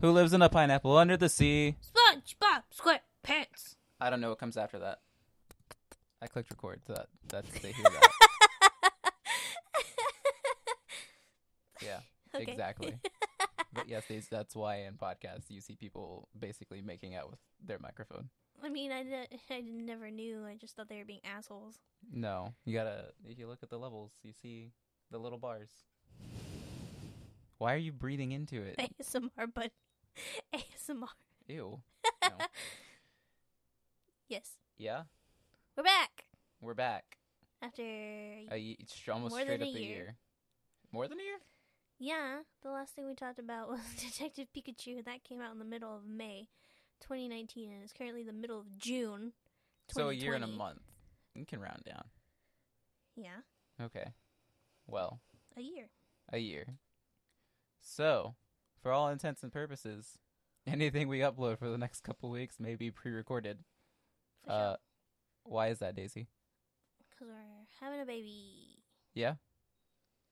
Who lives in a pineapple under the sea? SpongeBob SquarePants. I don't know what comes after that. I clicked record. So that that's they hear that. Yeah, Okay. exactly. But yes, these, that's why in podcasts you see people basically making out with their microphone. I mean, I, ne- I never knew. I just thought they were being assholes. No, you gotta. If you look at the levels, you see the little bars. Why are you breathing into it? ASMR, but ASMR. Ew. No. Yes, Yeah, we're back we're back. after. Uh, y- it's sh- almost More straight than up a a year. year. More than a year? yeah, the last thing we talked about was Detective Pikachu, and that came out in the middle of May, 2019, and it's currently the middle of June. So a year and a 2020. month. You can round down. Yeah, Okay. Well, a year. a year. So, for all intents and purposes, anything we upload for the next couple weeks may be pre-recorded. For sure. Uh, why is that, Daisy? Because we're having a baby. Yeah.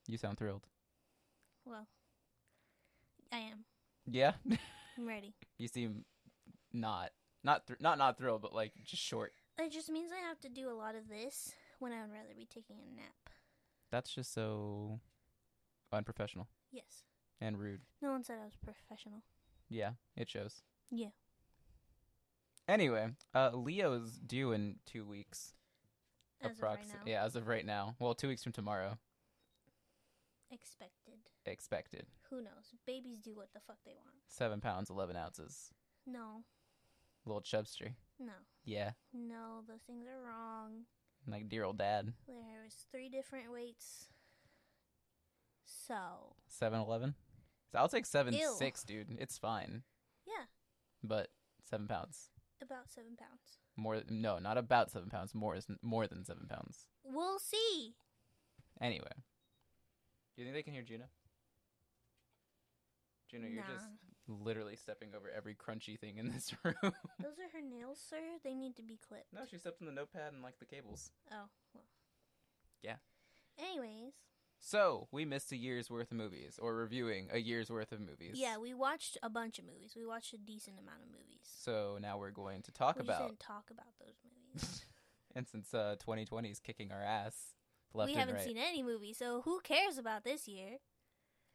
You sound thrilled. Well, I am. Yeah. I'm ready. you seem not not thr- not not thrilled, but like just short. It just means I have to do a lot of this when I would rather be taking a nap. That's just so unprofessional Yes. and rude. No one said I was professional. Yeah, it shows. Yeah. Anyway, uh, Leo's due in two weeks. As of right now. Yeah, as of right now. Well, two weeks from tomorrow, Expected. expected. Who knows? Babies do what the fuck they want. Seven pounds, eleven ounces. No. Little chubster. No. Yeah, No, those things are wrong. like dear old dad. There was three different weights. So, Seven eleven. So I'll take seven Ew. six, dude. It's fine. yeah, But seven pounds about seven pounds. more. No, not about seven pounds. More is more than seven pounds. We'll see. Anyway, do you think they can hear Juno? Juno, you're just literally stepping over every crunchy thing in this room. Those are her nails, sir. They need to be clipped. no, she stepped on the notepad and like the cables. Oh, well. Yeah. Anyways, So we missed a year's worth of movies, or reviewing a year's worth of movies. yeah, we watched a bunch of movies. We watched a decent amount of movies. So now we're going to talk we just about, didn't talk about those movies. and since uh, 2020 is kicking our ass left we and haven't right, seen any movies, so who cares about this year?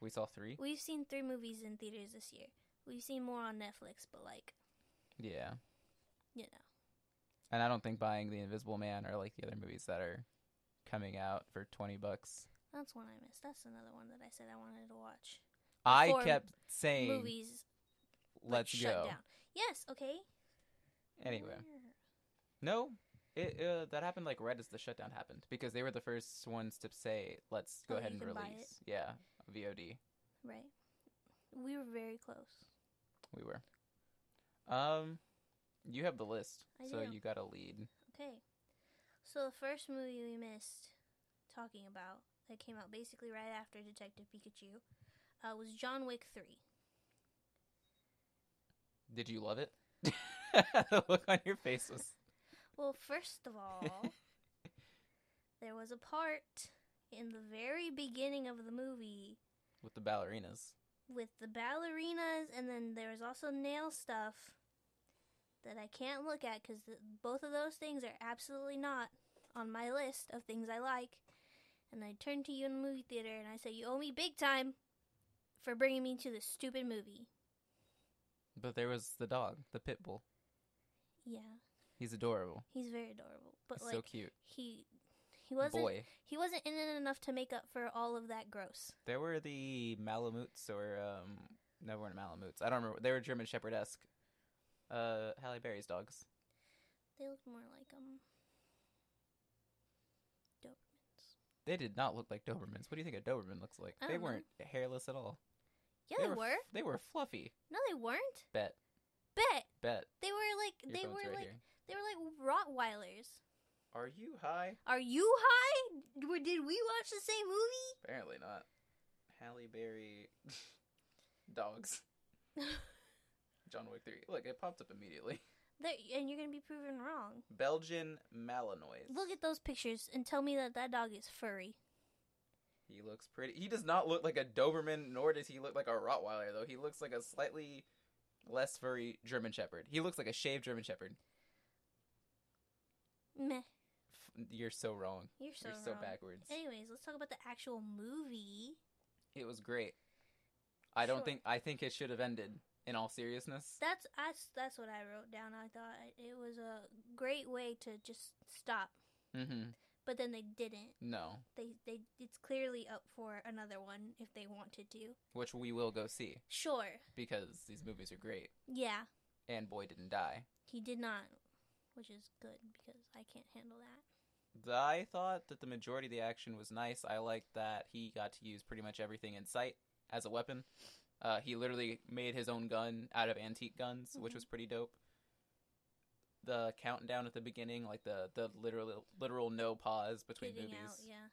we saw three. We've seen three movies in theaters this year. We've seen more on Netflix, but like, Yeah, you know, and I don't think buying The Invisible Man or like the other movies that are coming out for 20 bucks. that's one I missed. That's another one that I said I wanted to watch. I Before kept saying, movies like, "Let's shut go." down. Yes, okay. Anyway, Where? no, it uh, that happened like right as the shutdown happened because they were the first ones to say, "Let's go Oh, ahead you and can buy it. release." Yeah, VOD. Right. We were very close. We were. Um, you have the list, I so do. you got a lead. Okay. So the first movie we missed talking about that came out basically right after Detective Pikachu uh, was John Wick 3. Did you love it? the look on your face was Well, first of all, there was a part in the very beginning of the movie with the ballerinas. with the ballerinas, and then there was also nail stuff that I can't look at because both of those things are absolutely not on my list of things I like. And I turned to you in the movie theater and I said, You owe me big time for bringing me to this stupid movie. But there was the dog, the pit bull. Yeah, He's adorable. he's very adorable, but He's like so cute. he he wasn't Boy, he wasn't in it enough to make up for all of that gross. there were the Malamutes or um, no, they weren't Malamutes. I don't remember. They were German Shepherd esque. Uh, Halle Berry's dogs. They looked more like um Dobermans. They did not look like Dobermans. What do you think a Doberman looks like? I They don't know. weren't hairless at all. Yeah, they, were. They were fluffy. No, they weren't. Bet, Bet bet. they were like Your they phone's were right like here. they were like Rottweilers. Are you high? Are you high? Were- Did we watch the same movie? Apparently not. Halle Berry dogs. John Wick 3. Look, it popped up immediately. That- and you're gonna be proven wrong. Belgian Malinois. Look at those pictures and tell me that that dog is furry. He looks pretty. He does not look like a Doberman, nor does he look like a Rottweiler, though. He looks like a slightly less furry German Shepherd. He looks like a shaved German Shepherd. Meh. F- You're so wrong. You're so You're wrong. so backwards. Anyways, let's talk about the actual movie. It was great. I don't Sure. think. I think it should have ended. In all seriousness, That's that's that's what I wrote down. I thought it was a great way to just stop, mm-hmm. but then they didn't. no, They they it's clearly up for another one if they wanted to. which we will go see Sure. because these movies are great. Yeah, And boy, didn't die. he did not, which is good because I can't handle that. I thought that the majority of the action was nice. I liked that he got to use pretty much everything in sight as a weapon. Uh, he literally made his own gun out of antique guns, which Mhm. was pretty dope. The countdown at the beginning, like the the literal literal no pause between Getting movies, out, yeah.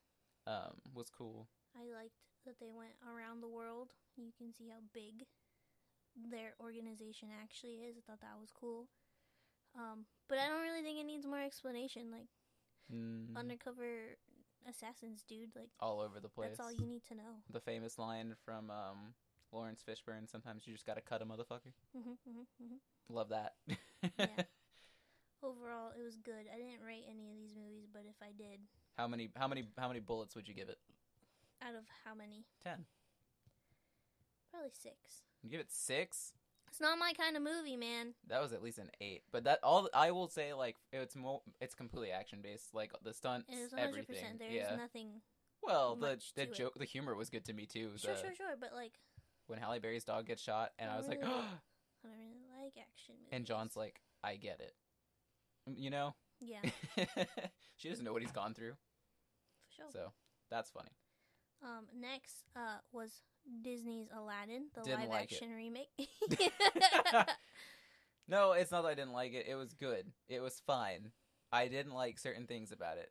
um, was cool. I liked that they went around the world. You can see how big their organization actually is. I thought that was cool. Um, but I don't really think it needs more explanation. Like Mm, undercover assassins, dude. Like all over the place. that's all you need to know. The famous line from um, Lawrence Fishburne: "Sometimes you just gotta cut a motherfucker." Mhm, mhm, mhm. Love that. Yeah. Overall, it was good. I didn't rate any of these movies, but if I did, How many? How many? How many bullets would you give it? out of how many? Ten. Probably six. You give it six. It's not my kind of movie, man. That was at least an eight. But that all I will say, like it's more, it's completely action based. Like the stunts, It was 100%. everything. There's yeah. nothing. well, the much the to it. joke, the humor was good to me too. The, Sure, sure, sure. But like, When Halle Berry's dog gets shot, and I was like, Really? I don't really like action movies. and John's like, I get it. Mm, You know, yeah, Oh. she doesn't know what he's gone through, for sure. so that's funny. Um, next uh, was Disney's Aladdin, the Didn't live like it. action remake. No, it's not that I didn't like it. It was good. It was fine. I didn't like certain things about it,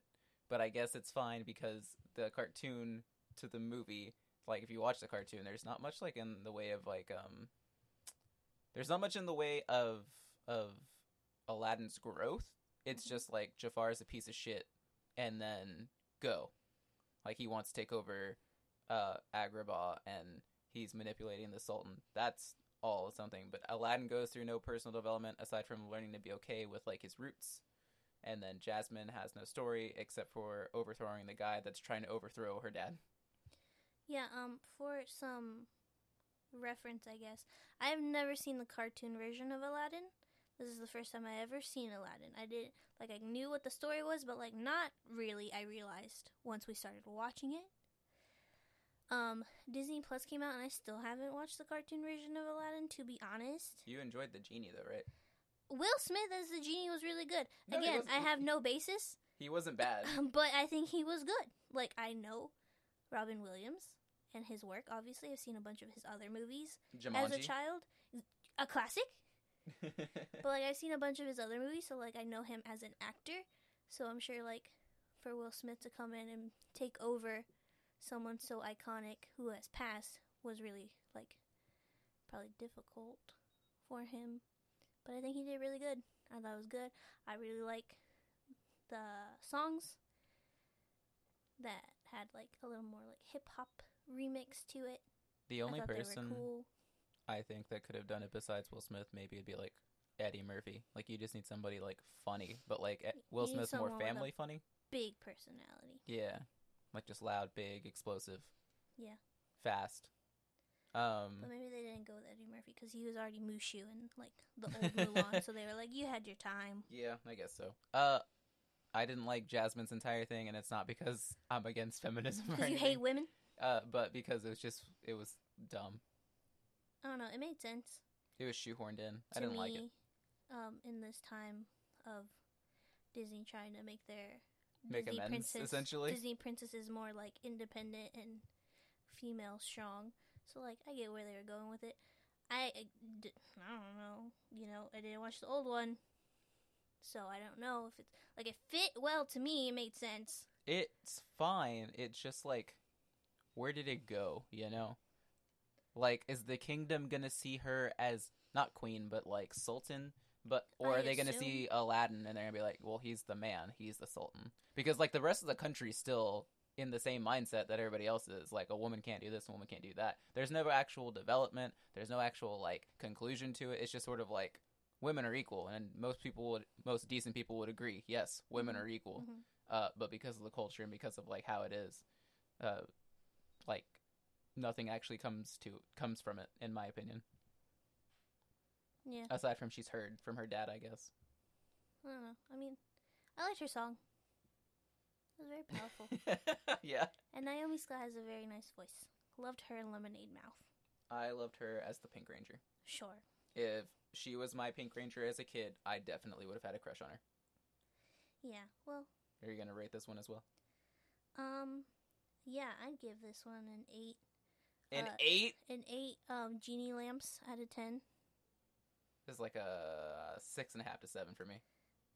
but I guess it's fine because the cartoon to the movie, like if you watch the cartoon, there's not much like in the way of like um there's not much in the way of of Aladdin's growth. It's Mhm. just like Jafar's a piece of shit and then go. Like he wants to take over uh Agrabah and he's manipulating the Sultan. That's all something. But Aladdin goes through no personal development aside from learning to be okay with like his roots. And then Jasmine has no story except for overthrowing the guy that's trying to overthrow her dad. yeah. Um, for some reference, I guess I have never seen the cartoon version of Aladdin. This is the first time I ever seen Aladdin. I did like I knew what the story was, but like not really. I realized once we started watching it. Um, Disney Plus came out, and I still haven't watched the cartoon version of Aladdin. To be honest, You enjoyed the genie though, right? Will Smith as the genie was really good. No, he Again, wasn't- I have no basis, He wasn't bad. but I think he was good. Like I know Robin Williams and his work. Obviously, I've seen a bunch of his other movies as a Jumanji. child, a classic. But like I've seen a bunch of his other movies, so like I know him as an actor. So I'm sure like for Will Smith to come in and take over someone so iconic who has passed was really like probably difficult for him. But I think he did really good. I thought it was good. I really like the songs that had like a little more like hip hop remix to it. the only I thought they person were cool. I think that could have done it besides Will Smith, maybe it'd be like Eddie Murphy. Like you just need somebody like funny, but like E- Will need Smith's more someone with a- family funny. Big personality. Yeah, like just loud, big, explosive. Yeah. Fast. Um. But maybe they didn't go with Eddie Murphy because he was already Mushu in like the old Mulan, so they were like, "You had your time." Yeah, I guess so. Uh, I didn't like Jasmine's entire thing, and it's not because I'm against feminism or Because you hate anything. women. Uh, but because it was just it was dumb. I don't know. It made sense. It was shoehorned in. to I didn't me, like it. Um, in this time of Disney trying to make their Make Disney amends, princess, essentially. Disney princesses more like independent and female strong. So like, I get where they were going with it. I I d- I don't know. You know, I didn't watch the old one, so I don't know if it's like it fit well to me. It made sense. It's fine. It's just like, where did it go? You know, like is the kingdom gonna see her as not queen, but like sultan? But or I are they gonna see Aladdin and they're gonna be like, well, he's the man, he's the sultan? Because like the rest of the country still in the same mindset that everybody else is like a woman can't do this a woman can't do that there's no actual development there's no actual like conclusion to it it's just sort of like women are equal and most people would most decent people would agree yes women Mhm. are equal Mhm. uh, but because of the culture and because of like how it is uh, like nothing actually comes to comes from it in my opinion Yeah. aside from she's heard from her dad i guess I don't know. I mean, I liked her song. It was very powerful. yeah and Naomi Scott has a very nice voice. Loved her in Lemonade Mouth. i loved her as the pink ranger Sure. if she was my pink ranger as a kid i definitely would have had a crush on her Yeah. Well, are you gonna rate this one as well um, yeah, I'd give this one an eight. an Uh, eight An eight um genie lamps out of ten. is like a six and a half to seven for me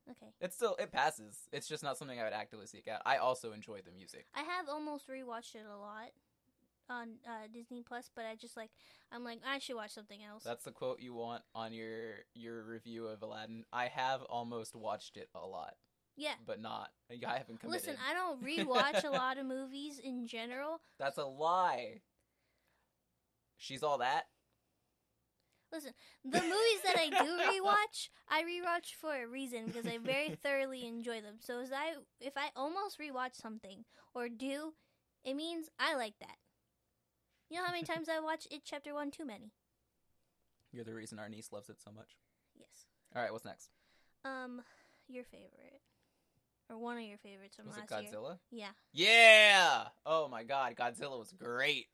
Okay. it's still it passes it's just not something i would actively seek out i also enjoyed the music I have almost rewatched it a lot on uh, Disney Plus, but I just like I'm like I should watch something else. That's the quote you want on your your review of Aladdin. I have almost watched it a lot, yeah. but not. I haven't committed. Listen, I don't rewatch a lot of movies in general. That's a lie. She's all that. The movies that I do rewatch, I rewatch for a reason because I very thoroughly enjoy them. So as I if I almost rewatch something or do, it means I like that. You know how many times I watch it chapter 1 too many. You're the reason our niece loves it so much. Yes. All right, what's next? Um your favorite or one of your favorites from Was it last year. Godzilla? Yeah. Yeah. Oh my God, Godzilla was great.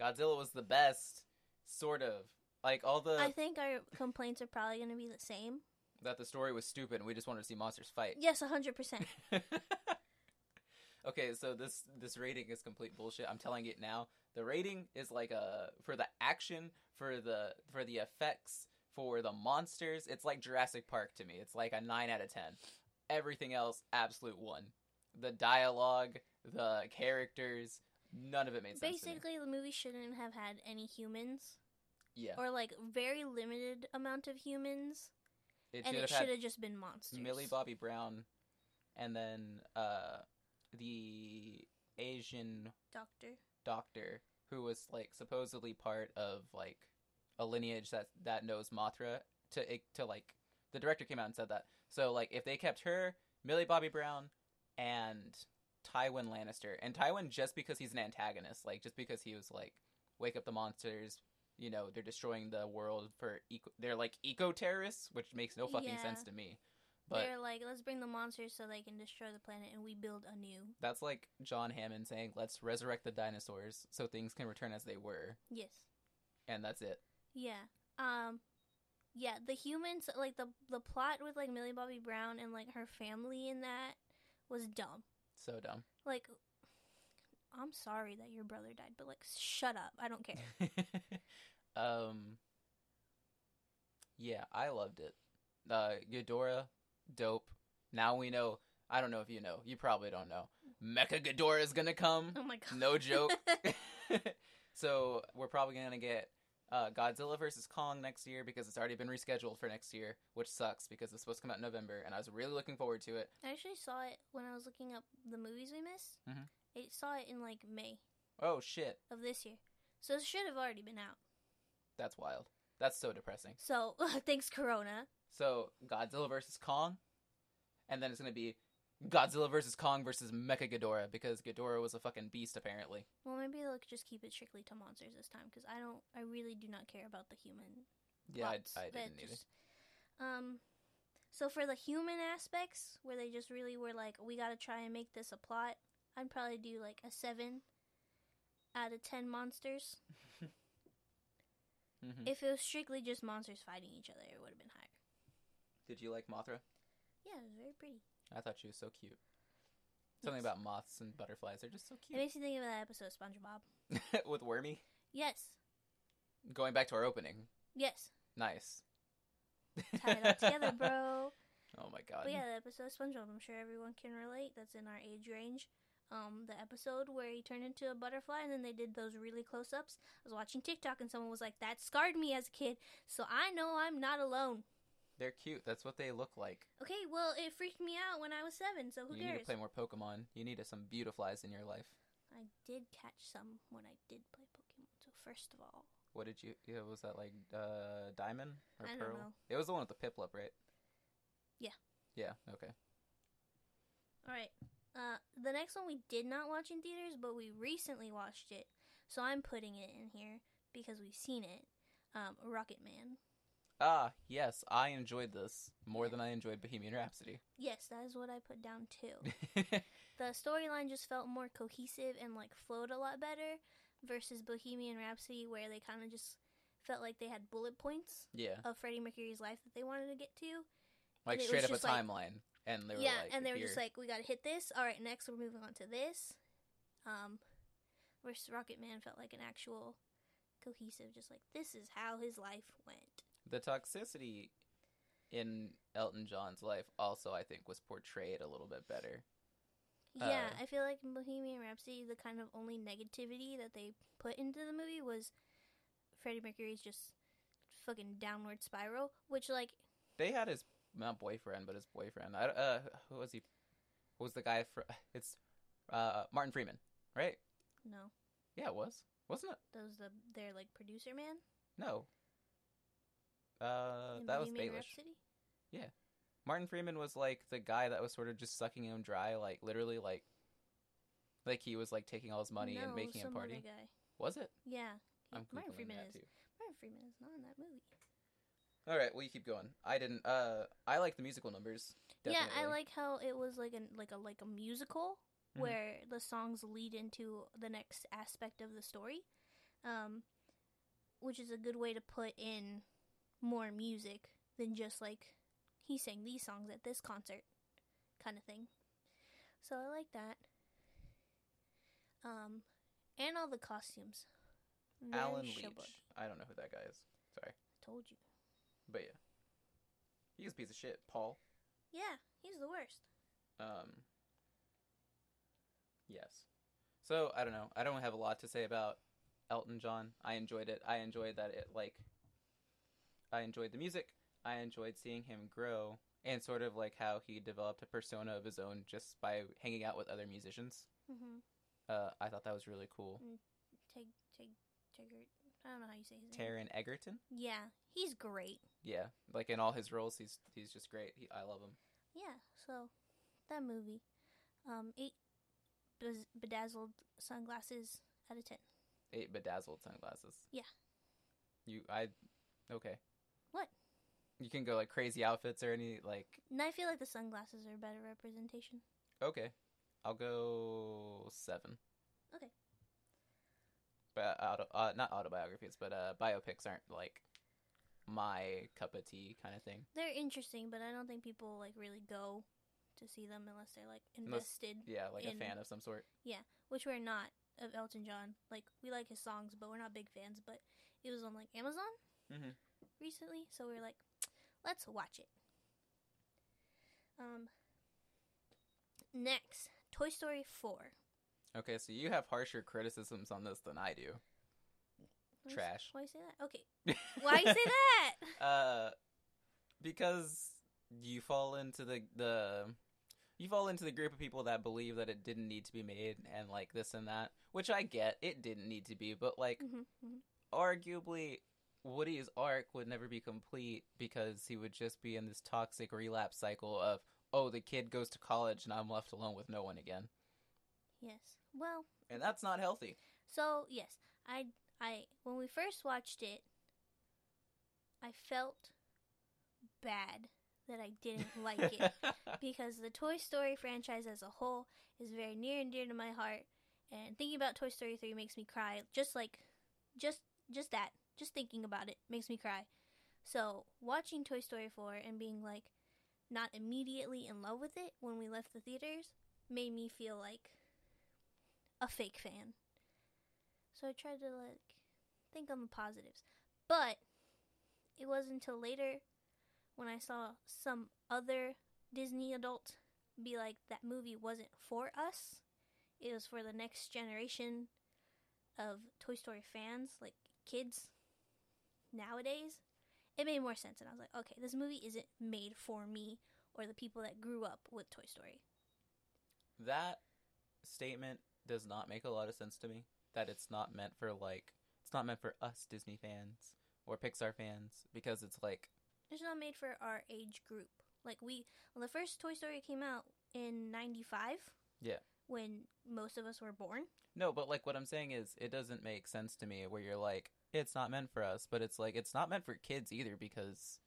Godzilla was the best, sort of. Like all the I think our complaints are probably going to be the same. that the story was stupid. and We just wanted to see monsters fight. Yes, 100%. okay, so this this rating is complete bullshit. I'm telling it now. The rating is like a for the action, for the for the effects, for the monsters. It's like Jurassic Park to me. It's like a nine out of ten. Everything else, absolute one. The dialogue, the characters, none of it made sense. to me. Basically, the movie shouldn't have had any humans yeah, or like very limited amount of humans it and should it have should had have just been monsters. Millie Bobby Brown, and then uh, the Asian Doctor. doctor who was like supposedly part of like a lineage that that knows Mothra to it- to like the director came out and said that. So like if they kept her, Millie Bobby Brown and Tywin Lannister and Tywin just because he's an antagonist, like just because he was like wake up the monsters, you know, they're destroying the world for eco- they're like eco terrorists, which makes no fucking Yeah. sense to me. But They're like, let's bring the monsters so they can destroy the planet and we build anew. that's like John Hammond saying, "Let's resurrect the dinosaurs so things can return as they were," Yes. and that's it. Yeah. Um yeah, the humans like the the plot with like Millie Bobby Brown and like her family in that was dumb. So dumb. Like I'm sorry that your brother died, but like shut up. I don't care. um, yeah, I loved it. Uh, Ghidorah, dope. Now we know. I don't know if you know. You probably don't know. Mecha Ghidorah is gonna come. Oh my god. No joke. so we're probably gonna get uh, Godzilla versus Kong next year because it's already been rescheduled for next year, which sucks because it's supposed to come out in November, and I was really looking forward to it. I actually saw it when I was looking up the movies we missed. Mhm. It saw it in like May Oh shit, of this year. So it should have already been out. that's wild. That's so depressing. So thanks Corona. So Godzilla versus Kong, and then it's gonna be Godzilla versus Kong versus Mecha Ghidorah because Ghidorah was a fucking beast apparently. Well, maybe they'll just keep it strictly to monsters this time because I don't, I really do not care about the human. Yeah, I, plots. I That didn't either. just- Um, so for the human aspects, where they just really were like, we got to try and make this a plot, I'd probably do like a seven out of ten monsters. Mhm. If it was strictly just monsters fighting each other, it would have been higher. Did you like Mothra? Yeah, it was very pretty. I thought she was so cute. Something Yes. about moths and butterflies. They're just so It cute. makes you think of that episode of SpongeBob. With Wormy. Yes, Going back to our opening. yes, Nice. tie it all together, bro. Oh my god. But yeah, the episode of SpongeBob, I'm sure everyone can relate. That's in our age range. Um, the episode where he turned into a butterfly and then they did those really close ups. I was watching TikTok and someone was like, That scarred me as a kid, so I know I'm not alone. They're cute. That's what they look like. Okay, well, it freaked me out when I was seven, so who you need cares? to play more Pokemon. You need some beautifies in your life. I did catch some when I did play Pokemon. So first of all, What did you? Yeah, was that like uh, Diamond or I don't Pearl? know. It was the one with the Piplup, right? Yeah. Yeah. Okay. all right. Uh, the next one we did not watch in theaters, but we recently watched it, so I'm putting it in here because we've seen it. Um, Rocket Man. Ah, yes. I enjoyed this more than I enjoyed Bohemian Rhapsody. Yes, that is what I put down too. the storyline just felt more cohesive and like flowed a lot better versus Bohemian Rhapsody, where they kind of just felt like they had bullet points yeah. of Freddie Mercury's life that they wanted to get to. Like it was straight up a just, like- timeline, and they were yeah, like, and they were just "Here." like, we gotta hit this. All right, next we're moving on to this. Um, versus Rocket Man felt like an actual cohesive, just like this is how his life went. the toxicity in Elton John's life also I think was portrayed a little bit better. Yeah, Uh, I feel like in Bohemian Rhapsody, the kind of only negativity that they put into the movie was Freddie Mercury's just fucking downward spiral, which like They had his not boyfriend, but his boyfriend. I, uh, who was he? Who was the guy? For, it's uh, Martin Freeman, right? no, Yeah, it was. Wasn't it? that was the their like producer man. No. Uh, in that was Bohemian Baelish. Rhapsody. Martin Freeman was like the guy that was sort of just sucking him dry, like literally, like like he was like taking all his money no, and making some him Other party. guy. Was it? Yeah, he- I'm Martin Googling Freeman that is too. Martin Freeman is not in that movie. All right, well you keep going. I didn't. Uh, I like the musical numbers. Yeah, I definitely. like how it was like a like a like a musical Mhm. where the songs lead into the next aspect of the story, um, which is a good way to put in more music than just like he sang these songs at this concert kind of thing. So I like that. Um, and all the costumes. Very Alan Leach. showboat. I don't know who that guy is. Sorry, Told you. but yeah, he's a piece of shit, Paul. Yeah, he's the worst. Um, yes. So I don't know. I don't have a lot to say about Elton John. I enjoyed it. I enjoyed that it like. I enjoyed the music. I enjoyed seeing him grow and sort of like how he developed a persona of his own just by hanging out with other musicians. hmm Uh, I thought that was really cool. Take take Taggart. I don't know how you say his name. Taryn Egerton. Yeah, he's great. Yeah, like in all his roles, he's he's just great. He, I love him. Yeah, so that movie, um, eight bez- bedazzled sunglasses out of ten. eight bedazzled sunglasses. Yeah. You, I, okay. What? You can go like crazy outfits or any like. And I feel like the sunglasses are a better representation. Okay, I'll go seven. Okay. But auto, uh, not autobiographies, but uh, biopics aren't like my cup of tea kind of thing. They're interesting, but I don't think people like really go to see them unless they're like Unless- invested, Yeah, like In- a fan of some sort. which we're not of Elton John. Like we like his songs, but we're not big fans. But it was on like Amazon Mhm. recently, so we were like, let's watch it. Um. Next, Toy Story four. Okay, so you have harsher criticisms on this than I do. Why you s- Trash. Why you say that? Okay. Why you say that? Uh, because you fall into the the you fall into the group of people that believe that it didn't need to be made and like this and that, which I get it didn't need to be, but like Mhm, mhm. arguably Woody's arc would never be complete because he would just be in this toxic relapse cycle of oh the kid goes to college and I'm left alone with no one again, Yes. Well, and that's not healthy. so yes, I I when we first watched it, I felt bad that I didn't like it because the Toy Story franchise as a whole is very near and dear to my heart, and thinking about Toy Story 3 makes me cry. Just like just just that, just thinking about it makes me cry. So, watching Toy Story 4 and being like not immediately in love with it when we left the theaters made me feel like a fake fan. So I tried to like think on the positives. But it wasn't until later when I saw some other Disney adult be like that movie wasn't for us. It was for the next generation of Toy Story fans, like kids nowadays. it made more sense. And I was like, okay, this movie isn't made for me or the people that grew up with Toy Story. That statement does not make a lot of sense to me. That it's not meant for like it's not meant for us Disney fans or Pixar fans because it's like It's not made for our age group. Like we, when the first Toy Story came out in '95. Yeah. When most of us were born. no, but like what I'm saying is it doesn't make sense to me where you're like it's not meant for us, but it's like it's not meant for kids either because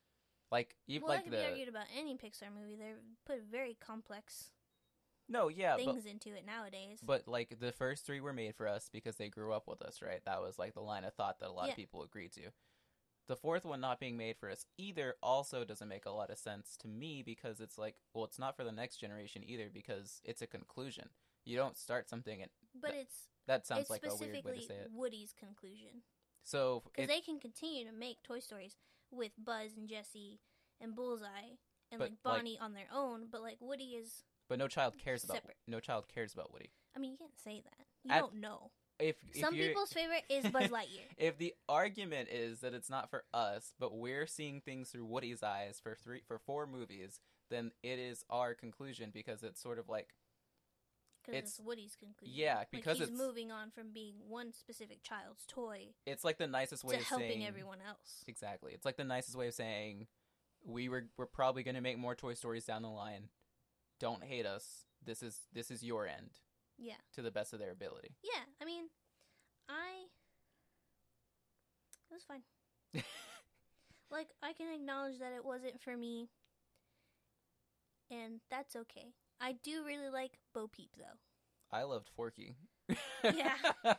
like even well, that like could the be argued about any Pixar movie. They put very complex no yeah but things into it nowadays. But like the first three were made for us because they grew up with us, right? That was like the line of thought that a lot Yeah. of people agreed to. The fourth one not being made for us either also doesn't make a lot of sense to me because it's like, well, it's not for the next generation either because it's a conclusion. You don't start something, and but it's that sounds it's like a weird way to specifically say it. Woody's conclusion So because it, they can continue to make Toy Stories with Buzz and Jesse and Bullseye and But, like like- Bonnie on their own. But like Woody is, but no child cares about separate. no child cares about Woody. I mean, you can't say that. You At- don't know. If, if Some you're- people's favorite is Buzz Lightyear. if the argument is that it's not for us, but we're seeing things through Woody's eyes for three for four movies, then it is our conclusion because it's sort of like Because it's, It's- Woody's conclusion. yeah, because like he's it's- moving on from being one specific child's toy it's like the nicest way to of helping saying everyone else. exactly. It's like the nicest way of saying we were we're probably going to make more Toy Stories down the line. Don't hate us. This is this is your end Yeah, to the best of their ability. yeah. I mean, I it was fine. like I can acknowledge that it wasn't for me, and that's okay. I do really like Bo Peep though. I loved Forky. Yeah. I'm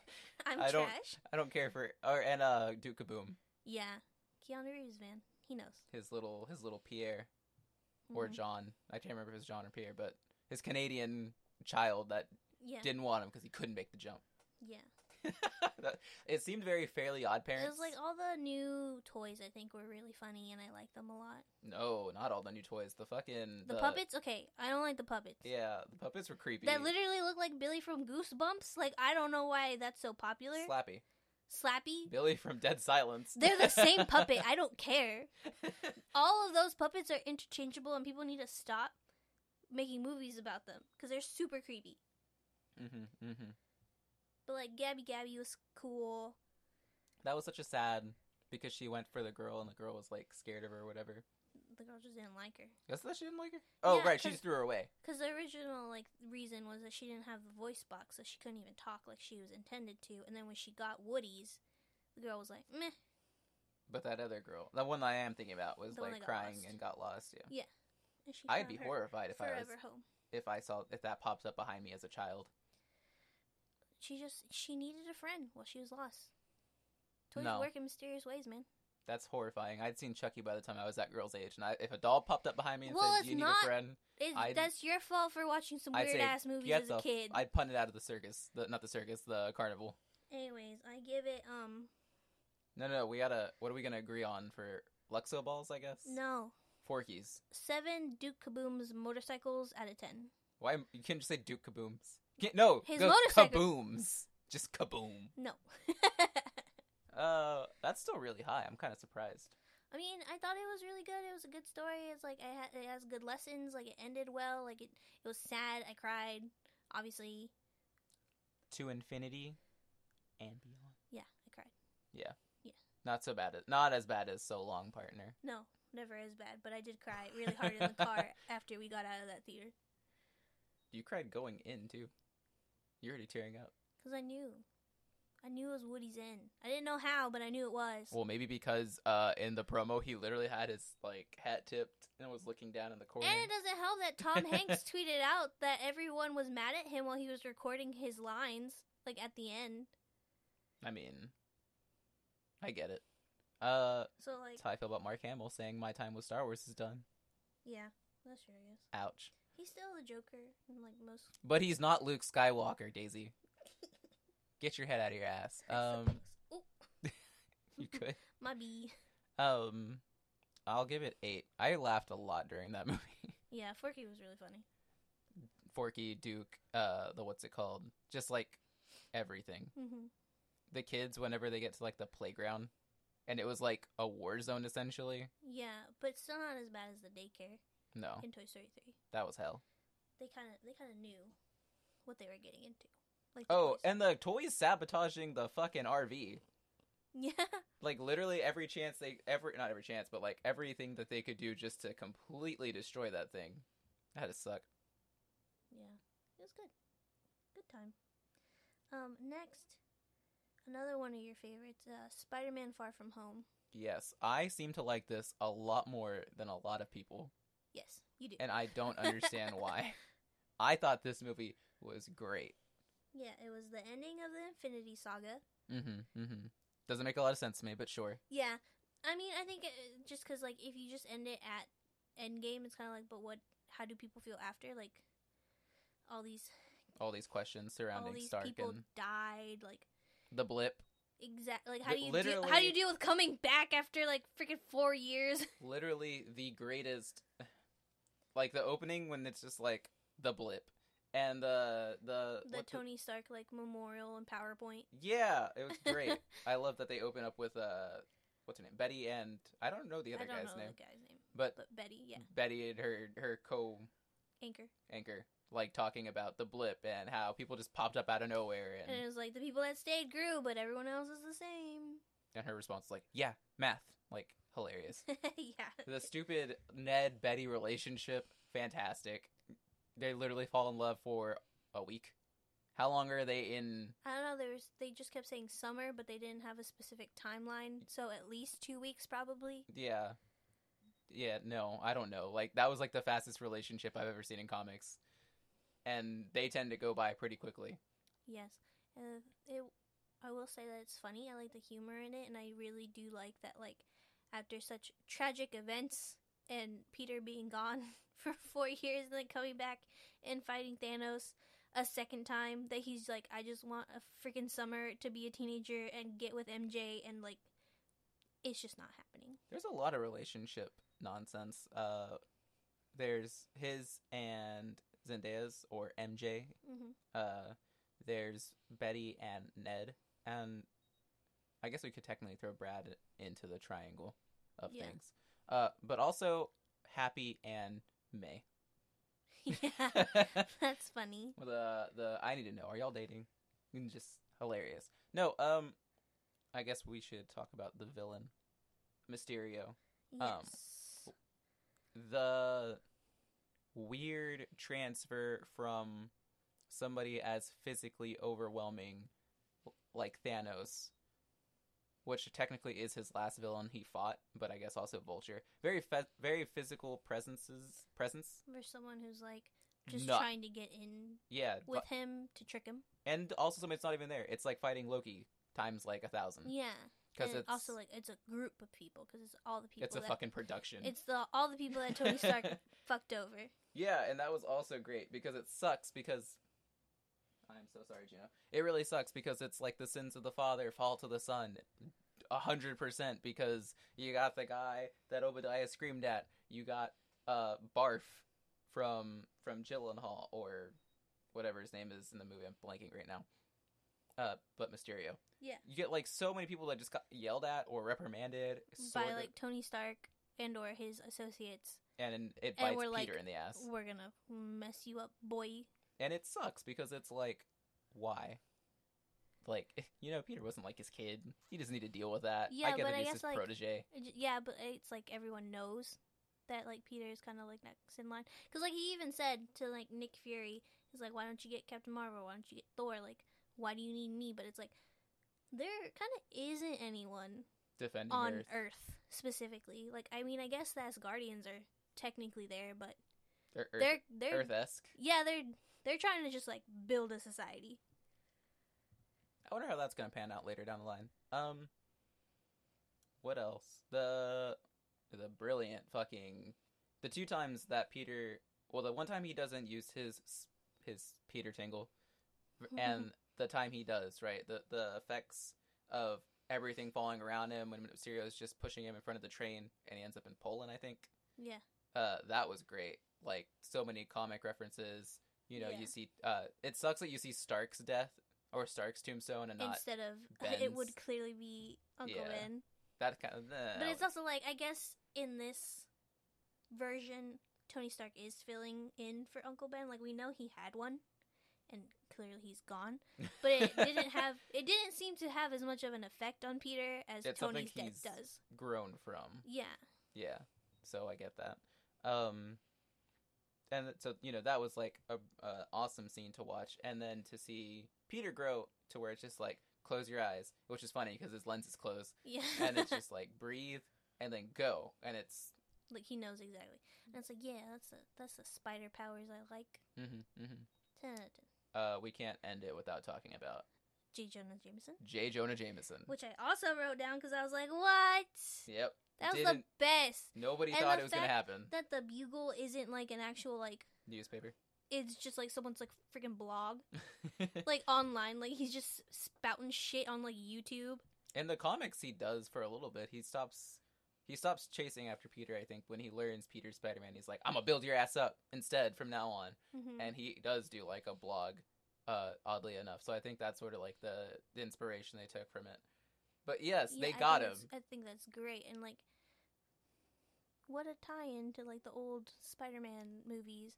I trash. don't- I don't care for or and uh Duke Kaboom, Yeah, Keanu Reeves, man, he knows. his little his little Pierre. or Mhm. John. I can't remember if it was John or Pierre, but his Canadian child that yeah, didn't want him because he couldn't make the jump. yeah. That- it seemed very fairly odd It parents. was like all the new toys. I think were really funny, and I like them a lot. no, not all the new toys. The fucking The, puppets, okay, I don't like the puppets. Yeah, the puppets were creepy. That literally look like Billy from Goosebumps. Like I don't know why that's so popular. Slappy Slappy. Billy from Dead Silence. They're the same puppet. I don't care. All of those puppets are interchangeable, and people need to stop making movies about them because they're super creepy. hmm hmm But like Gabby Gabby was cool. That was such a sad because she went for the girl and the girl was like scared of her or whatever. The girl just didn't like her That's that she didn't like her. Oh Yeah, right, she 'cause- just threw her away. because the original like reason was that she didn't have the voice box, so she couldn't even talk like she was intended to. And then when she got Woody's, the girl was like, "Meh." But that other girl, that one that I am thinking about, was The one like that got crying lost. and got lost. Yeah, And she I'd found be her horrified if I was forever home. if I saw if that pops up behind me as a child. She just she needed a friend while she was lost. Toys No. work in mysterious ways, man. That's horrifying. I'd seen Chucky by the time I was that girl's age, and I, if a doll popped up behind me and Well, said, it's "Do you need not- a friend?" It's, I'd- that's your fault for watching some I'd weird say, ass movies "Get as the a f- kid. I'd punt it out of the circus, the, not the circus, the carnival. Anyways, I give it um No, no, we gotta. What are we gonna agree on for Luxo balls? I guess. no Forkies. seven Duke Kaboom's motorcycles out of ten. Why you can't just say Duke Kabooms? Can't- no, His go motorcycle- Kabooms. Just kaboom. No, Uh, that's still really high. I'm kind of surprised. I mean I thought it was really good. It was a good story. It's like I ha- it has good lessons. Like it ended well. Like it it was sad. I cried. Obviously, To infinity and beyond. yeah, I cried. Not so bad. As, not as bad as so long, partner. No, never as bad, but I did cry really hard in the car after we got out of that theater You cried going in too. You're already tearing up. because I knew. I knew it was Woody's End. I didn't know how, but I knew it was. Well, maybe because uh, in the promo he literally had his like hat tipped and was looking down in the corner. And it doesn't help that Tom Hanks tweeted out that everyone was mad at him while he was recording his lines, like at the end. I mean, I get it. Uh, So like, that's how I feel about Mark Hamill saying my time with Star Wars is done. yeah, that's true. I guess Ouch. he's still the Joker in like most. But he's not Luke Skywalker, Daisy. Get your head out of your ass. Um, oh, you could. my bee. Um, I'll give it eight. I laughed a lot during that movie. Yeah, Forky was really funny. Forky, Duke, uh, the what's it called? Just like everything. hmm the kids whenever they get to like the playground and it was like a war zone essentially. Yeah, but still not as bad as the daycare No, in Toy Story three. that was hell. They kind of they kind of knew what they were getting into. Like the Oh, toys. and the toys sabotaging the fucking RV. yeah, Like literally every chance they every not every chance, but like everything that they could do just to completely destroy that thing. That had to suck. yeah, it was good, good time. Um, next, another one of your favorites, uh, Spider Man Far From Home. Yes, I seem to like this a lot more than a lot of people, Yes, you do. and I don't understand why. I thought this movie was great. yeah, it was the ending of the Infinity Saga. Mm-hmm. Mm-hmm. Doesn't make a lot of sense to me, but sure. Yeah, I mean, I think it, just because like if you just end it at Endgame, it's kind of like, but what? How do people feel after? Like all these All these questions all surrounding these Stark people and died. Like the blip. exactly. Like how Li- do you deal, how do literally- you deal with coming back after like freaking four years? literally the greatest like the opening when it's just like the blip and the the, the what the- Tony Stark like memorial and PowerPoint. yeah it was great i love that they open up with uh what's her name betty and i don't know the other I don't guy's know name the guy's name, but but Betty, yeah, betty and her her co-anchor anchor. like talking about the blip and how people just popped up out of nowhere and And it was like the people that stayed grew, but everyone else is the same. and her response is like yeah math like hilarious yeah, the stupid ned betty relationship fantastic they literally fall in love for a week how long are they in I don't know. There was they just kept saying summer, but they didn't have a specific timeline. Hmm. So at least two weeks, probably. yeah yeah no i don't know like that was like the fastest relationship i've ever seen in comics and they tend to go by pretty quickly Yes, uh, it. I will say that it's funny. I like the humor in it, and I really do like that. Like after such tragic events and Peter being gone for four years, and then coming back and fighting Thanos a second time, that he's like, I just want a freaking summer to be a teenager and get with MJ, and like, it's just not happening. there's a lot of relationship nonsense uh there's his and zendaya's or mj hmm uh there's Betty and Ned and I guess we could technically throw Brad into the triangle of Yeah. things. Uh but also Happy and May. Mm-hmm. yeah, With that's funny. the the I need to know, are y'all dating? And just hilarious. No, um I guess we should talk about the villain Mysterio. Um, Yes. The weird transfer from somebody as physically overwhelming like Thanos, which technically is his last villain he fought, but I guess also Vulture. Very fe- very physical presences presence. for someone who's like just Not- trying to get in Yeah, bu- with him to trick him. and also somebody's not even there. It's like fighting Loki times like a thousand Yeah, because and it's also like it's a group of people because it's all the people. it's a that, fucking production. It's the all the people that Tony Stark fucked over. Yeah, and that was also great because it sucks because I'm so sorry, Gino. It really sucks because it's like the sins of the father fall to the son. A hundred percent because you got the guy that Obadiah screamed at. You got uh Barf from from Gyllenhaal or whatever his name is in the movie. I'm blanking right now. Uh, but Mysterio. Yeah, You get like so many people that just got yelled at or reprimanded, by sorted, like Tony Stark and or his associates. and it and bites we're Peter like, in the ass. We're gonna mess you up, boy. and it sucks because it's like why like you know peter wasn't like his kid he doesn't need to deal with that Yeah, i get but that I he's guess, his like- protege It j- Yeah, but it's like everyone knows that like Peter is kind of like next in line because like he even said to like Nick Fury, he's like, "Why don't you get Captain Marvel? Why don't you get Thor? Like, why do you need me?" But it's like there kind of isn't anyone defending on earth. Earth. specifically. Like, I mean, I guess the Asgardians are technically there, but Or earth they're they're earth-esque yeah they're they're trying to just like build a society. i wonder how that's gonna pan out later down the line um what else the the brilliant fucking the two times that peter well the one time he doesn't use his his peter tingle and the time he does, right? The the effects of everything falling around him when Mysterio is just pushing him in front of the train and he ends up in Poland, I think. yeah, Uh, that was great. Like so many comic references. You know, Yeah. you see. Uh, it sucks that you see Stark's death or Stark's tombstone and not. instead of it would Ben's- clearly be Uncle Yeah. Uh, Ben. That kind of. nah, But it's also like I guess in this version, Tony Stark is filling in for Uncle Ben. Like we know he had one, and clearly he's gone. But it didn't have. It didn't seem to have as much of an effect on Peter as It's something Tony's death he's- does. grown from. Yeah, Yeah. So I get that. Um and th- so you know that was like a, a awesome scene to watch and then to see Peter grow to where it's just like close your eyes, which is funny because his lens is closed yeah. and it's just like breathe and then go and it's like he knows exactly. And it's like yeah, that's the that's the spider powers I like. mhm mhm. Dun, dun. Uh we can't end it without talking about G. Jonah Jameson, J Jonah Jameson. which I also wrote down because I was like, what? Yep. That was the Didn't- best. Nobody And thought the it was going to fact happen. That the bugle isn't like an actual like Newspaper. it's just like someone's like freaking blog, like online. Like he's just spouting shit on like YouTube. In the comics, he does for a little bit. He stops. He stops chasing after Peter. I think when he learns Peter's Spider Man, he's like, "I'm gonna build your ass up instead from now on." Mm-hmm. And he does do like a blog, uh, oddly enough. So I think that's sort of like the, the inspiration they took from it. But yes, they got him. I think that's great. And like, what a tie-in to like the old Spider-Man movies.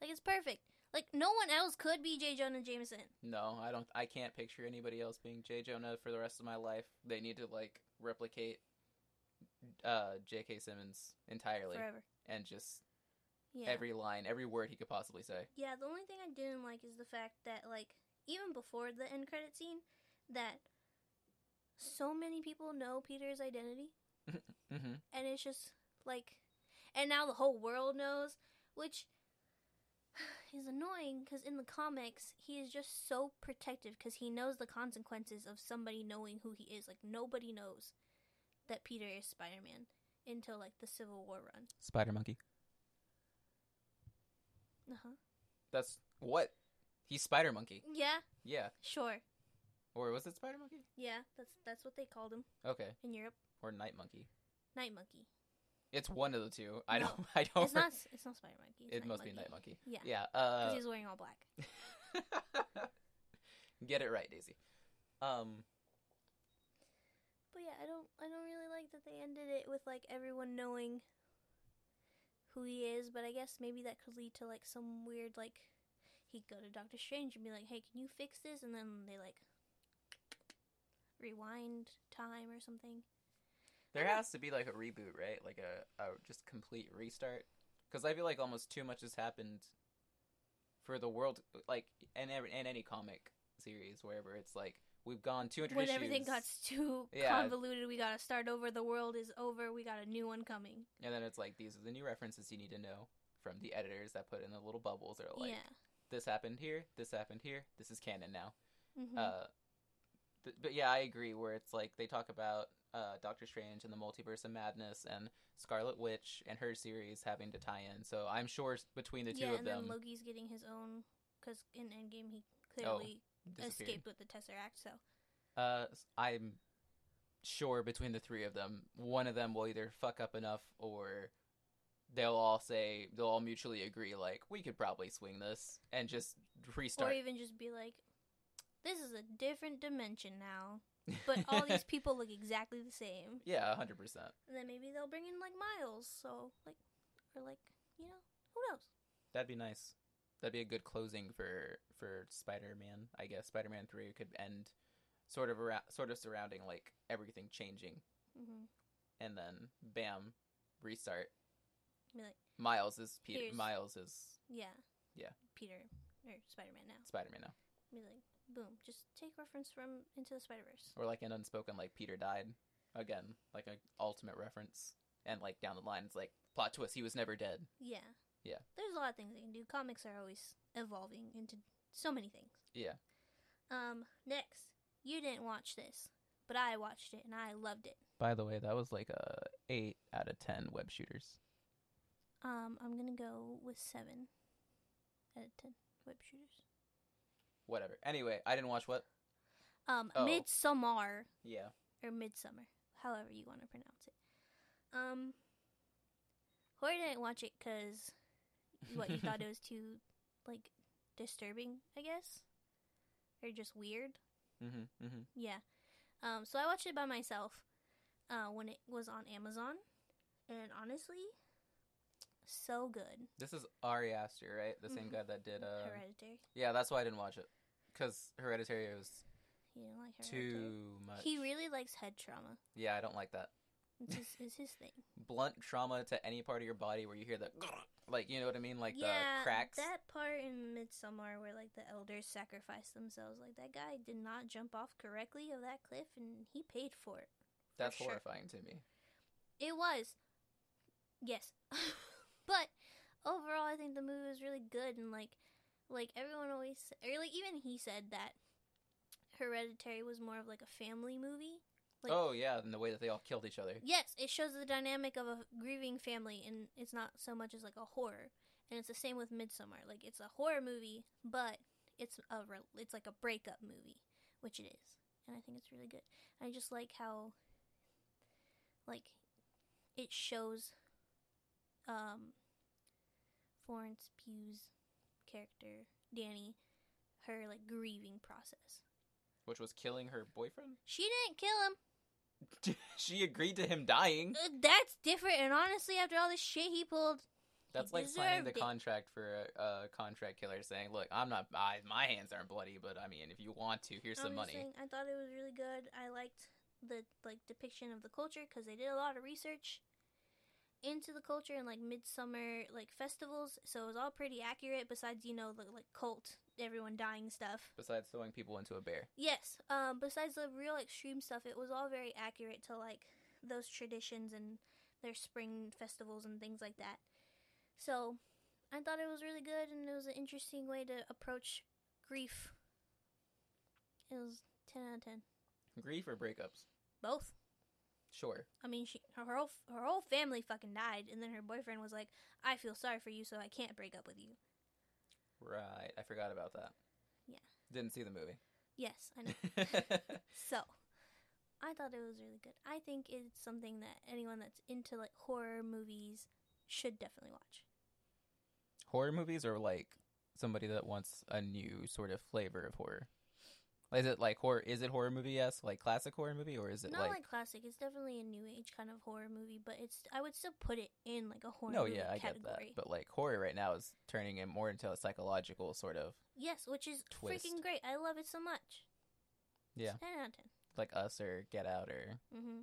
Like it's perfect. Like no one else could be J. Jonah Jameson. No, I don't. I can't picture anybody else being J Jonah for the rest of my life. They need to like replicate uh J.K. Simmons entirely Forever. and just Yeah. every line, every word he could possibly say. Yeah, the only thing I didn't like is the fact that, like, even before the end credit scene, that so many people know Peter's identity, hmm and it's just like, and now the whole world knows, which is annoying because in the comics he is just so protective because he knows the consequences of somebody knowing who he is. Like nobody knows that Peter is Spider Man until like the Civil War run. Spider monkey. Uh huh. That's what? He's Spider Monkey. Yeah, Yeah. sure. Or was it Spider Monkey? Yeah, that's that's what they called him Okay. in Europe. Or Night Monkey. Night monkey. It's one of the two. I No. don't. I don't. It's not. It's not Spider Monkey. It's Oh, it Night must monkey. be Night Monkey. Yeah. Yeah. 'Cause Uh, he's wearing all black. get it right, Daisy. Um. But yeah, I don't. I don't really like that they ended it with like everyone knowing who he is. But I guess maybe that could lead to like some weird like he'd go to Doctor Strange and be like, "Hey, can you fix this?" And then they like rewind time or something. There I don't- has to be like a reboot, right? Like a, a just complete restart. Because I feel like almost too much has happened for the world, like in every in any comic series, wherever it's like we've gone 200 When issues. everything got too Yeah. convoluted, we gotta start over. The world is over. We got a new one coming. And then it's like these are the new references you need to know from the editors that put in the little bubbles. They're like, yeah. this happened here, this happened here, this is canon now. hmm Uh, th- but yeah, I agree. Where it's like they talk about uh, Doctor Strange and the Multiverse of Madness and Scarlet Witch and her series having to tie in. So I'm sure s- between the two yeah, of and them, then Loki's getting his own because in Endgame he clearly Oh, disappeared. escaped with the Tesseract. So Uh, s- I'm sure between the three of them, one of them will either fuck up enough or they'll all say they'll all mutually agree like we could probably swing this and just restart or even just be like, this is a different dimension now, but all these people look exactly the same. yeah, hundred percent. And then maybe they'll bring in like Miles, so like, or like you know, who knows? That'd be nice. That'd be a good closing for for Spider Man. I guess Spider Man Three could end sort of around, sort of surrounding like everything changing, hmm and then bam, restart. Be like, Miles is Peter. Here's- Miles is yeah, Yeah. Peter or Spider Man now. Spider Man now, Be like, boom, just take reference from Into the Spider Verse. or like an unspoken like Peter died again, like an ultimate reference, and like down the line it's like plot twist. He was never dead. Yeah, Yeah. There's a lot of things they can do. Comics are always evolving into so many things. Yeah. Um, next, you didn't watch this, but I watched it and I loved it. By the way, that was like a eight out of ten web shooters. Um, I'm gonna go with seven out of ten web shooters. Whatever. Anyway, I didn't watch what. Um, Oh. Midsommar Yeah. or Midsummer, however you want to pronounce it. Um, Hori didn't watch it because what you thought it was too like disturbing, I guess, or just weird. Mm-hmm. Mm-hmm. Yeah. Um, so I watched it by myself. uh, when it was on Amazon, and honestly, so good. This is Ari Aster, right? The same Mhm. guy that did. Uh, Hereditary. yeah, that's why I didn't watch it because Hereditary was You didn't like Hereditary. too much. He really likes head trauma. Yeah, I don't like that It's his, it's his thing. blunt trauma to any part of your body where you hear the like you know what I mean, like yeah, the cracks. that part in Midsummer where like the elders sacrifice themselves, like that guy did not jump off correctly of that cliff, and he paid for it. for that's sure. horrifying to me. It was. Yes. but overall I think the movie was really good and like like everyone always or like even he said that Hereditary was more of like a family movie. Like oh yeah, and the way that they all killed each other. Yes, it shows the dynamic of a grieving family and it's not so much as like a horror. And it's the same with Midsummer. Like it's a horror movie, but it's a re- it's like a breakup movie, which it is. And I think it's really good. I just like how like it shows um Florence Pugh's character, Danny, her like grieving process. Which was killing her boyfriend? She didn't kill him. she agreed to him dying. Uh, That's different. And honestly, after all this shit he pulled, That's like signing the deserved it. contract for a, a contract killer saying, "Look, I'm not I, my hands aren't bloody, but I mean, if you want to, here's some I'm just money." saying, I thought it was really good. I liked the like depiction of the culture because they did a lot of research into the culture and like midsummer like festivals, so it was all pretty accurate. Besides, you know, the like cult, everyone dying stuff. Besides throwing people into a bear. Yes. Um. Besides the real extreme stuff, it was all very accurate to like those traditions and their spring festivals and things like that. So, I thought it was really good, and it was an interesting way to approach grief. It was ten out of ten. Grief or breakups? Both. Sure. I mean, she her whole her whole family fucking died, and then her boyfriend was like, "I feel sorry for you, so I can't break up with you." Right. I forgot about that. Yeah. Didn't see the movie. Yes, I know. So, I thought it was really good. I think it's something that anyone that's into like horror movies should definitely watch. horror movies or like somebody that wants a new sort of flavor of horror? Is it like horror? Is it horror movie? Yes, like classic horror movie, or is it Not like, classic. It's definitely a new age kind of horror movie, but it's I would still put it in like a horror no? movie Yeah, I get that. category. But like horror right now is turning it more into a psychological sort of yes, which is Twist. freaking great. I love it so much. Yeah. It's ten out of ten. like Us or Get Out or Mm-hmm.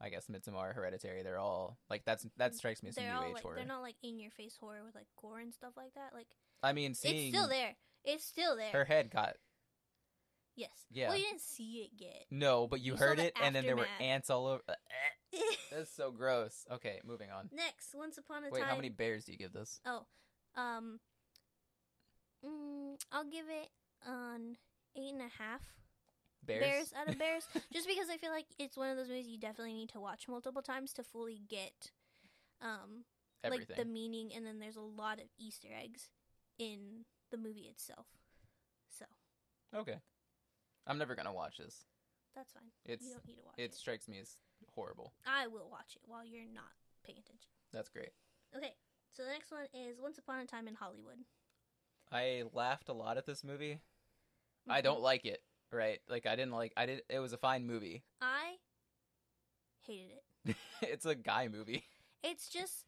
I guess Midsommar, Hereditary. They're all like that's that strikes me as a new They're all age like horror. they're not like in your face horror with like gore and stuff like that. Like I mean, it's seeing still there. It's still there. her head got yes. Yeah. Well, you didn't see it yet. no, but you, You saw heard the it, and then there were aftermath. ants all over. uh, that's so gross. Okay, moving on. Next, once upon a Wait, time. how many bears do you give this? Um, mm, I'll give it an eight and a half Bears. out of bears, just because I feel like it's one of those movies you definitely need to watch multiple times to fully get, um, Everything. like the meaning. And then there's a lot of Easter eggs in the movie itself, so Okay. I'm never gonna watch this. that's fine. It's you don't need to watch it it. strikes me as horrible. I will watch it while you're not paying attention. That's great. Okay, so the next one is Once Upon a Time in Hollywood. I laughed a lot at this movie. I don't Mm-hmm. like it, right? Like I didn't like I did it was a fine movie. I hated it. it's a guy movie. It's just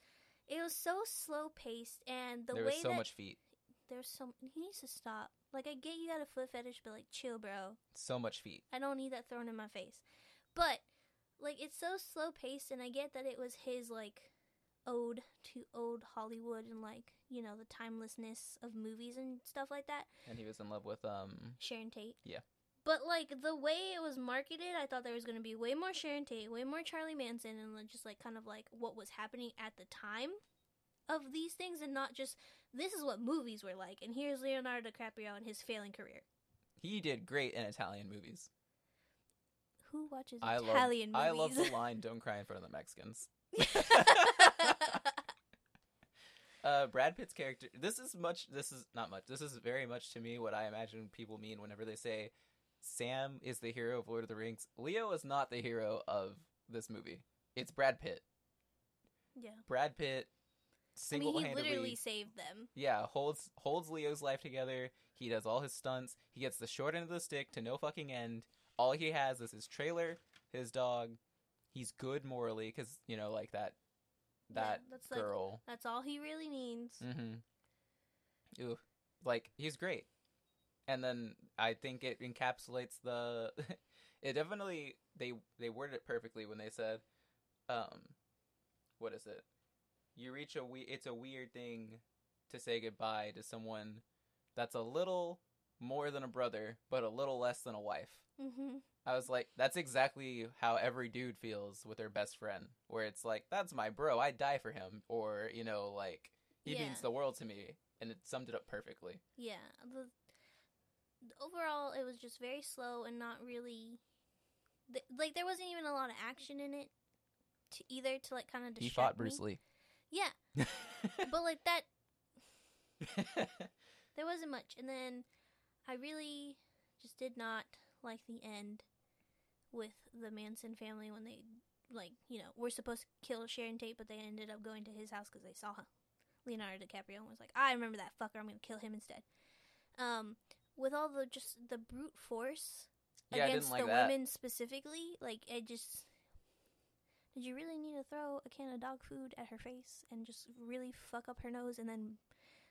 it was so slow paced and the there way was so that much feet. there's so he needs to stop. Like I get you got a foot fetish, but like chill, bro. So much feet. I don't need that thrown in my face. But like it's so slow paced and I get that it was his like ode to old Hollywood and like, you know, the timelessness of movies and stuff like that. And he was in love with um Sharon Tate. Yeah. But like the way it was marketed, I thought there was going to be way more Sharon Tate, way more Charlie Manson, and like, just like kind of like what was happening at the time of these things, and not just this is what movies were like, and here's Leonardo DiCaprio and his failing career. he did great in Italian movies. Who watches I love Italian I love movies? the line don't cry in front of the Mexicans. Uh, Brad Pitt's character. This is much. This is not much. This is very much to me what I imagine people mean whenever they say Sam is the hero of Lord of the Rings. Leo is not the hero of this movie. It's Brad Pitt. yeah, Brad Pitt I mean, single he handedly. literally saved them. Yeah, holds holds Leo's life together. He does all his stunts. He gets the short end of the stick to no fucking end. All he has is his trailer, his dog. he's good morally because you know like that Yeah, that that's like- girl. That's all he really needs. mm-hmm. Ooh, Mm-hmm. like he's great. And then I think it encapsulates the. it definitely they they worded it perfectly when they said, um, what is it? You reach a we. It's a weird thing to say goodbye to someone that's a little more than a brother, but a little less than a wife. hmm I was like, that's exactly how every dude feels with their best friend, where it's like, that's my bro, I'd die for him, or you know, like he Yeah. means the world to me, and it summed it up perfectly. Yeah. The, the- overall, it was just very slow and not really. Th- like, there wasn't even a lot of action in it to either to, like, kind of distract. me. Lee. Yeah. But, like, that. There wasn't much. And then I really just did not like the end with the Manson family when they, like, you know, were supposed to kill Sharon Tate, but they ended up going to his house because they saw him. Leonardo DiCaprio and was like, I remember that fucker. I'm going to kill him instead. Um, with all the just the brute force yeah, I against didn't like the that. women specifically, like, it just. Did you really need to throw a can of dog food at her face and just really fuck up her nose and then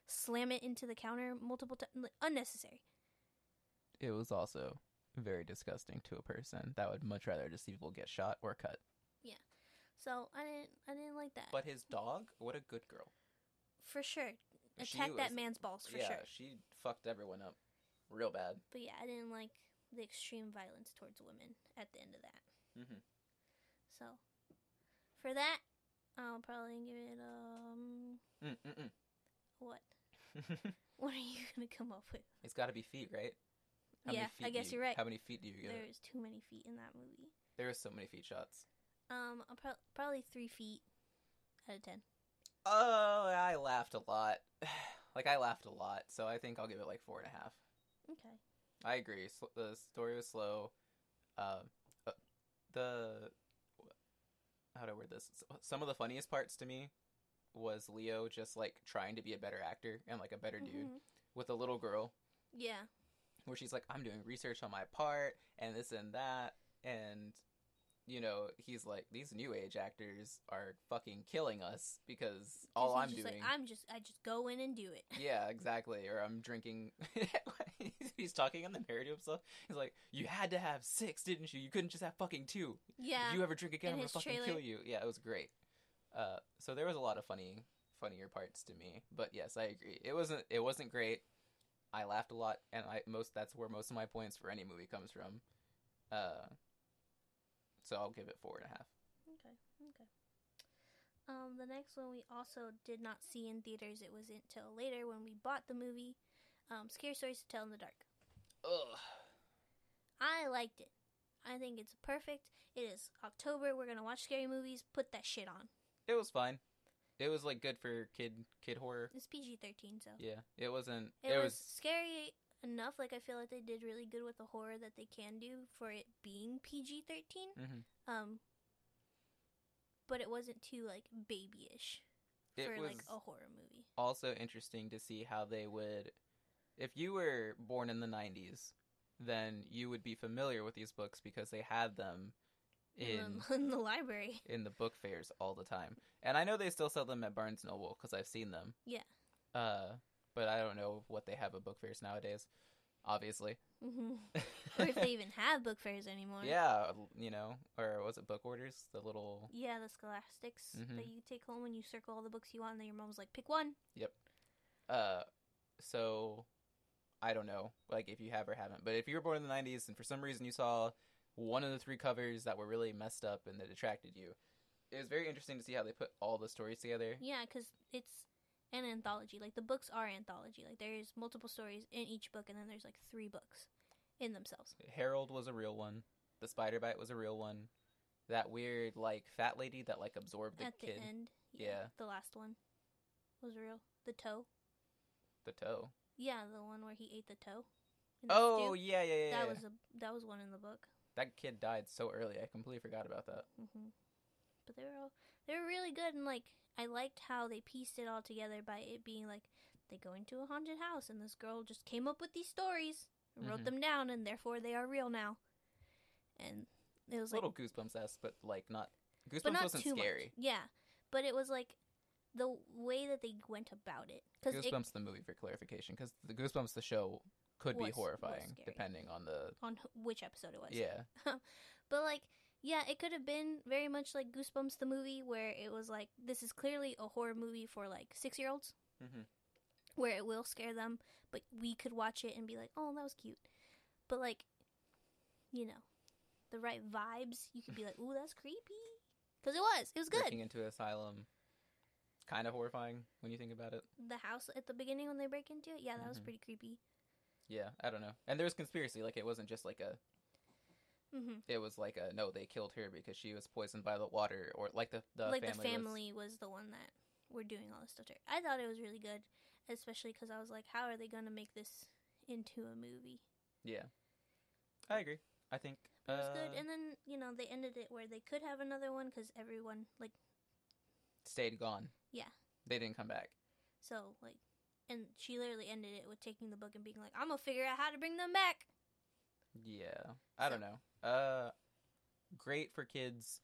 slam it into the counter multiple times? Like, unnecessary. It was also very disgusting to a person that would much rather just see people get shot or cut. So I didn't, I didn't like that. But his dog, what a good girl. for sure, She attack was- that man's balls for yeah, sure. she fucked everyone up real bad. But yeah, I didn't like the extreme violence towards women at the end of that. Mhm. So for that, I'll probably give it um Mm, mm, what? mm. What are you gonna come up with? it's got to be feet, right? yeah, I do guess you, are right. How many feet do you get? There's too many feet in that movie. There are so many feet shots. Um, I'll pro- probably three feet out of ten. Oh, I laughed a lot. like I laughed a lot, so I think I'll give it like four and a half. Okay. I agree. Sl- the story was slow. Um, uh, the how do I word this? S- Some of the funniest parts to me was Leo just like trying to be a better actor and like a better dude Mhm. with a little girl, Yeah. where she's like, "I'm doing research on my part and this and that," and you know he's like, "These new age actors are fucking killing us because all 'Cause I'm he's just doing." Like, I'm just, I just go in and do it. Yeah, exactly. Or I'm drinking. He's talking on the narrative to himself. He's like, "You had to have six, didn't you? You couldn't just have fucking two. Yeah. If you ever drink again, in I'm gonna his fucking trailer. kill you." Yeah, it was great. Uh, so there was a lot of funny, funnier parts to me. But yes, I agree. It wasn't. It wasn't great. I laughed a lot, and I most. That's where most of my points for any movie comes from. Uh, so I'll give it four and a half. Okay, okay. Um, the next one we also did not see in theaters. It was until later when we bought the movie, um, Scary Stories to Tell in the Dark. Ugh. I liked it. I think it's perfect. It is October. We're gonna watch scary movies. Put that shit on. It was fine. It was like good for kid kid horror. It's PG thirteen, so Yeah, it wasn't. it, was, scary enough. Like I feel like they did really good with the horror that they can do for it being PG 13 Mhm. Um, but it wasn't too like babyish It for was like a horror movie. also interesting to see how they would. If you were born in the 90s, then you would be familiar with these books because they had them Mm. in in the library. in the book fairs all the time. And I know they still sell them at Barnes Noble because I've seen them. Yeah. Uh, but I don't know what they have at book fairs nowadays. Obviously. hmm or if they even have book fairs anymore. Mm-hmm. yeah, you know, or was it book orders? The little Yeah, the scholastics Mhm. that you take home and you circle all the books you want, and then your mom's like, pick one. Uh, so I don't know, like if you have or haven't, but if you were born in the '90s and for some reason you saw one of the three covers that were really messed up and that attracted you, it was very interesting to see how they put all the stories together. Yeah, because it's an anthology. Like, the books are anthology. Like, there's multiple stories in each book, and then there's like three books in themselves. Harold was a real one. The spider bite was a real one. That weird, like fat lady that like absorbed the At the kid, end, Yeah. The last one was real. The toe. the toe. Yeah, the one where he ate the toe. in the Oh stew. yeah, yeah, yeah. That yeah. was a that was one in the book. that kid died so early. I completely forgot about that. hmm But they were all they were really good, and like I liked how they pieced it all together by it being like they go into a haunted house, and this girl just came up with these stories and Mhm. wrote them down, and therefore they are real now. And It was like little goosebumps esque, but like not goosebumps but not wasn't too scary. much. Yeah, but it was like the way that they went about it because Goosebumps the movie for clarification, because the Goosebumps the show could Was- be was horrifying scary. depending on the on wh- which episode it was. yeah. But like, yeah, it could have been very much like Goosebumps the movie, where it was like, this is clearly a horror movie for like six year olds, Mhm. where it will scare them, but we could watch it and be like, oh, that was cute. But like, you know, the right vibes, you could be like, ooh, that's creepy, because it was, it was good. Breaking into an asylum, kind of horrifying when you think about it. The house at the beginning when they break into it, yeah, that was Mhm. pretty creepy. Yeah, I don't know. And there was conspiracy. Like it wasn't just like a. hmm It was like a no. They killed her because she was poisoned by the water, or like the the like family the was- family was... the one that were doing all this stuff to her. I thought it was really good, especially because I was like, how are they going to make this into a movie? yeah, I agree. I think It was uh, good, and then you know they ended it where they could have another one because everyone like stayed gone. Yeah. they didn't come back. so like, and she literally ended it with taking the book and being like, I'm gonna figure out how to bring them back. Yeah, I So- don't know. Uh, great for kids.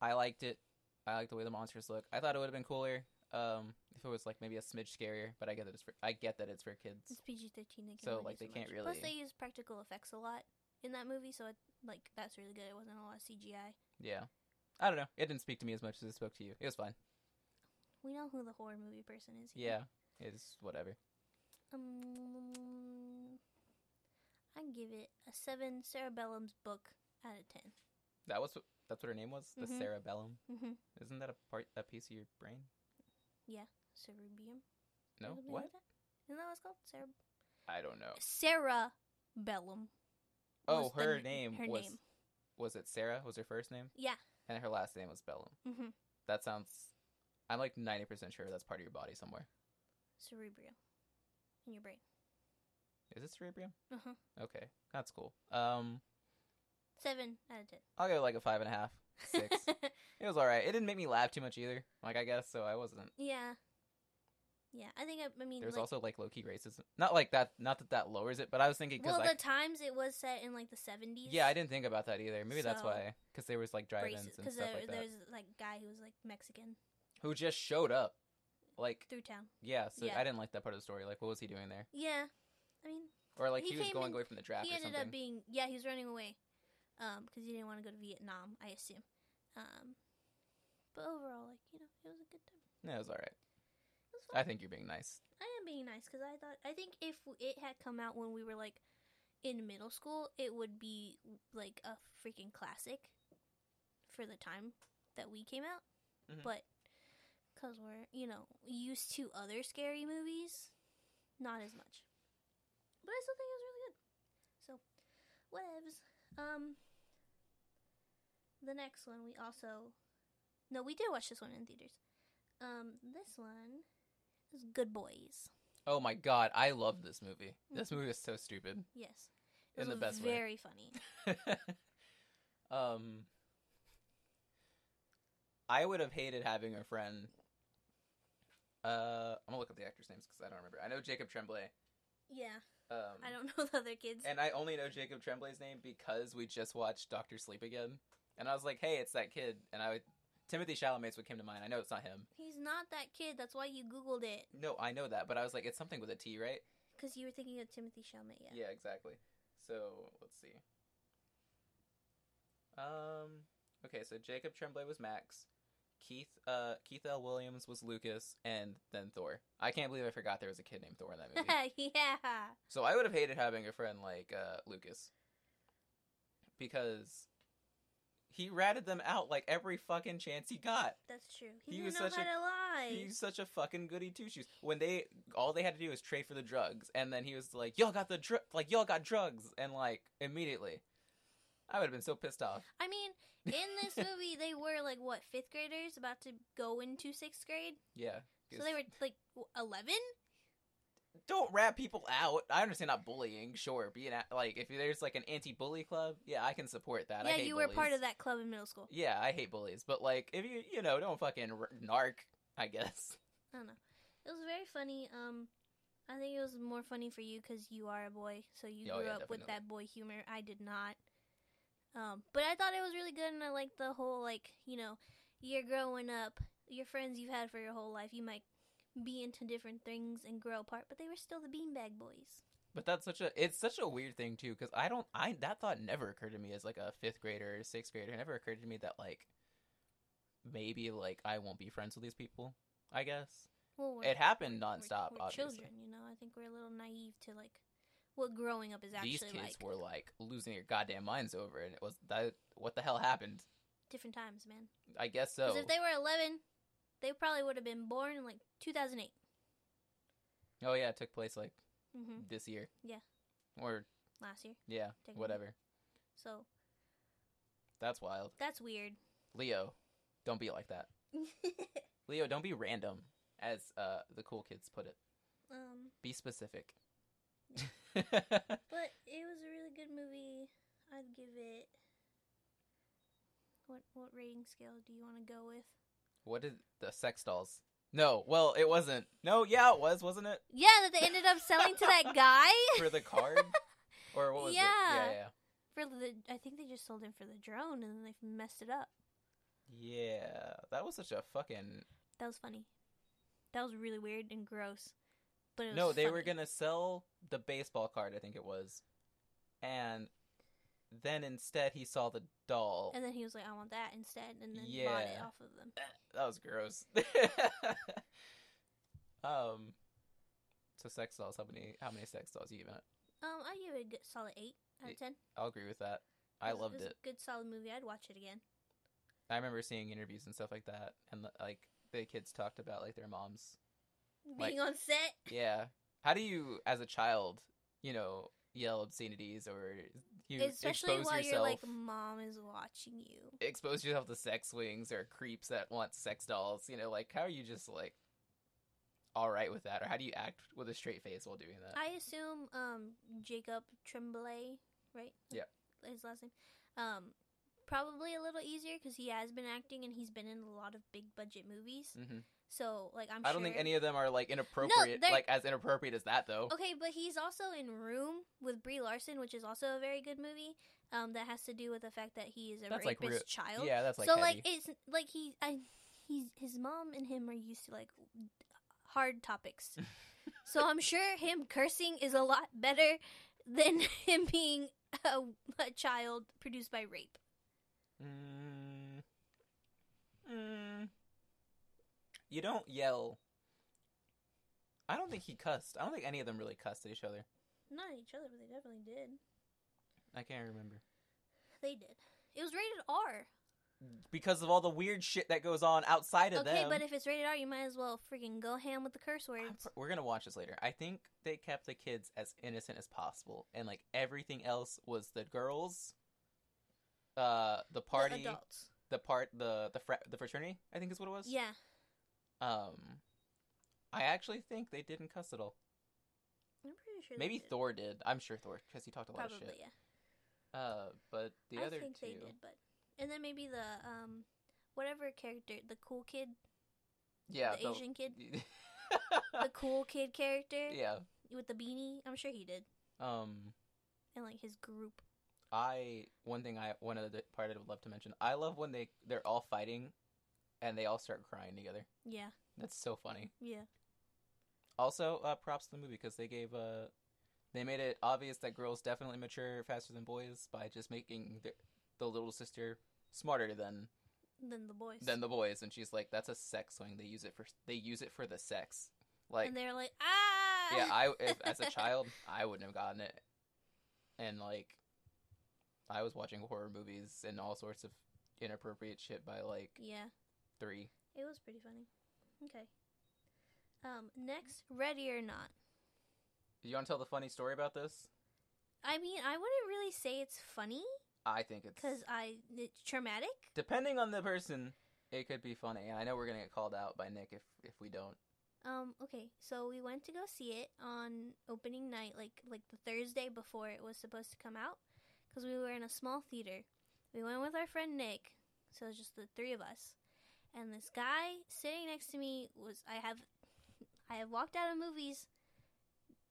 I liked it. I like the way the monsters look. I thought it would have been cooler um, if it was like maybe a smidge scarier, but I get that it's for I get that it's for kids. It's PG-13. They can So, only do like, they can't much. Plus, really- they use practical effects a lot in that movie, so it, like that's really good. It wasn't a lot of CGI. Yeah, I don't know. It didn't speak to me as much as it spoke to you. It was fine. We know who the horror movie person is. here. Yeah, it's whatever. Um, I give it a seven cerebellum's book out of 10 That was wh- that's what her name was. The Mhm. cerebellum. Mm-hmm. Isn't that a part a piece of your brain? Cerubium. No, Something like what? that? Isn't that what it's called? Cere- I don't know. cerebellum. Oh, was the her n- name her was name. was it Sarah? Was her first name? Yeah. And her last name was Bellum. Mm-hmm. That sounds. I'm like 90% sure that's part of your body somewhere. Cerebrum in your brain. Is it cerebrum? Uh huh. Okay, that's cool. Um, Seven out of ten. I'll go like a five and a half, six. it was all right. It didn't make me laugh too much either. Like I guess so. I wasn't. yeah. Yeah, I think I, I mean There's like also like low key racism. Not like that. Not that that lowers it, but I was thinking because well like the times it was set in like the seventies. yeah, I didn't think about that either. Maybe that's So- why because there was like drive-ins Because and there, stuff like that. there's like guy who was like Mexican Who just showed up? Like through town. yeah. So Yeah. I didn't like that part of the story. Like what was he doing there? Yeah, I mean Or like He he, was came going in- away from the draft he or ended something. up being yeah he was running away um because he didn't want to go to vietnam i assume um but overall like you know it was a good time no, it was all right. it was I fun. think you're being nice. I, am being nice because i thought i think if it had come out when we were like in middle school it would be like a freaking classic for the time that we came out Mhm. but because we're you know used to other scary movies not as much but i still think it was really good so whatevs um the next one we also no we did watch this one in theaters um this one is good boys Oh my god, I loved this movie. This Mm-hmm. movie was so stupid. yes This In the was best way. very funny um, I would have hated having a friend. Uh, I'm gonna look up the actors' names because I don't remember. I know Jacob Tremblay. yeah Um, i don't know the other kids and I only know Jacob Tremblay's name because we just watched Doctor Sleep again, and I was like, "Hey, it's that kid." And I, would, Timothy Chalamet's would came to mind. I know it's not him. he's not that kid that's why you googled it No, I know that, but I was like, "It's something with a T, right?" because you were thinking of timothy chalamet yeah, Yeah, exactly. So let's see. Um. Okay, so Jacob Tremblay was Max, Keith uh Keith L. Williams was Lucas, and then Thor. I can't believe I forgot there was a kid named Thor in that movie. yeah. so I would have hated having a friend like uh, Lucas because he ratted them out like every fucking chance he got. That's true. He, He didn't was know such how a- to lie. He's such a fucking goody two shoes. When they all they had to do was trade for the drugs, and then he was like, "Y'all got the dr- like y'all got drugs," and like immediately, I would have been so pissed off. I mean, in this movie, they were like what fifth graders about to go into sixth grade, Yeah. so they were like eleven. don't rat people out. I understand not bullying, sure. Being a- like if there's like an anti-bully club, yeah, I can support that. I Yeah, hate you were part bullies. of that club in middle school. Yeah, I hate bullies, but like if you you know don't fucking r- narc, I guess. I don't know. It was very funny. Um, I think it was more funny for you because you are a boy, so you Oh, grew yeah, up with definitely. that boy humor. I did not. Um, but I thought it was really good, and I liked the whole like you know, you're growing up, your friends you've had for your whole life, you might be into different things and grow apart, but they were still the Beanbag Boys. But that's such a it's such a weird thing too because I don't I that thought never occurred to me as like a fifth grader or sixth grader. It never occurred to me that like maybe like I won't be friends with these people. I guess Well, we're, it happened we're- nonstop. We're, obviously, children, you know. I think we're a little naive to like what growing up is actually these kids like. were like losing their goddamn minds over, it, and it was that what the hell happened? Different times, man. I guess so. Because if they were 11, they probably would have been born in like 2008. oh yeah, it took place like hmm this year. Yeah. Or Last year. yeah, Technically. whatever. So That's wild. that's weird. Leo, don't be like that. Leo, don't be random, as uh, the cool kids put it. um, Be specific. but it was a really good movie. I'd give it. What what rating scale do you want to go with? what did the sex dolls? No, well, it wasn't. No, yeah, it was, wasn't it? Yeah, that they ended up selling to that guy For the card? or what was Yeah. it? Yeah, for the. I think they just sold him for the drone, and then they messed it up. yeah. Yeah, that was such a fucking. That was funny. That was really weird and gross. But it was No, they were funny. going to sell the baseball card, I think it was. And then instead he saw the doll. And then he was like, "I want that instead," and then bought it Yeah. off of them. that was gross. um, so sex dolls. How many? How many sex dolls you giving it? Um, I give it a good solid eight out of Eight. ten. I'll agree with that. I was- loved was it. A good solid movie. I'd watch it again. I remember seeing interviews and stuff like that, and like the kids talked about like their moms. Like- Being on set, Yeah. How do you, as a child, you know, yell obscenities or you especially expose while yourself? you're like, mom is watching you. expose yourself to sex swings or creeps that want sex dolls you know like how are you just like all right with that or how do you act with a straight face while doing that I assume um Jacob Tremblay, right? Yeah. his last name. Um, probably a little easier because he has been acting and he's been in a lot of big budget movies. mm-hmm. So like, I'm. I don't think sure- any of them are like inappropriate, they're- like as inappropriate as that though. Okay, but he's also in Room with Brie Larson, which is also a very good movie. Um, that has to do with the fact that he is a That's like rapist real- child. Yeah, that's like so heavy. like it's like he I he's his mom and him are used to like hard topics. so I'm sure him cursing is a lot better than him being a, a child produced by rape. Mm. Mm. You don't yell. I don't think he cussed. I don't think any of them really cussed at each other. Not at each other, but they definitely did. I can't remember They did. It was rated R. because of all the weird shit that goes on outside of okay, them. but if it's rated R, you might as well freaking go ham with the curse I'm words. pr- we're gonna watch this later. I think they kept the kids as innocent as possible, and like everything else was the girls, uh, the The party, the, adults. part, the the fra- the fraternity. I think is what it was. Yeah. Um, I actually think they didn't cuss at all. I'm pretty sure. they Maybe did. Thor did. I'm sure Thor because he talked a lot Probably, of shit. yeah. Uh, but the I other think two, they did, but and then maybe the um whatever character, the cool kid, yeah, the Asian kid, kid, the cool kid character yeah. with the beanie. I'm sure he did, Um, and like his group. I one thing I one other part I would love to mention. I love when they they're all fighting, and they all start crying together. Yeah, That's so funny. yeah. Also, uh, props to the movie because they gave uh, they made it obvious that girls definitely mature faster than boys by just making the, the little sister smarter than Then the boys. than the boys, and she's like, "That's a sex swing. They use it for they use it for the sex." Like, and they're like, ah. yeah, I if, as a child I wouldn't have gotten it, and like, I was watching horror movies and all sorts of inappropriate shit by like yeah, three. it was pretty funny. Okay. Um, next, ready or not. You want to tell the funny story about this? I mean, I wouldn't really say it's funny I think it's because I it's traumatic. depending on the person, it could be funny. And I know we're gonna get called out by Nick if if we don't. Um, okay, so we went to go see it on opening night, like like the Thursday before it was supposed to come out, because we were in a small theater. We went with our friend Nick, so it was just the three of us, and this guy sitting next to me was I have I have walked out of movies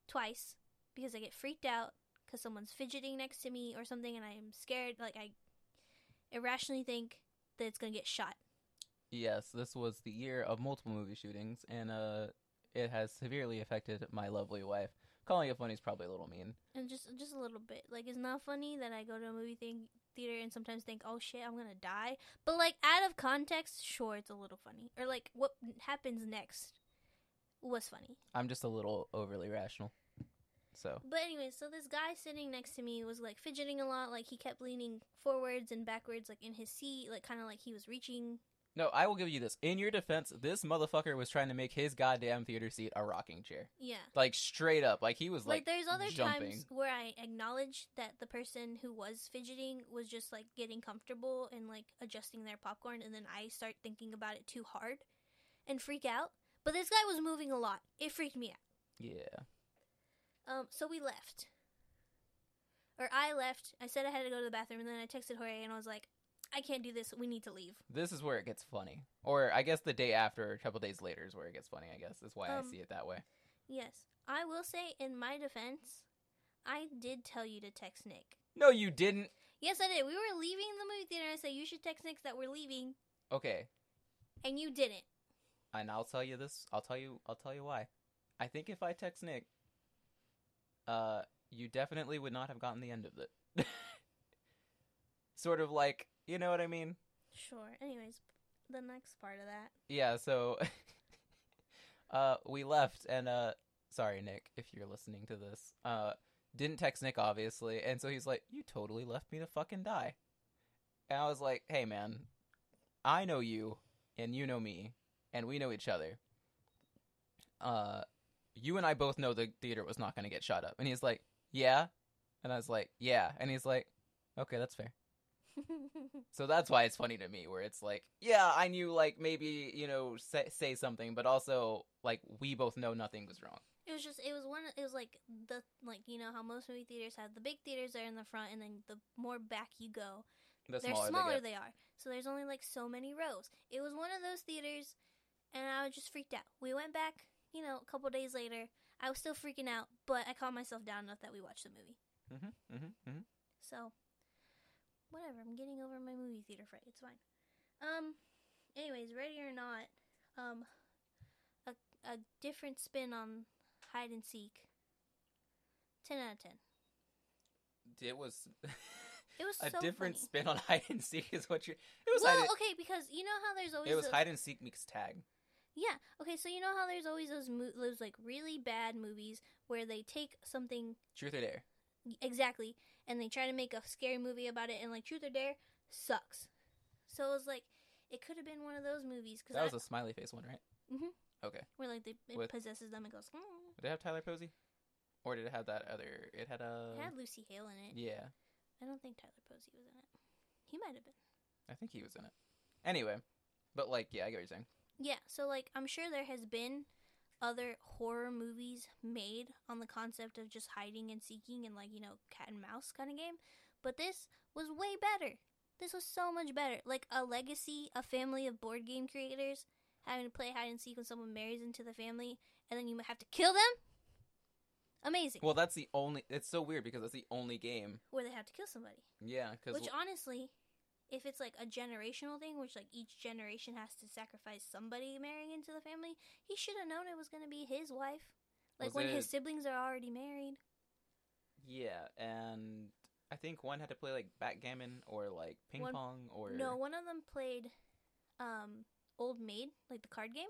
twice because I get freaked out because someone's fidgeting next to me or something, and I am scared. Like I irrationally think that it's gonna get shot. Yes, this was the year of multiple movie shootings, and uh, it has severely affected my lovely wife. Calling it funny is probably a little mean. And just just a little bit. Like it's not funny that I go to a movie thing theater and sometimes think, "Oh shit, I'm going to die." But like out of context, sure it's a little funny. Or like what happens next was funny. I'm just a little overly rational. So, But anyway, so this guy sitting next to me was like fidgeting a lot, like he kept leaning forwards and backwards like in his seat, like kind of like he was reaching. no, I will give you this. In your defense, this motherfucker was trying to make his goddamn theater seat a rocking chair. Yeah. Like, straight up. Like, he was like, like, there's other jumping. times where I acknowledge that the person who was fidgeting was just like getting comfortable and like adjusting their popcorn, and then I start thinking about it too hard and freak out. But this guy was moving a lot. It freaked me yeah. out. Um, so we left, or I left. I said I had to go to the bathroom, and then I texted Jorge and I was like, "I can't do this. We need to leave." This is where it gets funny. Or, I guess the day after, or a couple days later, is where it gets funny, I guess. That's why Um, I see it that way. Yes, I will say in my defense, I did tell you to text Nick. No, you didn't. Yes, I did. We were leaving the movie theater. and I said you should text Nick that we're leaving. Okay, and you didn't. and I'll tell you this. I'll tell you. I'll tell you why. I think if I text Nick, uh, you definitely would not have gotten the end of it. sort of like you know what I mean. Sure. Anyways, the next part of that. Yeah. So, uh, we left, and uh, sorry, Nick, if you're listening to this, uh, didn't text Nick obviously, and so he's like, "You totally left me to fucking die," and I was like, "Hey, man, I know you, and you know me, and we know each other. Uh, you and I both know the theater was not going to get shot up," and he's like, "Yeah," and I was like, "Yeah," and he's like, "Okay, that's fair." So that's why it's funny to me, where it's like, yeah, I knew, like, maybe, you know, say, say something, but also, like, we both know nothing was wrong. it was just it was one of- it was like the like you know how most movie theaters have the big theaters are in the front and then the more back you go, The they're smaller, they smaller get. they are. So there's only like so many rows. It was one of those theaters and I was just freaked out. We went back, you know, a couple days later. I was still freaking out, but I calmed myself down enough that we watched the movie. Mm-hmm, mm-hmm, mm-hmm. So, whatever. I'm getting over my movie theater fright. It's fine. Um, anyways, ready or not, um, a a different spin on hide and seek. Ten out of ten. It was It was a so different funny. spin on hide and seek, is what you're. It was, well, hide, okay, because you know how there's always it was those- hide and seek mixed tag. yeah. Okay, so you know how there's always those mo- those like really bad movies where they take something Truth or dare. Exactly. And they try to make a scary movie about it, and like Truth or Dare sucks. So it was like, it could have been one of those movies That because was a smiley face one, right? where like they, it with- possesses them and goes. "Mm." Did it have Tyler Posey? Or did it have that other. It had a. It had Lucy Hale in it. yeah. I don't think Tyler Posey was in it. He might have been. I think he was in it. Anyway. But, like, yeah, I get what you're saying. Yeah. So like, I'm sure there has been other horror movies made on the concept of just hiding and seeking and like you know cat and mouse kind of game, but this was way better. This was so much better. Like a legacy, a family of board game creators having to play hide and seek when someone marries into the family, and then you have to kill them. Amazing. Well, that's the only. It's so weird because that's the only game. Where they have to kill somebody. Yeah, because. Which honestly, if it's like a generational thing, which like each generation has to sacrifice somebody marrying into the family, he should have known it was going to be his wife. Like Was when his it- siblings are already married. Yeah, and I think one had to play like backgammon or like ping One- pong or No, one of them played um Old Maid, like the card game,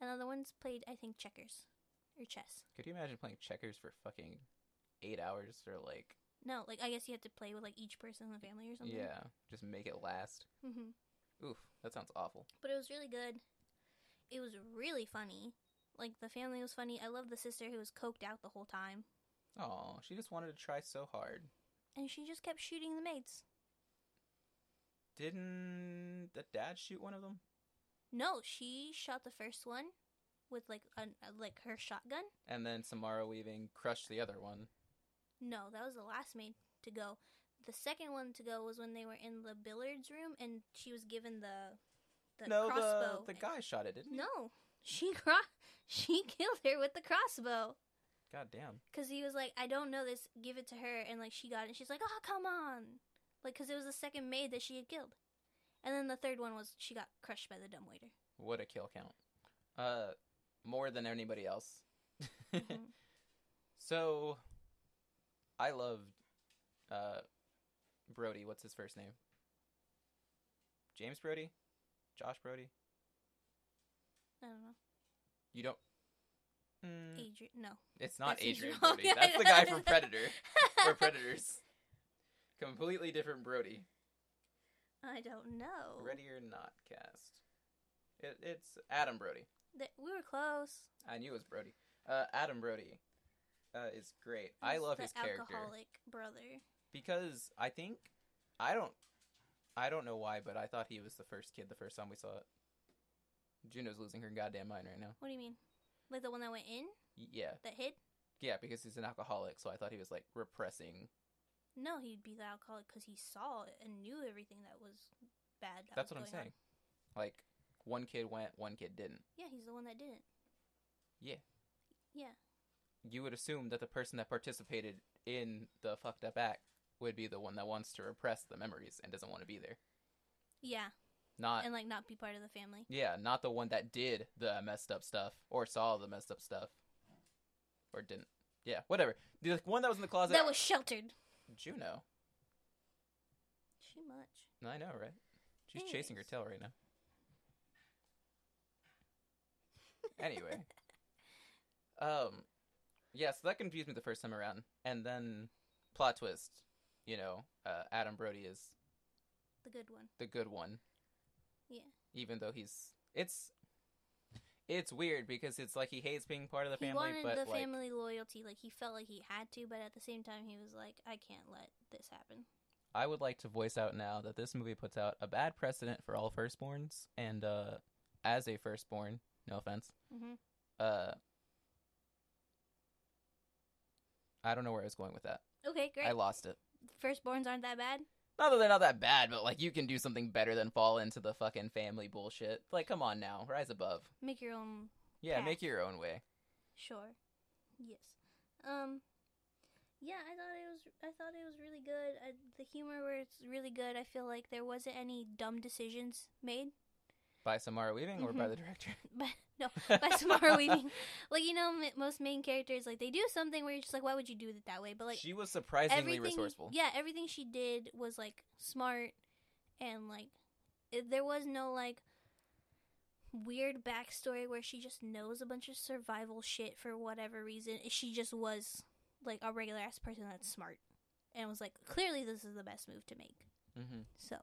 and the other ones played I think checkers or chess. Could you imagine playing checkers for fucking eight hours or like No, like I guess you have to play with like each person in the family or something. yeah, just make it last. hmm Oof, that sounds awful. but it was really good. It was really funny. Like the family was funny. I loved the sister who was coked out the whole time. Oh, she just wanted to try so hard. and she just kept shooting the maids. Didn't the dad shoot one of them? No, she shot the first one with like an, uh, like her shotgun. And then Samara Weaving crushed the other one. No, that was the last maid to go. The second one to go was when they were in the billiards room and she was given the the no, crossbow. the the guy shot it, didn't he? No, she cro- she killed her with the crossbow God damn. because he was like, I don't know this. Give it to her, and like she got it. And she's like, Oh, come on. Like, because it was the second maid that she had killed. And then the third one was she got crushed by the dumbwaiter. What a kill count. Uh, more than anybody else. waiter. So, I loved uh, Brody. What's his first name? James Brody? Josh Brody? I don't know. You don't. Mm, Adrian. No. it's not that's Adrian Adrian. Brody. Okay, That's the guy from that- Predator or Predators. Completely different Brody. I don't know. Ready or not cast. It, it's Adam Brody. Th- we were close. I knew it was Brody. Uh, Adam Brody uh, is great. I He's love the his character. alcoholic brother. because I think I don't I don't know why, but I thought he was the first kid the first time we saw it. Juno's losing her goddamn mind right now. What do you mean? Like the one that went in? Y- Yeah, That hid? yeah, because he's an alcoholic, so I thought he was like repressing. No, he'd be the alcoholic because he saw it and knew everything that was bad. That That's was what I'm going on. saying. Like one kid went, one kid didn't. Yeah, he's the one that didn't. Yeah. Yeah. You would assume that the person that participated in the fucked up act would be the one that wants to repress the memories and doesn't want to be there. Yeah, Not and like not be part of the family. yeah, not the one that did the messed up stuff or saw the messed up stuff or didn't. Yeah, whatever. The one that was in the closet. That was sheltered. Juno. Too much. I know, right? She's chasing her Thanks. tail right now. Anyway. um yeah, so that confused me the first time around. And then plot twist, you know, uh, Adam Brody is The good one. the good one. Yeah. Even though he's it's it's weird because it's like he hates being part of the he family, wanted but the like family loyalty. Like he felt like he had to, but at the same time, he was like, I can't let this happen. I would like to voice out now that this movie puts out a bad precedent for all firstborns, and uh, as a firstborn, no offense, Mhm. uh, I don't know where I was going with that. Okay, great. I lost it. Firstborns aren't that bad. Not that they're not that bad, but like you can do something better than fall into the fucking family bullshit. Like, come on now, rise above. Make your own. Yeah, Path. make your own way. Sure. Yes. Um. Yeah, I thought it was. I thought it was really good. I, the humor where it's really good. I feel like there wasn't any dumb decisions made. By Samara Weaving or Mm-hmm. by the director? But no, by Samara Weaving. Like you know, m- most main characters like they do something where you're just like, why would you do it that way? But like she was surprisingly resourceful. Yeah, everything she did was like smart and like it, there was no like weird backstory where she just knows a bunch of survival shit for whatever reason. She just was like a regular ass person that's smart and was like, clearly this is the best move to make. hmm So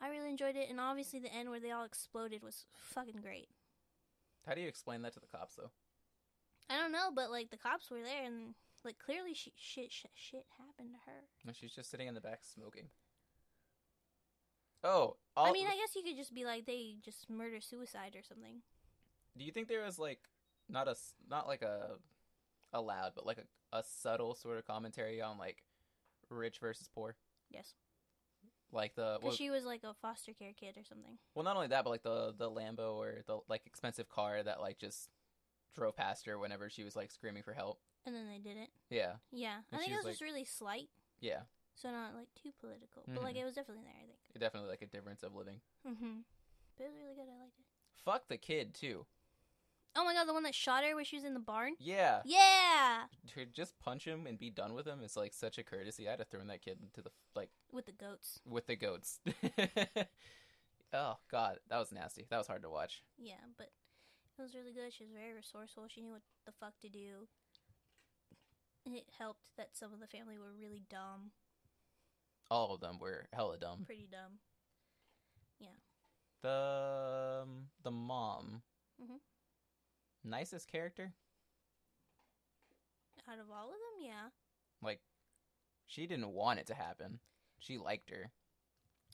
I really enjoyed it, and obviously the end where they all exploded was fucking great. How do you explain that to the cops, though? I don't know, but like the cops were there, and like clearly she, shit, shit, shit happened to her. No, She's just sitting in the back smoking. Oh, all, I mean, I guess you could just be like they just murder suicide or something. do you think there was like not a s- not like a a loud but like a, a subtle sort of commentary on like rich versus poor Yes, like the because well, she was like a foster care kid or something. well not only that but like the the lambo or the like expensive car that like just drove past her whenever she was like screaming for help And then they did it. yeah Yeah, I And think she's it was like- just really slight, yeah so not like too political, but like Mhm. it was definitely there. I think. definitely like a difference of living Mm-hmm. But it was really good. I liked it. fuck the kid too Oh my god, the one that shot her where she was in the barn. yeah Yeah, to just punch him and be done with him is like such a courtesy i'd have thrown that kid into the like with the goats. with the goats oh god that was nasty that was hard to watch Yeah, but it was really good. She was very resourceful. She knew what the fuck to do. And It helped that some of the family were really dumb, all of them were hella dumb pretty dumb. the um, the mom Mhm. Mm-hmm. nicest character Out of all of them, yeah. she didn't want it to happen she liked her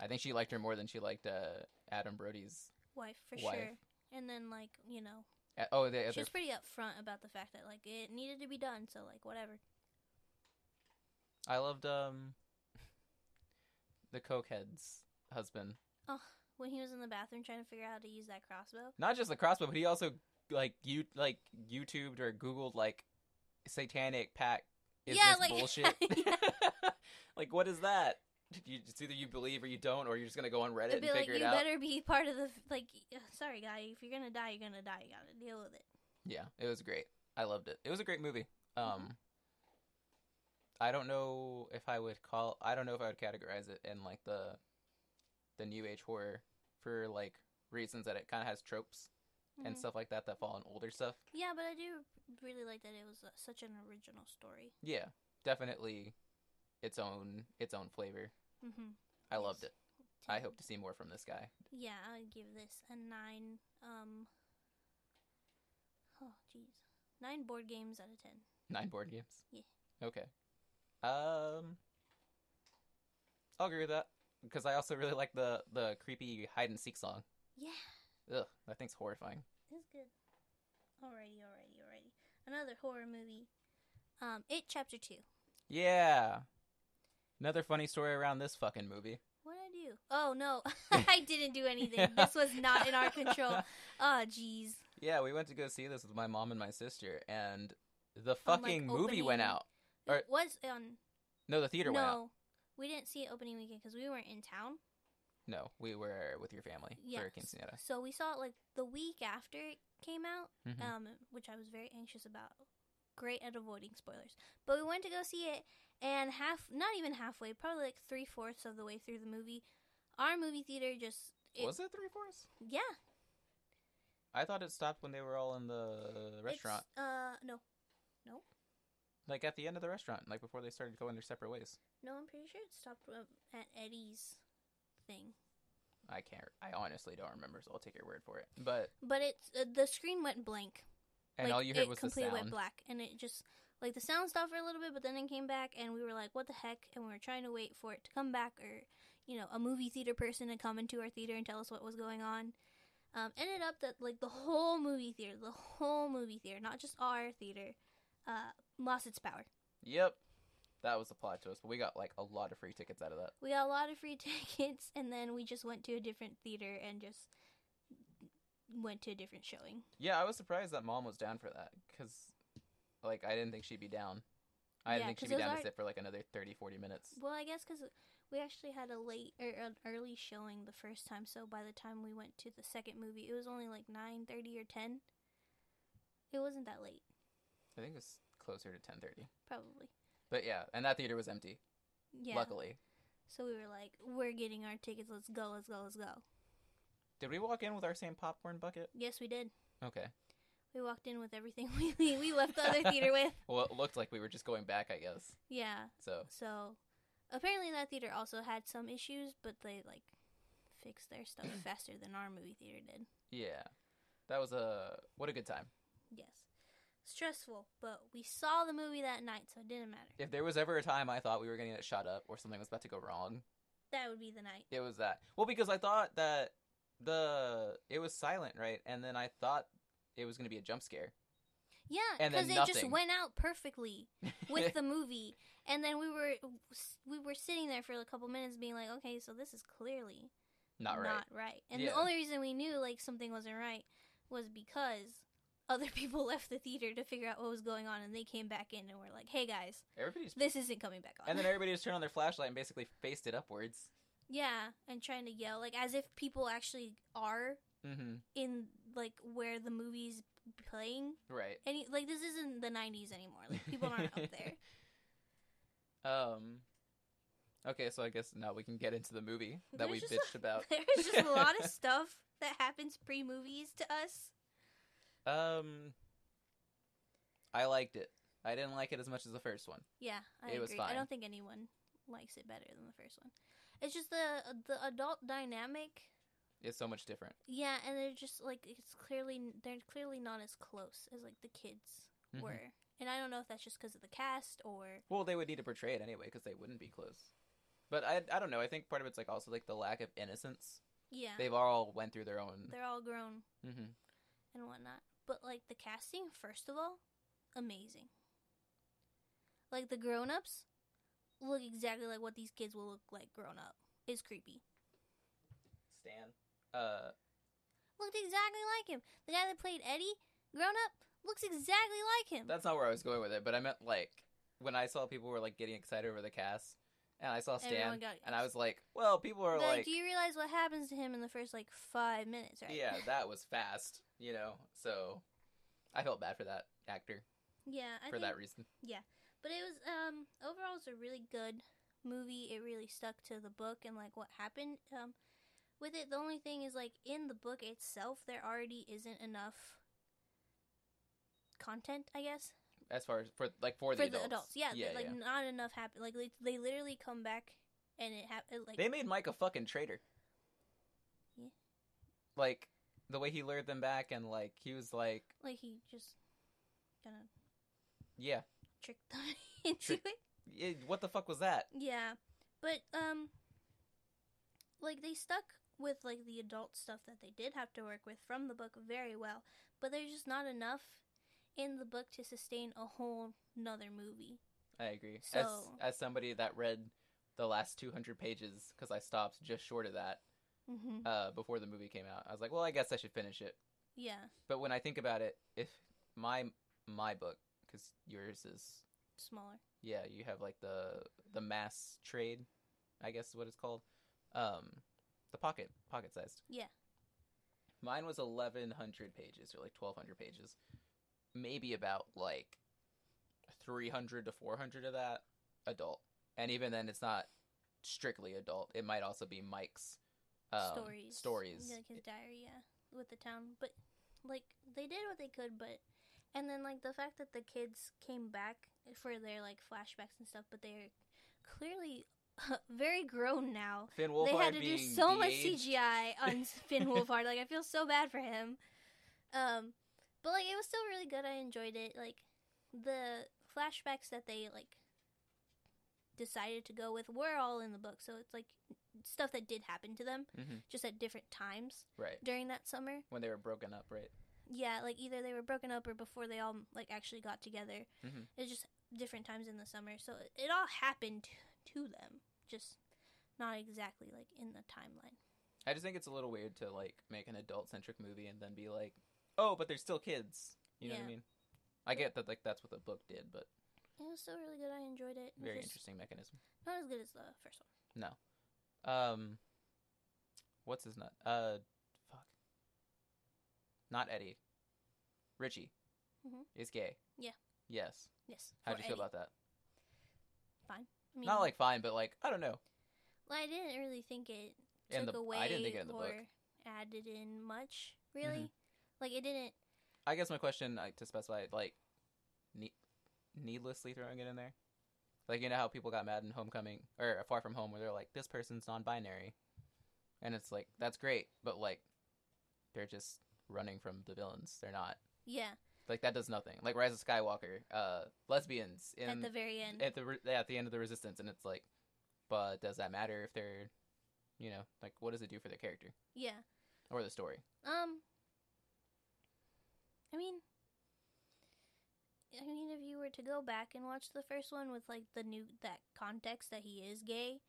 i think she liked her more than she liked uh, adam brody's wife for wife. sure. And then like you know, uh, oh the she other was pretty upfront about the fact that like it needed to be done. So like whatever. i loved um the cokehead's husband When he was in the bathroom trying to figure out how to use that crossbow, not just the crossbow but he also like you like youtubed or googled like satanic pack is Yeah, this like- bullshit Yeah. like what is that You, it's either you believe or you don't, or you're just gonna go on Reddit It'd and be like figure you it out. better be part of the like. Sorry, guy. If you're gonna die, you're gonna die. You gotta deal with it. Yeah, it was great. I loved it. It was a great movie. Mm-hmm. Um, I don't know if I would call. I don't know if I would categorize it in like the, the new age horror for like reasons that it kind of has tropes and Mhm. stuff like that that fall in older stuff. yeah, but I do really like that it was uh, such an original story. Yeah, definitely, its own its own flavor. Mm-hmm. I loved Yes. it. I hope to see more from this guy. Yeah, I would give this a nine. Um. Oh, jeez, nine board games out of ten. Nine board games. Yeah. Okay. Um, I'll agree with that because I also really like the the creepy hide and seek song. Yeah, Ugh, that thing's horrifying. it's good. Alrighty, alrighty, alrighty. Another horror movie. Um, it chapter two. Yeah. Another funny story around this fucking movie. What I do? Oh no, I didn't do anything. This was not in our control. Oh, jeez. yeah, we went to go see this with my mom and my sister, and the like, fucking movie went opening- out. Or- it was on. No, the theater no, went out. we didn't see it opening weekend because we weren't in town. No, we were with your family Yeah, for Quinceanera. so we saw it like the week after it came out, Mhm. um, which I was very anxious about. Great at avoiding spoilers, but we went to go see it, and half, not even halfway, probably like three fourths of the way through the movie, our movie theater just it, Was it three fourths? yeah I thought it stopped when they were all in the it's, restaurant, Uh, no, like at the end of the restaurant, like before they started going their separate ways. no, I'm pretty sure it stopped uh, at Eddie's thing. I can't. I honestly don't remember, so I'll take your word for it. But But it's uh, the screen went blank. and like, all you heard it was the completely sound. went black, and it just like the sound stopped for a little bit, but then it came back, and we were like, "What the heck?" And we were trying to wait for it to come back, or you know, a movie theater person to come into our theater and tell us what was going on. Um, ended up that like the whole movie theater, the whole movie theater, not just our theater, uh, lost its power. Yep, that was the plot to us. But we got like a lot of free tickets out of that. We got a lot of free tickets, and then we just went to a different theater and just went to a different showing. Yeah, I was surprised that mom was down for that because, like, I didn't think she'd be down. I Yeah, didn't think 'cause she'd be those down to aren't- sit for like another 30, 40 minutes. Well, I guess because we actually had a late or an early showing the first time, so by the time we went to the second movie, it was only like nine thirty or ten. It wasn't that late, I think it was closer to ten thirty. probably. But yeah, and that theater was empty. Yeah. Luckily, So we were like, "We're getting our tickets. Let's go. Let's go. Let's go." did we walk in with our same popcorn bucket? Yes, we did. Okay. We walked in with everything we we left the other theater with. Well, it looked like we were just going back, I guess. Yeah. So So apparently that theater also had some issues, but they like fixed their stuff faster than our movie theater did. yeah, that was a what a good time. Yes. Stressful, but we saw the movie that night, so it didn't matter. If there was ever a time I thought we were going to get shot up or something was about to go wrong, That would be the night. It was that. Well, because I thought that the it was silent, right? And then I thought it was going to be a jump scare. Yeah, And then because it just nothing. went out perfectly with the movie, and then we were we were sitting there for a couple minutes, being like, "Okay, so this is clearly Not right. And Yeah. the only reason we knew like something wasn't right was because other people left the theater to figure out what was going on, and they came back in and were like, "Hey guys, Everybody's this isn't coming back on." and then everybody just turned on their flashlight and basically faced it upwards. yeah, and trying to yell like as if people actually are Mm-hmm. in like where the movie's playing. Right. Any like this isn't the '90s anymore. Like people aren't up there. Um. Okay, so I guess now we can get into the movie There's that we just bitched about. There's just a lot of stuff that happens pre movies to us. Um. I liked it. I didn't like it as much as the first one. Yeah, I It agree. was I fine. don't think anyone likes it better than the first one. It's just the the adult dynamic. It's so much different. Yeah, and they're just like it's clearly they're clearly not as close as like the kids Mhm. were. And I don't know if that's just because of the cast or Well, they would need to portray it anyway because they wouldn't be close. But I, I don't know. I think part of it's like also like the lack of innocence. yeah, They've all went through their own. they're all grown Mm-hmm. and whatnot. But like the casting, first of all, amazing. Like the grown ups look exactly like what these kids will look like grown up. It's creepy. Stan. Uh, Looked exactly like him. The guy that played Eddie, grown up, looks exactly like him. that's not where I was going with it, but I meant like when I saw people were like getting excited over the cast, and I saw Everyone Stan, got and I was like, well, people are like, like, do you realize what happens to him in the first like five minutes, right? yeah, that was fast, you know. So I felt bad for that actor yeah. I for think, that reason. but it was um overall it's a really good movie. It really stuck to the book and like what happened um with it. The only thing is like in the book itself, there already isn't enough content, I guess. As far as for like for, for the adults. Yeah, yeah, like yeah. not enough happen. Like they, they literally come back and it happened. Like They made Mike a fucking traitor. Yeah. Like the way he lured them back, and like he was like, like he just kind of yeah, tricked them into Trick- it. it, what the fuck was that? Yeah, but um, like they stuck with like the adult stuff that they did have to work with from the book very well, but there's just not enough in the book to sustain a whole nother movie. I agree. So- As as somebody that read the last 200 pages because I stopped just short of that Mm-hmm. uh, before the movie came out, I was like, well, I guess I should finish it. Yeah, But when I think about it, if my my book, because yours is smaller. yeah, you have like the the mass trade, I guess is what it's called, um, the pocket pocket sized. Yeah. Mine was 1,100 pages or like 1,200 pages, maybe about like 300 to 400 of that adult, and even then, it's not strictly adult. It might also be Mike's um, stories, Stories. like his diary, yeah, with the town. But like they did what they could, but and then like the fact that the kids came back for their like flashbacks and stuff, but they're clearly very grown now. Finn Wolfhard they had to do being so much de-aged. CGI on Finn Wolfhard. Like I feel so bad for him. Um, but like it was still really good. I enjoyed it. Like the flashbacks that they like decided to go with were all in the book, so it's like stuff that did happen to them Mhm. just at different times Right. during that summer. When they were broken up, right? Yeah, like either they were broken up or before they all like actually got together. Mhm. It's just different times in the summer, so it, it all happened to them, just not exactly like in the timeline. I just think it's a little weird to like make an adult centric movie and then be like, oh, but they're still kids. You know what Yeah. I mean? I get that like that's what the book did, but It was still really good. I enjoyed it. It was very just interesting mechanism. Not as good as the first one. Um, what's his nut? Uh, fuck. Not Eddie. Richie Mhm. is gay. Yeah. Yes. Yes. How'd for you feel Eddie. about that? I mean, Not like fine, but like I don't know. well, I didn't really think it took In the away I didn't think it in the or book. Mm-hmm. added in much. Really, like it didn't. I guess my question, like, to specify, like, ne- needlessly throwing it in there, like you know how people got mad in Homecoming or Far From Home, where they're like, this person's non-binary, and it's like that's great, but like, they're just running from the villains. They're not Yeah, like that does nothing. Like Rise of Skywalker, uh, lesbians in at the very end. at the re- at the end of the Resistance, and it's like, but does that matter if they're, you know, like what does it do for their character yeah. or the story? Um. I mean, I mean, if you were to go back and watch the first one with like the new that context that he is gay,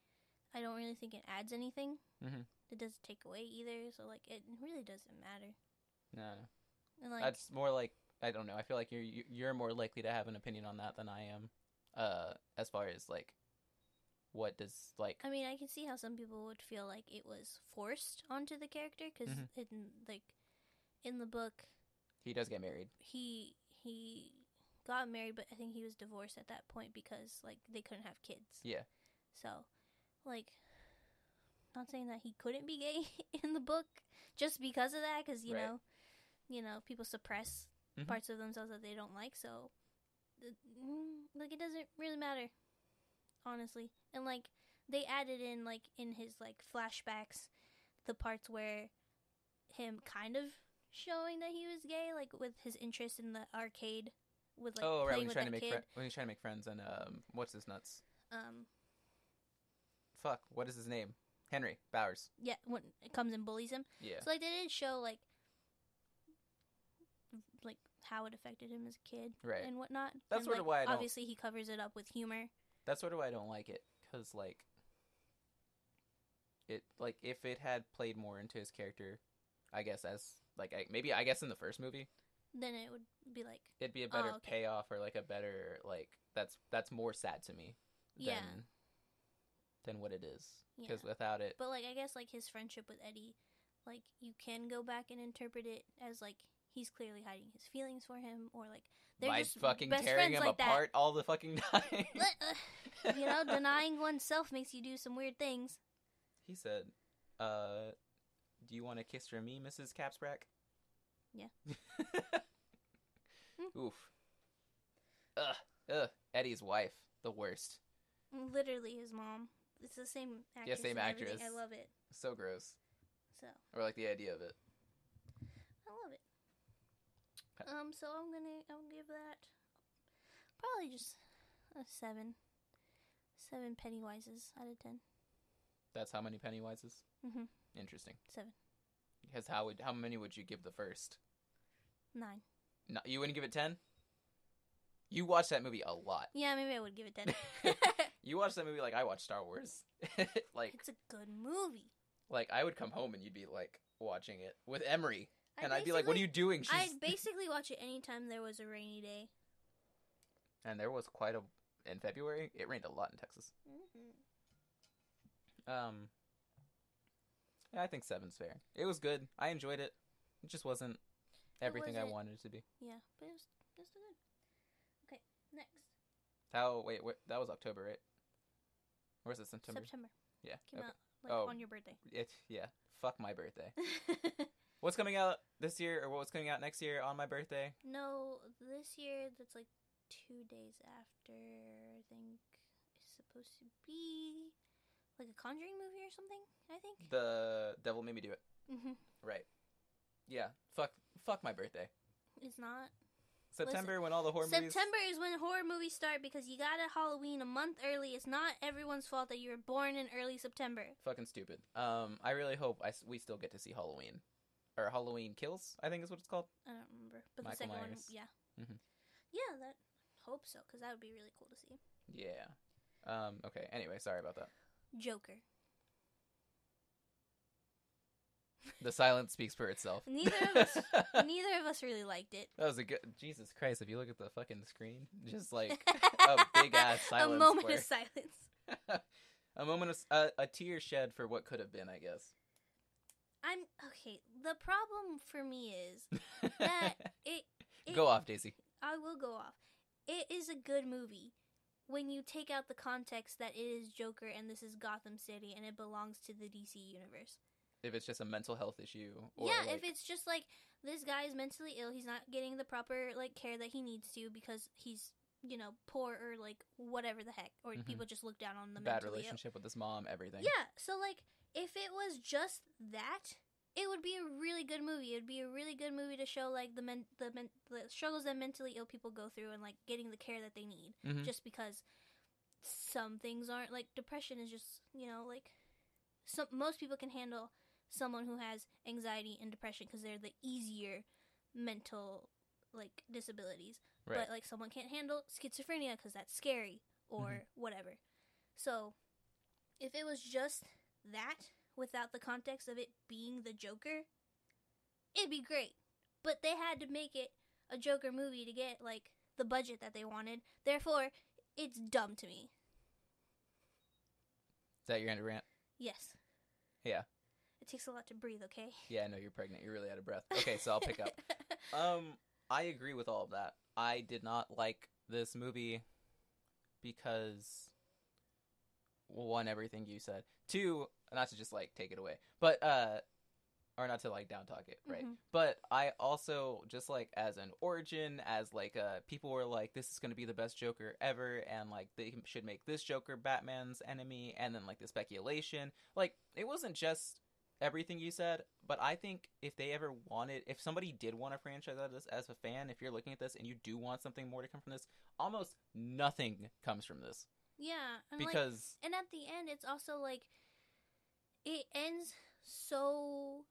I don't really think it adds anything. Mhm. It doesn't take away either, so like it really doesn't matter. No, no. And like that's more like I don't know. I feel like you're you- you're more likely to have an opinion on that than I am. Uh, as far as like, what does like I mean, I can see how some people would feel like it was forced onto the character because Mhm. in like in the book he does get married? he he got married, but I think he was divorced at that point because like they couldn't have kids. Yeah. So, like, not saying that he couldn't be gay in the book just because of that, because you Right. know, you know, people suppress Mhm. parts of themselves that they don't like. So, th- mm, like, it doesn't really matter, honestly. And like, they added in like in his like flashbacks the parts where him kind of showing that he was gay, like with his interest in the arcade, with like oh right, playing when he's with trying that to make kid. fri- when he's trying to make friends and um, what's his nuts? um, Fuck, what is his name? Henry Bowers. yeah, when it comes and bullies him. Yeah, So like they didn't show like like how it affected him as a kid right. and whatnot. That's and, sort of like, why I don't- obviously he covers it up with humor. That's sort of why I don't like it, because like it like if it had played more into his character, I guess as like I, maybe I guess in the first movie Then it would be like it'd be a better Oh, okay. payoff or like a better like that's that's more sad to me Yeah. than than what it is. Yeah. Because without it, But like I guess like his friendship with Eddie, like you can go back and interpret it as like he's clearly hiding his feelings for him or like they're by just fucking best tearing friends him like that. apart all the fucking time. Let- uh, you know, denying oneself makes you do some weird things. He said, uh, do you want a kiss from me, Mrs. Capsbrack? Yeah. Oof. Ugh. Ugh. Eddie's wife. The worst. Literally his mom. It's the same actress. same and everything. actress. I love it. So gross. So Or like the idea of it. I love it. Um, so I'm gonna I'll give that probably just a seven. Seven Pennywises out of ten. That's how many Pennywises? Mhm. Interesting. Seven. Because how would how many would you give the first? Nine. No, you wouldn't give it ten. You watched that movie a lot. Yeah, maybe I would give it ten. You watched that movie like I watched Star Wars. like It's a good movie. like I would come home and you'd be like watching it with Emery, I and I'd be like, "What are you doing?" She's... I'd basically watch it anytime there was a rainy day. and there was quite a in February. It rained a lot in Texas. Um, yeah, I think seven's fair. It was good. I enjoyed it. It just wasn't everything I wasn't- wanted it to be. Yeah, but it was, it was still good. Okay, next How? Wait, wait that was October, right? Or is it September? September, yeah. came okay. out like Oh. on your birthday. It, yeah. Fuck my birthday. What's coming out this year, or what's coming out next year on my birthday? no, this year that's like two days after I think it's supposed to be like a Conjuring movie or something. I think. The devil made me do it. Mhm. Right. Yeah. Fuck. Fuck my birthday. It's not. September when all the horror movies. September is when horror movies start because you got a Halloween a month early. It's not everyone's fault that you were born in early September. Fucking stupid. Um, I really hope I s- we still get to see Halloween, or Halloween Kills. I think is what it's called. I don't remember, but Michael the second Myers. one, yeah, Mhm. yeah, that hope so because that would be really cool to see. Yeah. Um. Okay. Anyway, sorry about that. Joker. The silence speaks for itself. Neither of us- that Neither of us really liked it. was a good. Jesus Christ! If you look at the fucking screen, just like a big-ass silence A moment where- of silence. a moment of s- a, a tear shed for what could have been, I guess. I'm okay. The problem for me is That- it. it Go off, Daisy. I will go off. It is a good movie when you take out the context that it is Joker and this is Gotham City and it belongs to the DC universe. If it's just a mental health issue, or yeah, like, if it's just like this guy is mentally ill, he's not getting the proper like care that he needs to because he's you know poor or like whatever the heck, or Mhm. people just look down on the bad mentally ill. relationship with his mom, everything. Yeah, so like if it was just that, it would be a really good movie. It'd be a really good movie to show like the men- the, men- the struggles that mentally ill people go through and like getting the care that they need. Mhm. Just because some things aren't like depression is just you know like some most people can handle someone who has anxiety and depression because they're the easier mental like disabilities Right. but like someone can't handle schizophrenia because that's scary or Mm-hmm. whatever. So, if it was just that without the context of it being the Joker, it'd be great. But they had to make it a Joker movie to get like the budget that they wanted. Therefore, it's dumb to me. Is that your end of rant? Yes. Yeah. It takes a lot to breathe, okay? Yeah, I know you're pregnant. You're really out of breath. Okay, so I'll pick up. Um, I agree with all of that. I did not like this movie because well, one, everything you said. Two, not to just like take it away, but uh, or not to like down talk it, right? Mhm. But I also just like as an origin, as like uh, people were like, this is going to be the best Joker ever, and like they should make this Joker Batman's enemy, and then like the speculation, like it wasn't just everything you said, but I think if they ever wanted, if somebody did want a franchise out of this as a fan, if you're looking at this and you do want something more to come from this, almost nothing comes from this Yeah. I'm like, because And at the end, it's also like it ends so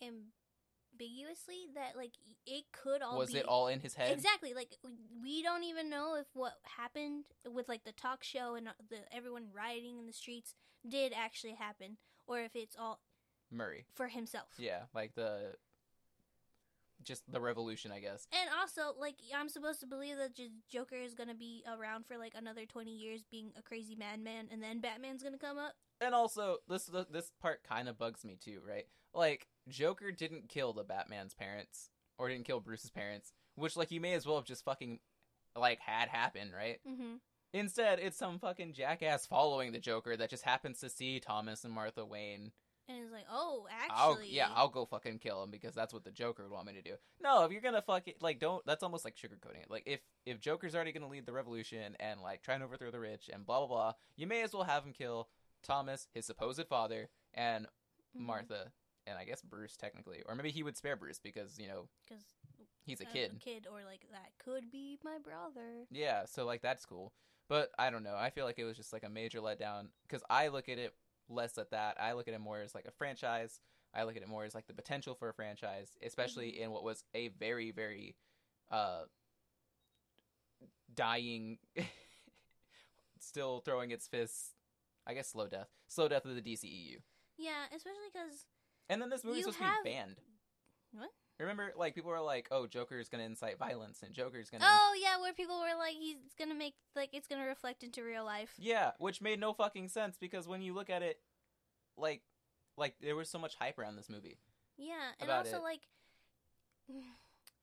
ambiguously that like it could all was be it all in his head? exactly like we don't even know if what happened with like the talk show and uh, the everyone rioting in the streets did actually happen or if it's all Murray. for himself. Yeah, like the just the revolution, I guess. And also, like, I'm supposed to believe that J- Joker is gonna be around for like another 20 years, being a crazy madman, and then Batman's gonna come up. And also, this this part kind of bugs me too, right? Like Joker didn't kill the Batman's parents or didn't kill Bruce's parents, which like you may as well have just fucking like had happen, right? Mm-hmm. Instead, it's some fucking jackass following the Joker that just happens to see Thomas and Martha Wayne. And it's like, oh, I'll actually, yeah, I'll go fucking kill him because that's what the Joker would want me to do. No, if you're gonna fuck it, like don't. That's almost like sugarcoating it. Like if if Joker's already gonna lead the revolution and like try and overthrow the rich and blah blah blah, you may as well have him kill Thomas, his supposed father, and Mhm. Martha, and I guess Bruce technically, or maybe he would spare Bruce because you know 'Cause he's a I'm kid. a kid, or like that could be my brother. Yeah, so like that's cool. But I don't know. I feel like it was just like a major letdown because I look at it less at that. I look at it more as like a franchise. I look at it more as like the potential for a franchise, especially Mm-hmm. in what was a very very uh dying still throwing its fists I guess slow death. Slow death of the DCEU. Yeah, especially because And then this movie's You supposed have- to be banned. What? Remember like people were like, "Oh, Joker's going to incite violence and Joker's going to oh yeah, where people were like, he's gonna make like it's gonna reflect into real life. Yeah, which made no fucking sense because when you look at it, like, like there was so much hype around this movie. Yeah, and about also it. like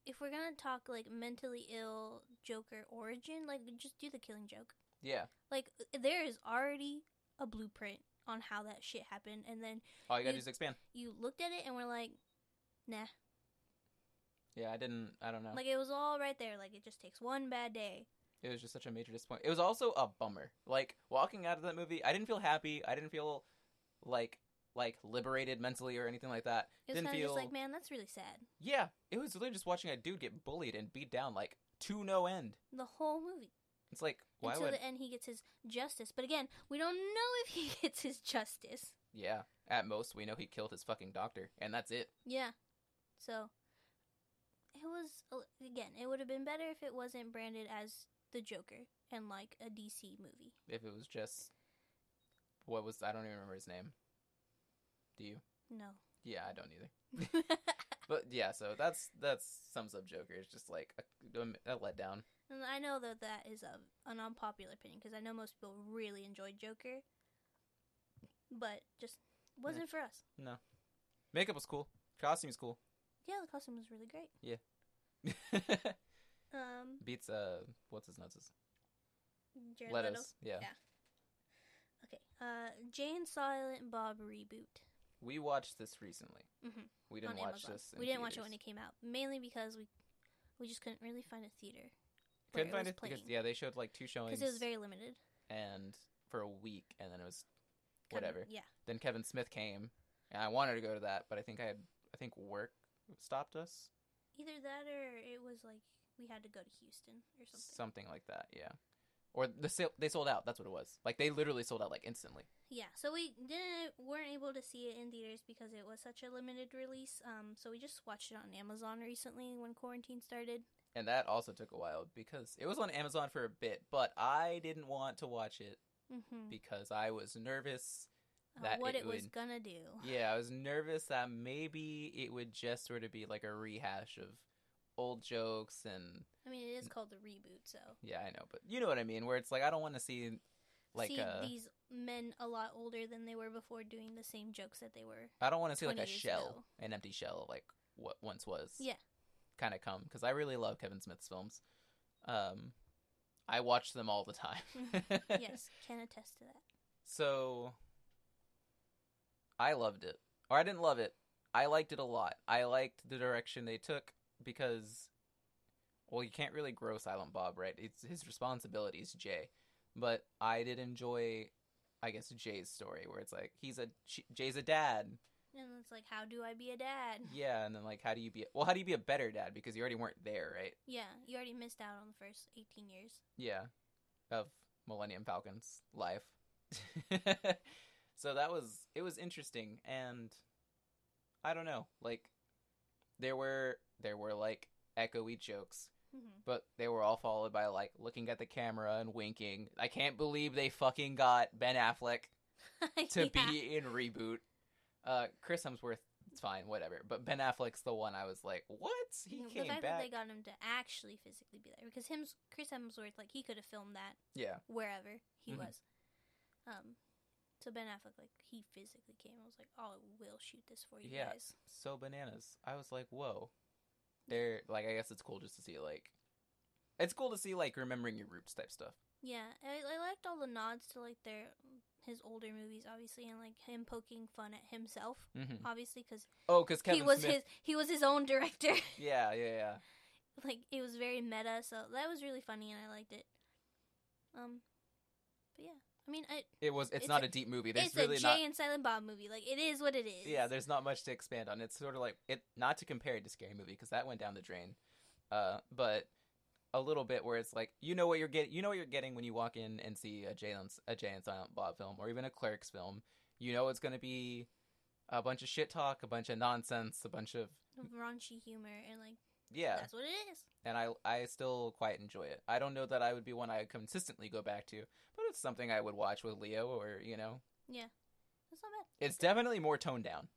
if we're gonna talk like mentally ill Joker origin, like just do the killing joke. Yeah, Like uh, there is already a blueprint on how that shit happened, and then all you gotta You- do is expand. you looked at it and were like, nah, Yeah, I didn't. I don't know. like it was all right there. Like it just takes one bad day. it was just such a major disappointment. It was also a bummer. Like walking out of that movie, I didn't feel happy. I didn't feel like like liberated mentally or anything like that. It was didn't kind of feel. just like, man, that's really sad. yeah, it was literally just watching a dude get bullied and beat down like to no end. The whole movie. It's like why Until would? the end, he gets his justice. But again, we don't know if he gets his justice. Yeah, at most we know he killed his fucking doctor, and that's it. Yeah. So it was uh, again. It would have been better if it wasn't branded as the Joker and like a DC movie. if it was just what was I don't even remember his name. Do you? No. Yeah, I don't either. But yeah, so that's that's sums up Joker. It's just like a, a letdown. and I know that that is a, an unpopular opinion because I know most people really enjoyed Joker, but just wasn't for us. Makeup was cool. Costume's cool. Yeah, the costume was really great. Um, Beats uh, what's his nuts? Jared Leto. Leto's. Yeah. Yeah. Okay. Uh, Jane Silent Bob reboot. we watched this recently. Mhm. We didn't on watch Amazon. this. in we didn't watch it theaters. when it came out, mainly because we we just couldn't really find a theater where Couldn't it find was it because playing. yeah, they showed like two showings because it was very limited. and for a week, and then it was Kind of- whatever. yeah, then Kevin Smith came, and I wanted to go to that, but I think I had I think work stopped us. either that or it was like we had to go to Houston or something. something like that yeah or the sale, they sold out that's what it was like they literally sold out like instantly yeah, so we didn't weren't able to see it in theaters because it was such a limited release. Um, so we just watched it on Amazon recently when quarantine started. and that also took a while because it was on amazon for a bit but i didn't want to watch it Mm-hmm. because i was nervous Uh, that what it it, was would- gonna do? yeah i was nervous that maybe it would just sort of be like a rehash of old jokes and I mean, it is called the reboot, so yeah i know but you know what i mean where it's like i don't want to see like uh, see a these men a lot older than they were before doing the same jokes that they were I don't want to see like 20 a years shell, ago. an empty shell, of, like what once was. Yeah. Kind of come because I really love Kevin Smith's films. Um, I watch them all the time. Mm, yes, can attest to that. So, I loved it, or I didn't love it. I liked it a lot. I liked the direction they took because, well, you can't really grow Silent Bob, right? It's his responsibility is Jay, but I did enjoy, I guess, Jay's story where it's like he's a Jay's a dad. And it's like, how do I be a dad? Yeah, and then like, how do you be? Well, how do you be a better dad? Because you already weren't there, right? Yeah, you already missed out on the first 18 years. Yeah, of Millennium Falcon's life. so that was it was interesting, and I don't know, like there were there were like echoey jokes, hmm but they were all followed by like looking at the camera and winking. I can't believe they fucking got Ben Affleck to be in reboot. Uh, Chris Hemsworth it's fine, whatever. But Ben Affleck's the one I was like, what? He the came fact that they back. got him to actually physically be there because him, Chris Hemsworth, like he could have filmed that yeah, wherever he Mhm. was. Um, so Ben Affleck, like he physically came. I was like, oh, I will shoot this for you Yeah. guys. so bananas. I was like, whoa. They're like, I guess it's cool just to see like, it's cool to see like remembering your roots type stuff. Yeah, I, I liked all the nods to like their his older movies, obviously, and like him poking fun at himself, Mm-hmm. obviously, because Oh, because Kevin he was Smith. his he was his own director. Yeah, yeah, yeah. like it was very meta, so that was really funny, and I liked it. Um, but yeah, I mean, I, It was. It's, It's not a, a- deep movie. There's it's really a Jay not. and Silent Bob movie. Like it is what it is. Yeah, there's not much to expand on. It's sort of like it. Not to compare it to Scary Movie because that went down the drain. Uh, but a little bit where it's like you know what you're getting. You know what you're getting when you walk in and see a Jay and a Jay and Silent Bob film or even a Clerks film. You know it's going to be a bunch of shit talk, a bunch of nonsense, a bunch of raunchy humor, and like yeah. that's what it is. and I I still quite enjoy it. I don't know that I would be one I would consistently go back to, but it's something I would watch with Leo or you know. That's not bad. It's definitely more toned down.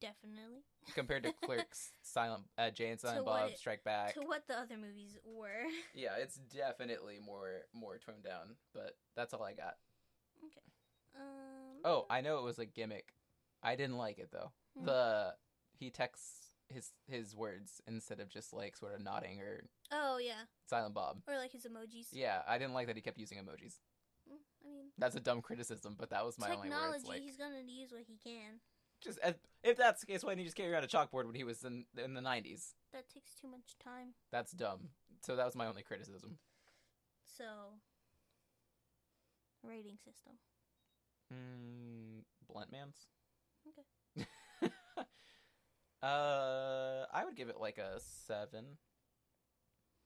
Definitely compared to Clerks, Silent uh, Jay and Silent To what Bob, it- Strike Back. to what the other movies were. Yeah, it's definitely more more toned down. But that's all I got. Um. Oh, I know it was a gimmick. I didn't like it though. Hmm. The he texts his his words instead of just like sort of nodding or Oh yeah, Silent Bob. or like his emojis. Yeah, I didn't like that he kept using emojis. Mm, I mean, That's a dumb criticism, but that was my only where technology. it's like He's gonna use what he can. just as, if that's the case, why didn't he just carry around a chalkboard when he was in in the nineties? That takes too much time. That's dumb. So that was my only criticism. So, rating system. Mm, blunt man's. Okay. uh, I would give it like a seven.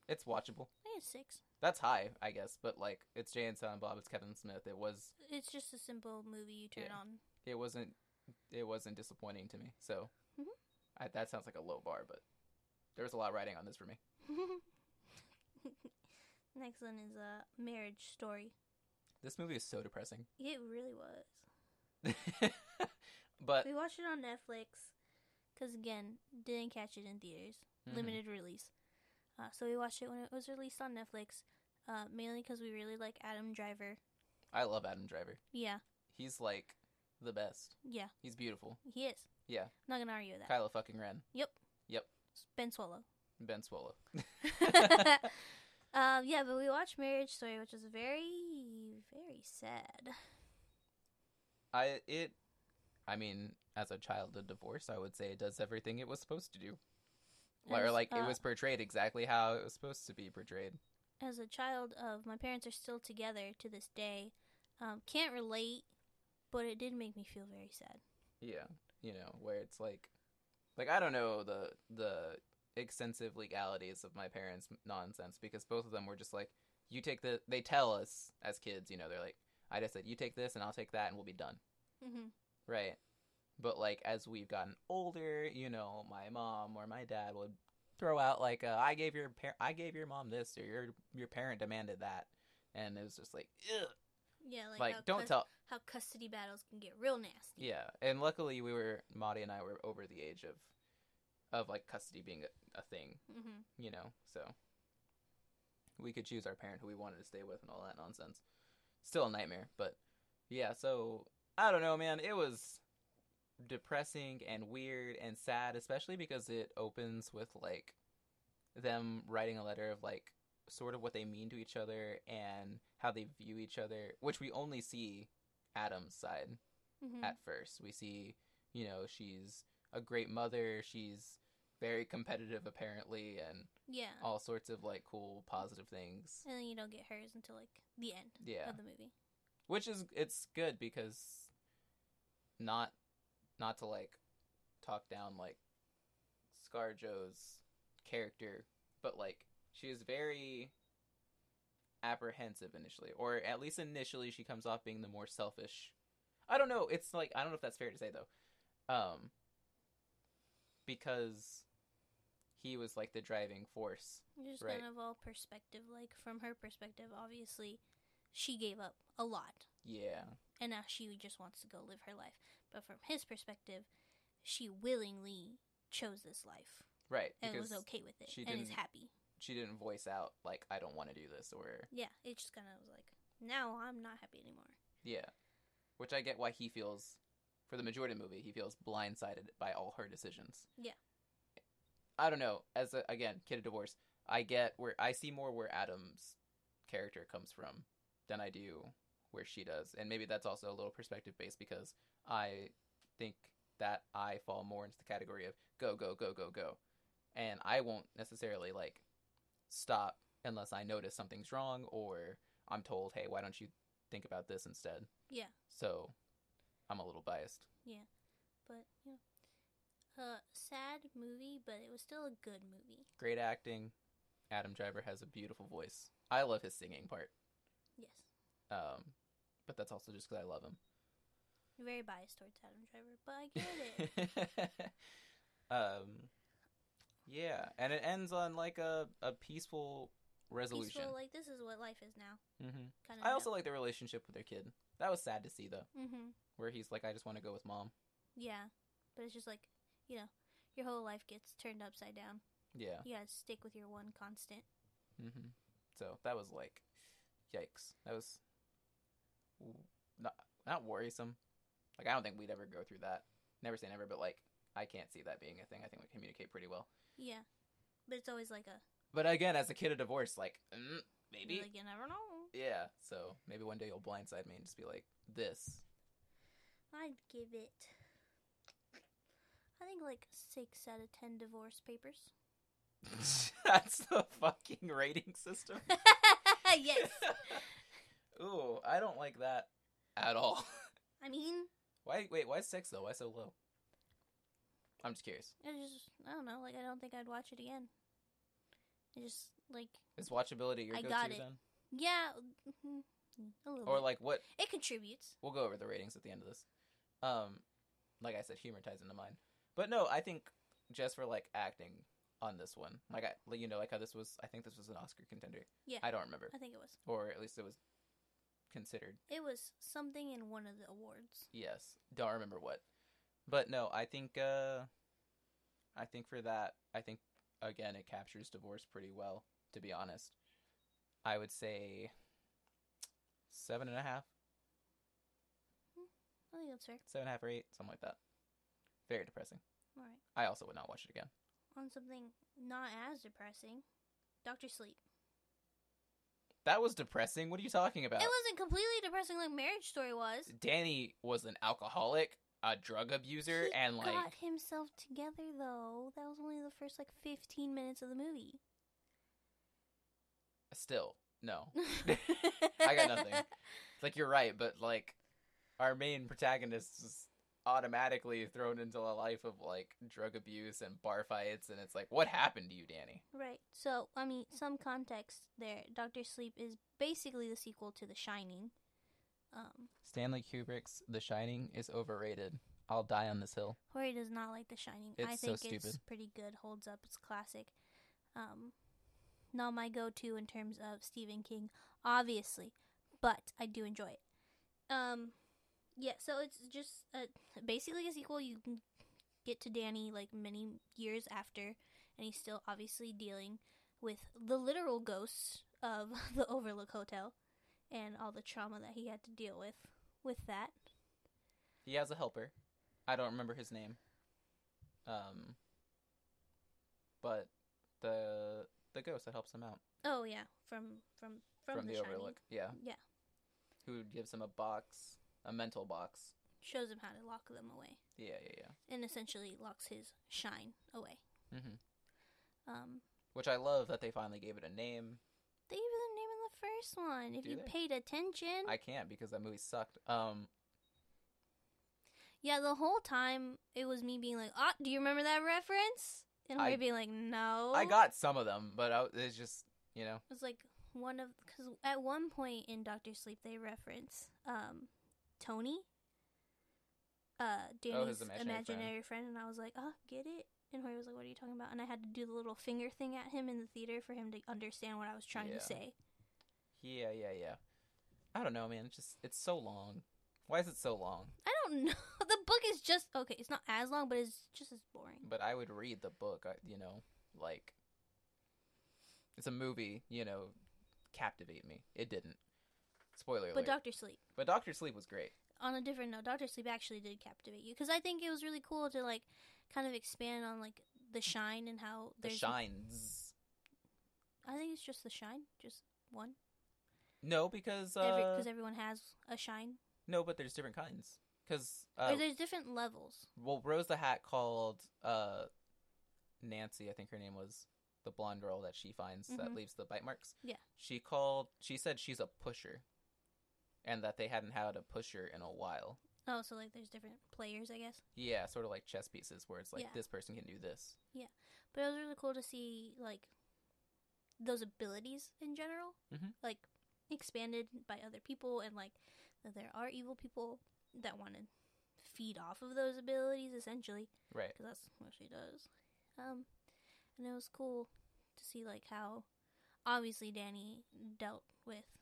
It's watchable. I think it's six. That's high, I guess, but like it's Jay and Silent Bob. It's Kevin Smith. It was. It's just a simple movie you turn Yeah. on. It wasn't. It wasn't disappointing to me. So, Mhm. I, that sounds like a low bar, but there was a lot riding on this for me. Next one is a uh, marriage story. This movie is so depressing. It really was. but We watched it on Netflix because again, didn't catch it in theaters. mhm, Limited release. Uh, so we watched it when it was released on Netflix, uh, mainly because we really like Adam Driver. I love Adam Driver. Yeah, He's like the best. yeah, He's beautiful. he is. Yeah. I'm not gonna argue with that. Kylo fucking Ren. Ben Swallow. Ben Swallow. um, yeah, but we watched Marriage Story, which is very, very sad. I it I mean, as a child of divorce, I would say it does everything it was supposed to do. Or As, like it uh, was portrayed exactly how it was supposed to be portrayed. As a child of my parents are still together to this day. Um, can't relate, but it did make me feel very sad. Yeah. You know, where it's like like I don't know the the extensive legalities of my parents' nonsense because both of them were just like you take the they tell us as kids, you know, they're like I just said you take this and I'll take that and we'll be done. Mm-hmm. Right. But like as we've gotten older, you know, my mom or my dad would throw out like uh, I gave your par- I gave your mom this or your your parent demanded that. And it was just like Ugh. Yeah, like, like, how don't cus- tell how custody battles can get real nasty. yeah. And luckily we were Maddie and I were over the age of of like custody being a, a thing, Mm-hmm. you know. So we could choose our parent who we wanted to stay with and all that nonsense. Still a nightmare, but yeah, so I don't know, man. It was depressing and weird and sad, especially because it opens with like them writing a letter of like sort of what they mean to each other and how they view each other, which we only see Adam's side Mm-hmm. at first. We see, you know, she's a great mother, she's very competitive apparently and yeah, all sorts of like cool positive things. and then you don't get hers until like the end Yeah. of the movie. Which is it's good because not not to like talk down like Scarjo's character, but like she is very apprehensive initially or at least initially she comes off being the more selfish. I don't know, it's like I don't know if that's fair to say though. Um because he was like the driving force. You're just Right. kind of all perspective, like from her perspective, obviously, she gave up a lot, Yeah. and now she just wants to go live her life. But from his perspective, she willingly chose this life right and because was okay with it she and is didn't- happy. she didn't voice out like I don't want to do this or Yeah, it just kind of was like, now I'm not happy anymore. yeah, which I get why he feels for the majority of the movie he feels blindsided by all her decisions. Yeah. I don't know. As a, again, kid of divorce, I get where I see more where Adam's character comes from than I do where she does, and maybe that's also a little perspective based because I think that I fall more into the category of go go go go go, and I won't necessarily like stop unless I notice something's wrong or I'm told, hey, why don't you think about this instead? Yeah. So I'm a little biased. But, you know. Uh, sad movie, but it was still a good movie. Great acting. Adam Driver has a beautiful voice. I love his singing part, Yes. um, but that's also just because I love him. Very biased towards Adam Driver, but I get it. um, yeah, and it ends on like a, a peaceful resolution. Peaceful, like, mm, this is what life is now. hmm Kind of. I also like the relationship with their kid. That was sad to see though, Mm-hmm. where he's like, I just want to go with mom. Yeah, but it's just like you know, your whole life gets turned upside down. Yeah. You gotta stick with your one constant. Mm-hmm. So that was like, yikes. That was w- not not worrisome. Like I don't think we'd ever go through that. Never say never, but like I can't see that being a thing. I think we communicate pretty well. Yeah, but it's always like a But again, as a kid of divorce, like mm, maybe, like you never know. yeah. So maybe one day you'll blindside me and just be like, this. I'd give it. I think like six out of ten divorce papers. That's the fucking rating system. yes, Ooh, I don't like that at all. I mean Why? Wait, why six though? Why so low? I'm just curious. it's just I don't know. Like I don't think I'd watch it again. It just like Is watchability your I go-to got it. then? yeah, mhm, a little. Or bit. like what? it contributes. We'll go over the ratings at the end of this. Um, like I said, humor ties into mine. But no, I think just for like acting on this one, like I, like, you know, like how this was. I think this was an Oscar contender. Yeah. I don't remember, I think it was. or at least it was considered. It was something in one of the awards. Yes, don't remember what. But no, I think. uh I think for that, I think again it captures divorce pretty well. To be honest, I would say seven and a half. I think that's fair. seven and a half or eight, something like that. Very depressing. All right. I also would not watch it again. on something not as depressing. Doctor Sleep. That was depressing. What are you talking about? It wasn't completely depressing like Marriage Story was. Danny was an alcoholic, a drug abuser, He and like Got himself together though. That was only the first like fifteen minutes of the movie. still no. I got nothing. It's like you're right, but like our main protagonist is automatically thrown into a life of like drug abuse and bar fights, and it's like, what happened to you, Danny? Right. So I mean, some context there. Doctor Sleep is basically the sequel to The Shining. Um, Stanley Kubrick's The Shining is overrated. I'll die on this hill. Hori does not like The Shining. I It's so think it's stupid. pretty good. Holds up. It's classic. Um, not my go-to in terms of Stephen King, obviously, but I do enjoy it. Um, yeah. So it's just uh basically a sequel. You can get to Danny like many years after, and he's still obviously dealing with the literal ghosts of the Overlook Hotel and all the trauma that he had to deal with with that. He has a helper. I don't remember his name. Um, but the the ghost that helps him out Oh yeah, from from from, from, the, the, Shining. Overlook, yeah, Yeah. who gives him a box, a mental box. shows him how to lock them away Yeah, yeah, yeah. and essentially locks his shine away. hmm Um, Which I love that they finally gave it a name. they gave it a name in the first one. If Do you they? paid attention, I can't because that movie sucked. Um, yeah, the whole time it was me being like, "Ah, do you remember that reference?" And I- we being like, "No." I got some of them, but I, it's just you know, It was like one of because at one point in Doctor Sleep they reference um Tony, uh Danny's imaginary imaginary, friend. and I was like, oh, get it. And Hoy was like, what are you talking about? And I had to do the little finger thing at him in the theater for him to understand what I was trying Yeah. to say. yeah, yeah, yeah. I don't know, man. It's just it's so long. Why is it so long? I don't know. The book is just okay. It's not as long, but it's just as boring. But I would read the book, I- you know, like it's a movie, you know, captivate me. It didn't. Spoiler But alert. Doctor Sleep, but Doctor Sleep was great. on a different note, Doctor Sleep actually did captivate you because I think it was really cool to like kind of expand on like the shine and how The there's. shines. I think it's just the shine, just one. No, because uh, Because everyone has a shine. no, but there's different kinds. Because or uh, there's different levels. well, Rose the Hat called uh, Nancy, I think her name was the blonde girl that she finds that Mhm. leaves the bite marks. Yeah. She called. She said she's a pusher, and that they hadn't had a pusher in a while. Oh, so like there's different players, I guess. Yeah, sort of like chess pieces where it's like Yeah. this person can do this. But it was really cool to see like those abilities in general, Mhm. like expanded by other people, and like that there are evil people that want to feed off of those abilities essentially, Right. because that's what she does. Um, and it was cool to see like how obviously Danny dealt with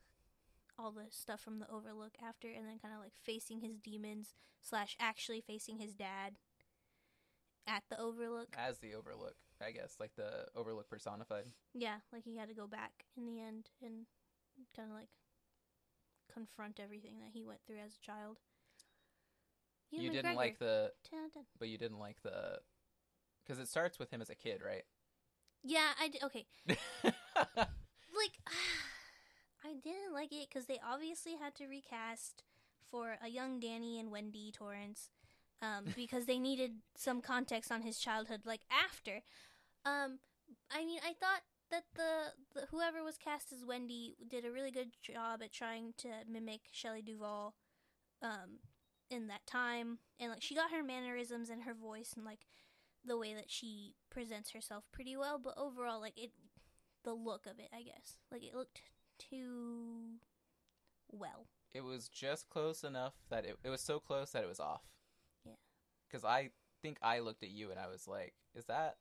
all the stuff from the Overlook after, and then kind of like facing his demons slash actually facing his dad at the Overlook. As the overlook, I guess, like the overlook personified. Yeah, like he had to go back in the end and kind of like confront everything that he went through as a child. Ewan you didn't McGregor, like the 10 out of 10. but you didn't like the because it starts with him as a kid, right? Yeah, I did. Okay, like I didn't like it because they obviously had to recast for a young Danny and Wendy Torrance um, because they needed some context on his childhood, like after. Um, I mean, I thought that the, the whoever was cast as Wendy did a really good job at trying to mimic Shelley Duvall um, in that time, and like she got her mannerisms and her voice and like the way that she presents herself pretty well. But overall, like it the look of it, I guess. Like it looked too well. it was just close enough that it, it was so close that it was off. Yeah. Because I think I looked at you and I was like, "Is that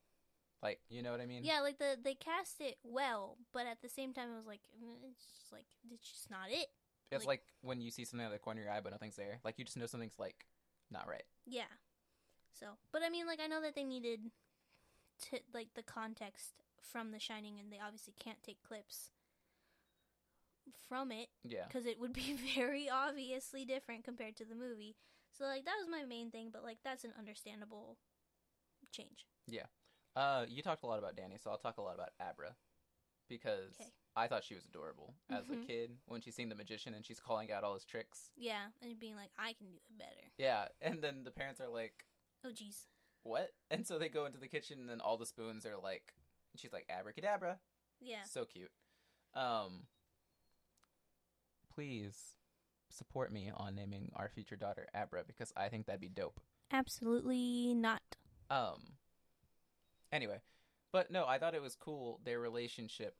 like you know what I mean?" Yeah, like the they cast it well, but at the same time, it was like mm, it's just like it's just not it. It's like- like when you see something out of the corner of your eye, but nothing's there. Like you just know something's like not right. Yeah. So, but I mean, like I know that they needed to like the context from The Shining, and they obviously can't take clips from it Yeah. because it would be very obviously different compared to the movie. So, like that was my main thing, but like that's an understandable change. Uh, you talked a lot about Danny, so I'll talk a lot about Abra because Okay. I thought she was adorable as Mhm. a kid when she's seen the magician and she's calling out all his tricks. Yeah, and being like, I can do it better. Yeah, and then the parents are like, Oh, jeez. "What?" And so they go into the kitchen, and then all the spoons are like, and she's like, "Abracadabra." Yeah. So cute. Um, please support me on naming our future daughter Abra because I think that'd be dope. Absolutely not. Um. Anyway, but no, I thought it was cool their relationship,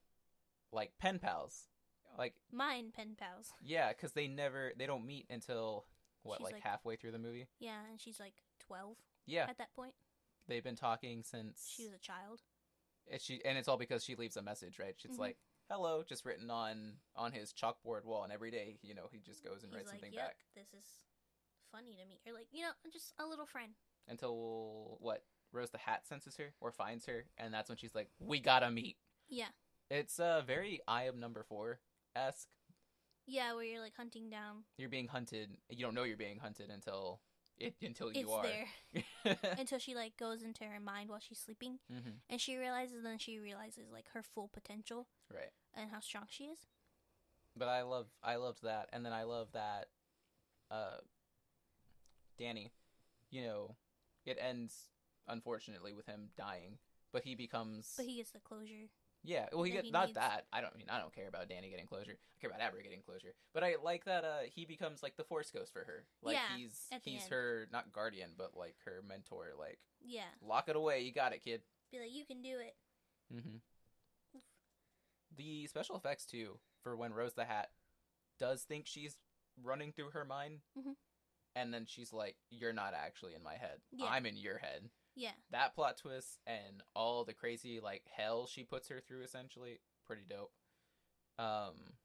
like pen pals, like Mine pen pals. yeah, because they never they don't meet until what She's like, like- halfway through the movie. Yeah, and she's like 12 Yeah, at that point. they've been talking since She was a child. and she and it's all because she leaves a message, right? She's Mhm. like, "Hello," just written on on his chalkboard wall, and every day, you know, he just goes and He's writes like, something yep, back this is funny to me. Or like, you know, just a little friend. until what Rose the Hat senses her or finds her, and that's when she's like, "We gotta meet." Yeah. It's uh very I am number four esque. Yeah, where you're like hunting down. You're being hunted. You don't know you're being hunted until it until you it's there. are. Until she like goes into her mind while she's sleeping. hmm And she realizes, then she realizes like her full potential Right. and how strong she is. but I love I loved that, and then I love that, uh, Danny, you know, it ends unfortunately with him dying, but he becomes But he gets the closure. yeah. Well, he that gets he not needs- that. I don't mean I don't care about Danny getting closure. I care about Abra getting closure. But I like that uh he becomes like the force ghost for her. Like Yeah, he's at the he's end. her not guardian, but like her mentor. Like Yeah. lock it away, you got it, kid. Be like, you can do it. Mm-hmm. The special effects too for when Rose the Hat does think she's running through her mind, Mhm. and then she's like, "You're not actually in my head. Yeah. I'm in your head." Yeah. That plot twist and all the crazy like hell she puts her through, essentially, pretty dope. Um,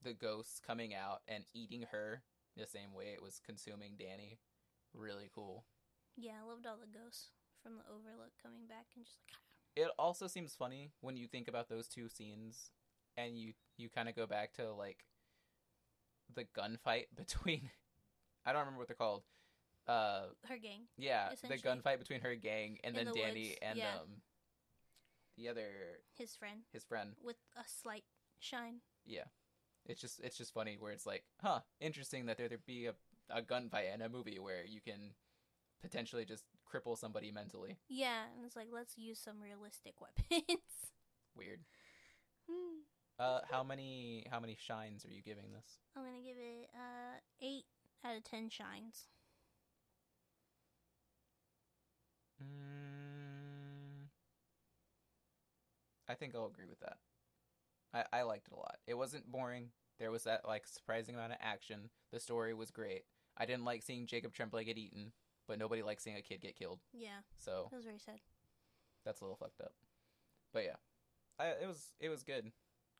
the ghosts coming out and eating her the same way it was consuming Danny. Really cool. Yeah, I loved all the ghosts from the Overlook coming back and just like It also seems funny when you think about those two scenes and you you kind of go back to like the gunfight between I don't remember what they're called. Uh her gang. yeah, the Essentially. gunfight between her gang and In then the Danny woods, and yeah. um the other His friend his friend. with a slight shine. Yeah. It's just it's just funny where it's like, huh, interesting that there there be a a gunfight in a movie where you can potentially just cripple somebody mentally. Yeah, and it's like let's use some realistic weapons. Weird. Hmm. Uh, how many how many shines are you giving this? I'm gonna give it uh eight out of ten shines. Mm, I think I'll agree with that. I I liked it a lot. It wasn't boring. There was that like surprising amount of action. The story was great. I didn't like seeing Jacob Tremblay get eaten, but nobody likes seeing a kid get killed. Yeah, So that was very sad. that's a little fucked up. But yeah, I, it was it was good.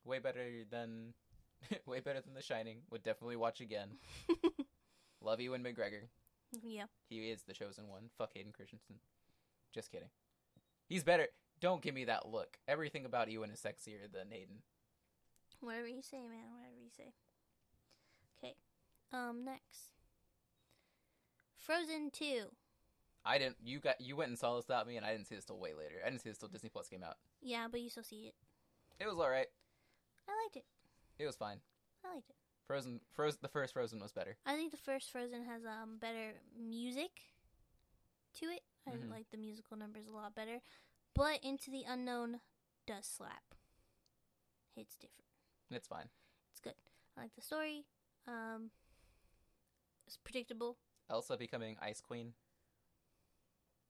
Way better than way better than The Shining. Would definitely watch again. Love you and McGregor. yeah, He is the chosen one. Fuck Hayden Christensen. Just kidding. He's better. Don't give me that look. Everything about Ewan is sexier than Hayden. whatever you say, man. Whatever you say. Okay, um, next, Frozen Two. I didn't. You got. You went and saw this without me, and I didn't see this till way later. I didn't see this till Disney Plus came out. Yeah, but you still see it. It was all right. I liked it. It was fine. I liked it. Frozen. Frozen. The first Frozen was better. I think the first Frozen has um better music to it. I Mhm. like the musical numbers a lot better. But Into the Unknown does slap. It's different. It's fine. It's good. I like the story. Um it's predictable. Elsa becoming Ice Queen.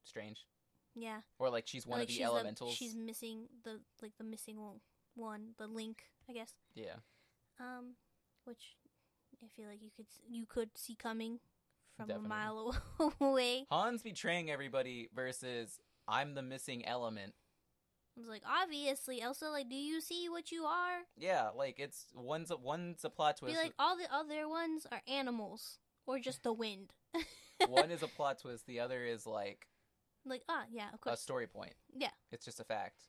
Strange. Yeah. Or like she's one I like of the she's elementals. she's missing the like the missing one, one, the link, I guess. Yeah. Um which I feel like you could s- you could see coming from Definitely. a mile away. Hans betraying everybody versus I'm the missing element. I was like, obviously, Elsa. Like, do you see what you are? Yeah, like it's one's a, one's a plot twist. Be like, all the other ones are animals or just the wind. one is a plot twist, the other is like Like, ah, yeah, of a course. story point. Yeah. It's just a fact.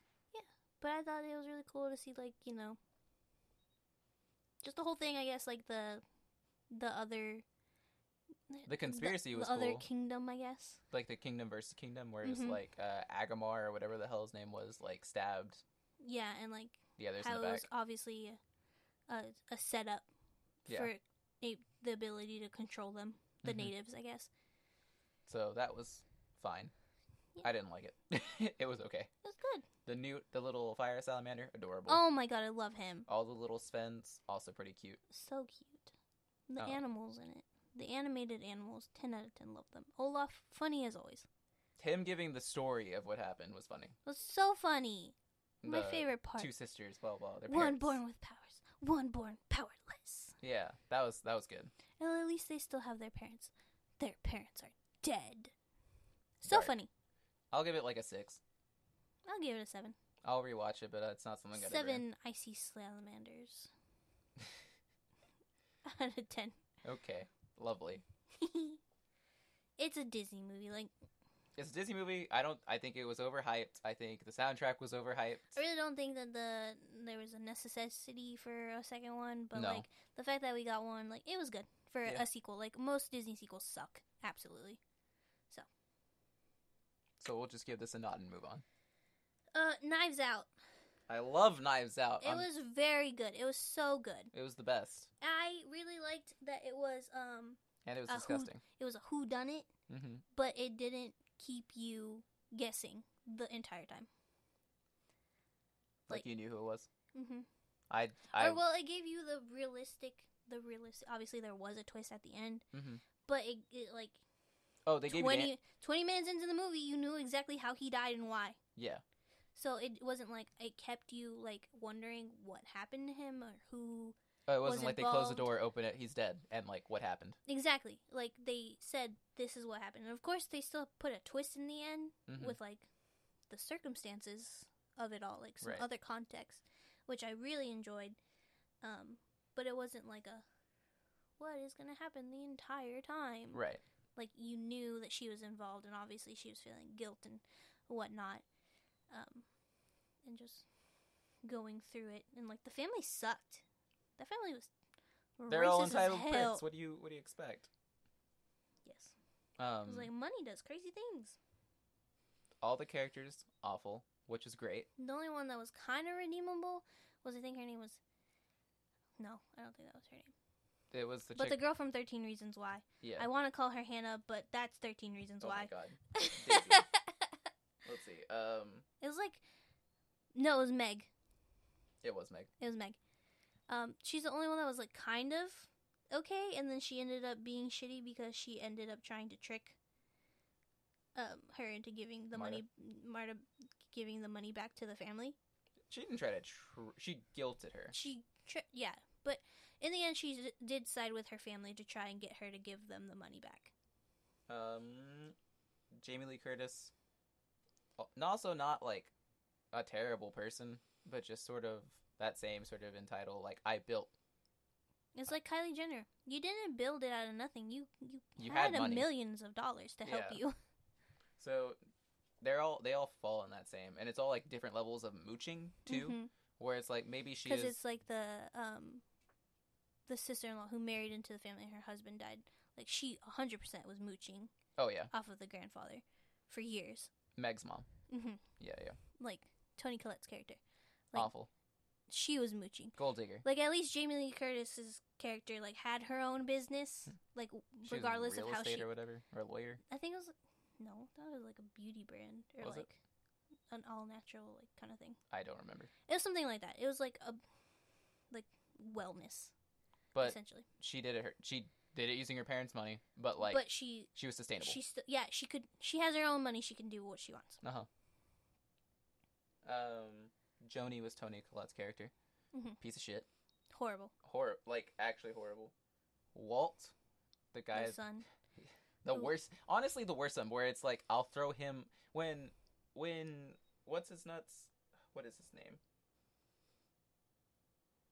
but I thought it was really cool to see, like, you know, just the whole thing. I guess, like the the other The conspiracy the was other cool. kingdom. I guess. Like the kingdom versus kingdom where it was Mhm. like uh Agamar or whatever the hell his name was, like stabbed Yeah, and like the others how in it the back. was obviously a a setup Yeah. for a, the ability to control them, the Mhm. natives. I guess So that was fine. Yeah. I didn't like it. it was okay. it was good. The newt, the little fire salamander, adorable. Oh my god, I love him. All the little Svens, also pretty cute. so cute. The Oh. animals in it. The animated animals, 10 out of 10, love them. Olaf, funny as always. Him giving the story of what happened was funny. It was so funny. My The favorite part. Two sisters, blah blah. Their One parents. born with powers, one born powerless. Yeah, that was that was good. Well, at least they still have their parents. Their parents are dead. So Right. funny. I'll give it like a six. I'll give it a 7. I'll rewatch it, but uh, it's not something. I'd ever- 7 icy salamanders. out of 10. Okay, lovely. it's a Disney movie. Like, It's a Disney movie. I don't. I think it was overhyped. I think the soundtrack was overhyped. I really don't think that the there was a necessity for a second one, but No. like the fact that we got one, like it was good for Yeah. a sequel. Like most Disney sequels suck, absolutely. So we'll just give this a nod and move on. Uh, Knives Out. I love Knives Out. It I'm- was very good. It was so good. It was the best, I really liked that it was um and it was Uh, who- disgusting. it was a who done it, hmm but it didn't keep you guessing the entire time. Like Like- you knew who it was. Mm-hmm. I. I or well, it gave you the realistic, the realistic. Obviously, there was a twist at the end, Mhm. but it, it like oh, they gave you. an- 20, 20 minutes into the movie, you knew exactly how he died and why. yeah, So it wasn't like it kept you like wondering what happened to him or who oh, it wasn't was like they closed the involved. door, open it, he's dead, and like what happened. exactly. Like they said, this is what happened, and of course they still put a twist in the end Mhm. with like the circumstances of it all, like some Right. other context, which I really enjoyed. Um, but it wasn't like a what is going to happen the entire time. Right. Like, you knew that she was involved, and obviously she was feeling guilt and whatnot. Um, and just going through it. And, like, the family sucked. That family was. They're all racist as entitled hell. pricks. What do you What do you expect? Yes. It Um, was like, money does crazy things. all the characters awful, which is great. The only one that was kind of redeemable was I think her name was. No, I don't think that was her name. It was the but chick. the girl from Thirteen Reasons Why. yeah. I want to call her Hannah, but that's Thirteen Reasons oh Why. my god. Daisy. it Let's see. Um, was like, no, it was Meg. it was Meg. It was Meg. Um, she's the only one that was like kind of okay, and then she ended up being shitty because she ended up trying to trick um her into giving the Marta. money, Marta giving the money back to the family. She didn't try to. Tr- she guilted her. she tr- yeah but in the end she d- did side with her family to try and get her to give them the money back Um, Jamie Lee Curtis, al- n- also not like a terrible person, but just sort of that same sort of entitled like I built. it's like kylie jenner you didn't build it out of nothing you you, You had, had money. millions of dollars to help Yeah. you So they're all they all fall in that same, and it's all like different levels of mooching too, Mm-hmm. where it's like maybe she because is it's like the um the sister-in-law who married into the family and her husband died like she 100% was mooching oh yeah off of the grandfather for years Meg's mom hmm yeah yeah like tony collette's character Like- awful she was mooching gold digger Like at least Jamie Lee Curtis's character like had her own business, Hmm. like w- She was regardless real of how estate she. or whatever or lawyer I think it was no, that was like a beauty brand or Was it? like an all natural like kind of thing. I don't remember, It was something like that. It was like a like wellness but essentially. she did it her she did it using her parents' money, but like but she she was sustainable. she still yeah she could she has her own money. She can do what she wants. Uh huh. Um, Joni was Tony Collette's character. Mhm. Piece of shit. Horrible. Hor like actually horrible. Walt, the guy, My son. the who- worst. Honestly, the worst one. Where it's like I'll throw him when when what's his nuts? What is his name?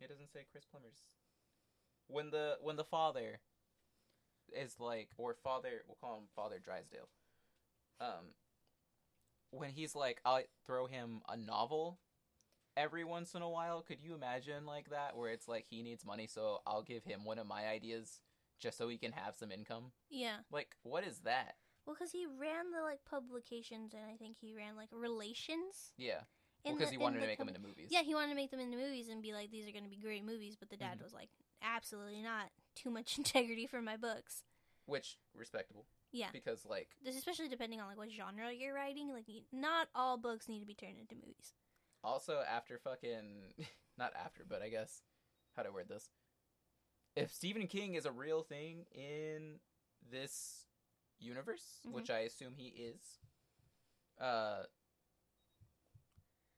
It doesn't say Chris Plummer's. When the when the father is like or father we'll call him Father Drysdale. Um when he's like I'll throw him a novel every once in a while, could you imagine like that where it's like he needs money so I'll give him one of my ideas just so he can have some income? Yeah. Like what is that? Well, because he ran the like publications and I think he ran like relations. Yeah. in Because the- he in wanted the to make com- them into movies. Yeah, he wanted to make them into movies and be like, these are going to be great movies. But the dad Mhm. was like, absolutely not. Too much integrity for my books. Which respectable. Yeah. Because like This especially depending on like what genre you're writing. Like, you- not all books need to be turned into movies. Also, after fucking. Not after, but I guess. How do I word this? If Stephen King is a real thing in this universe, Mhm. which I assume he is, uh.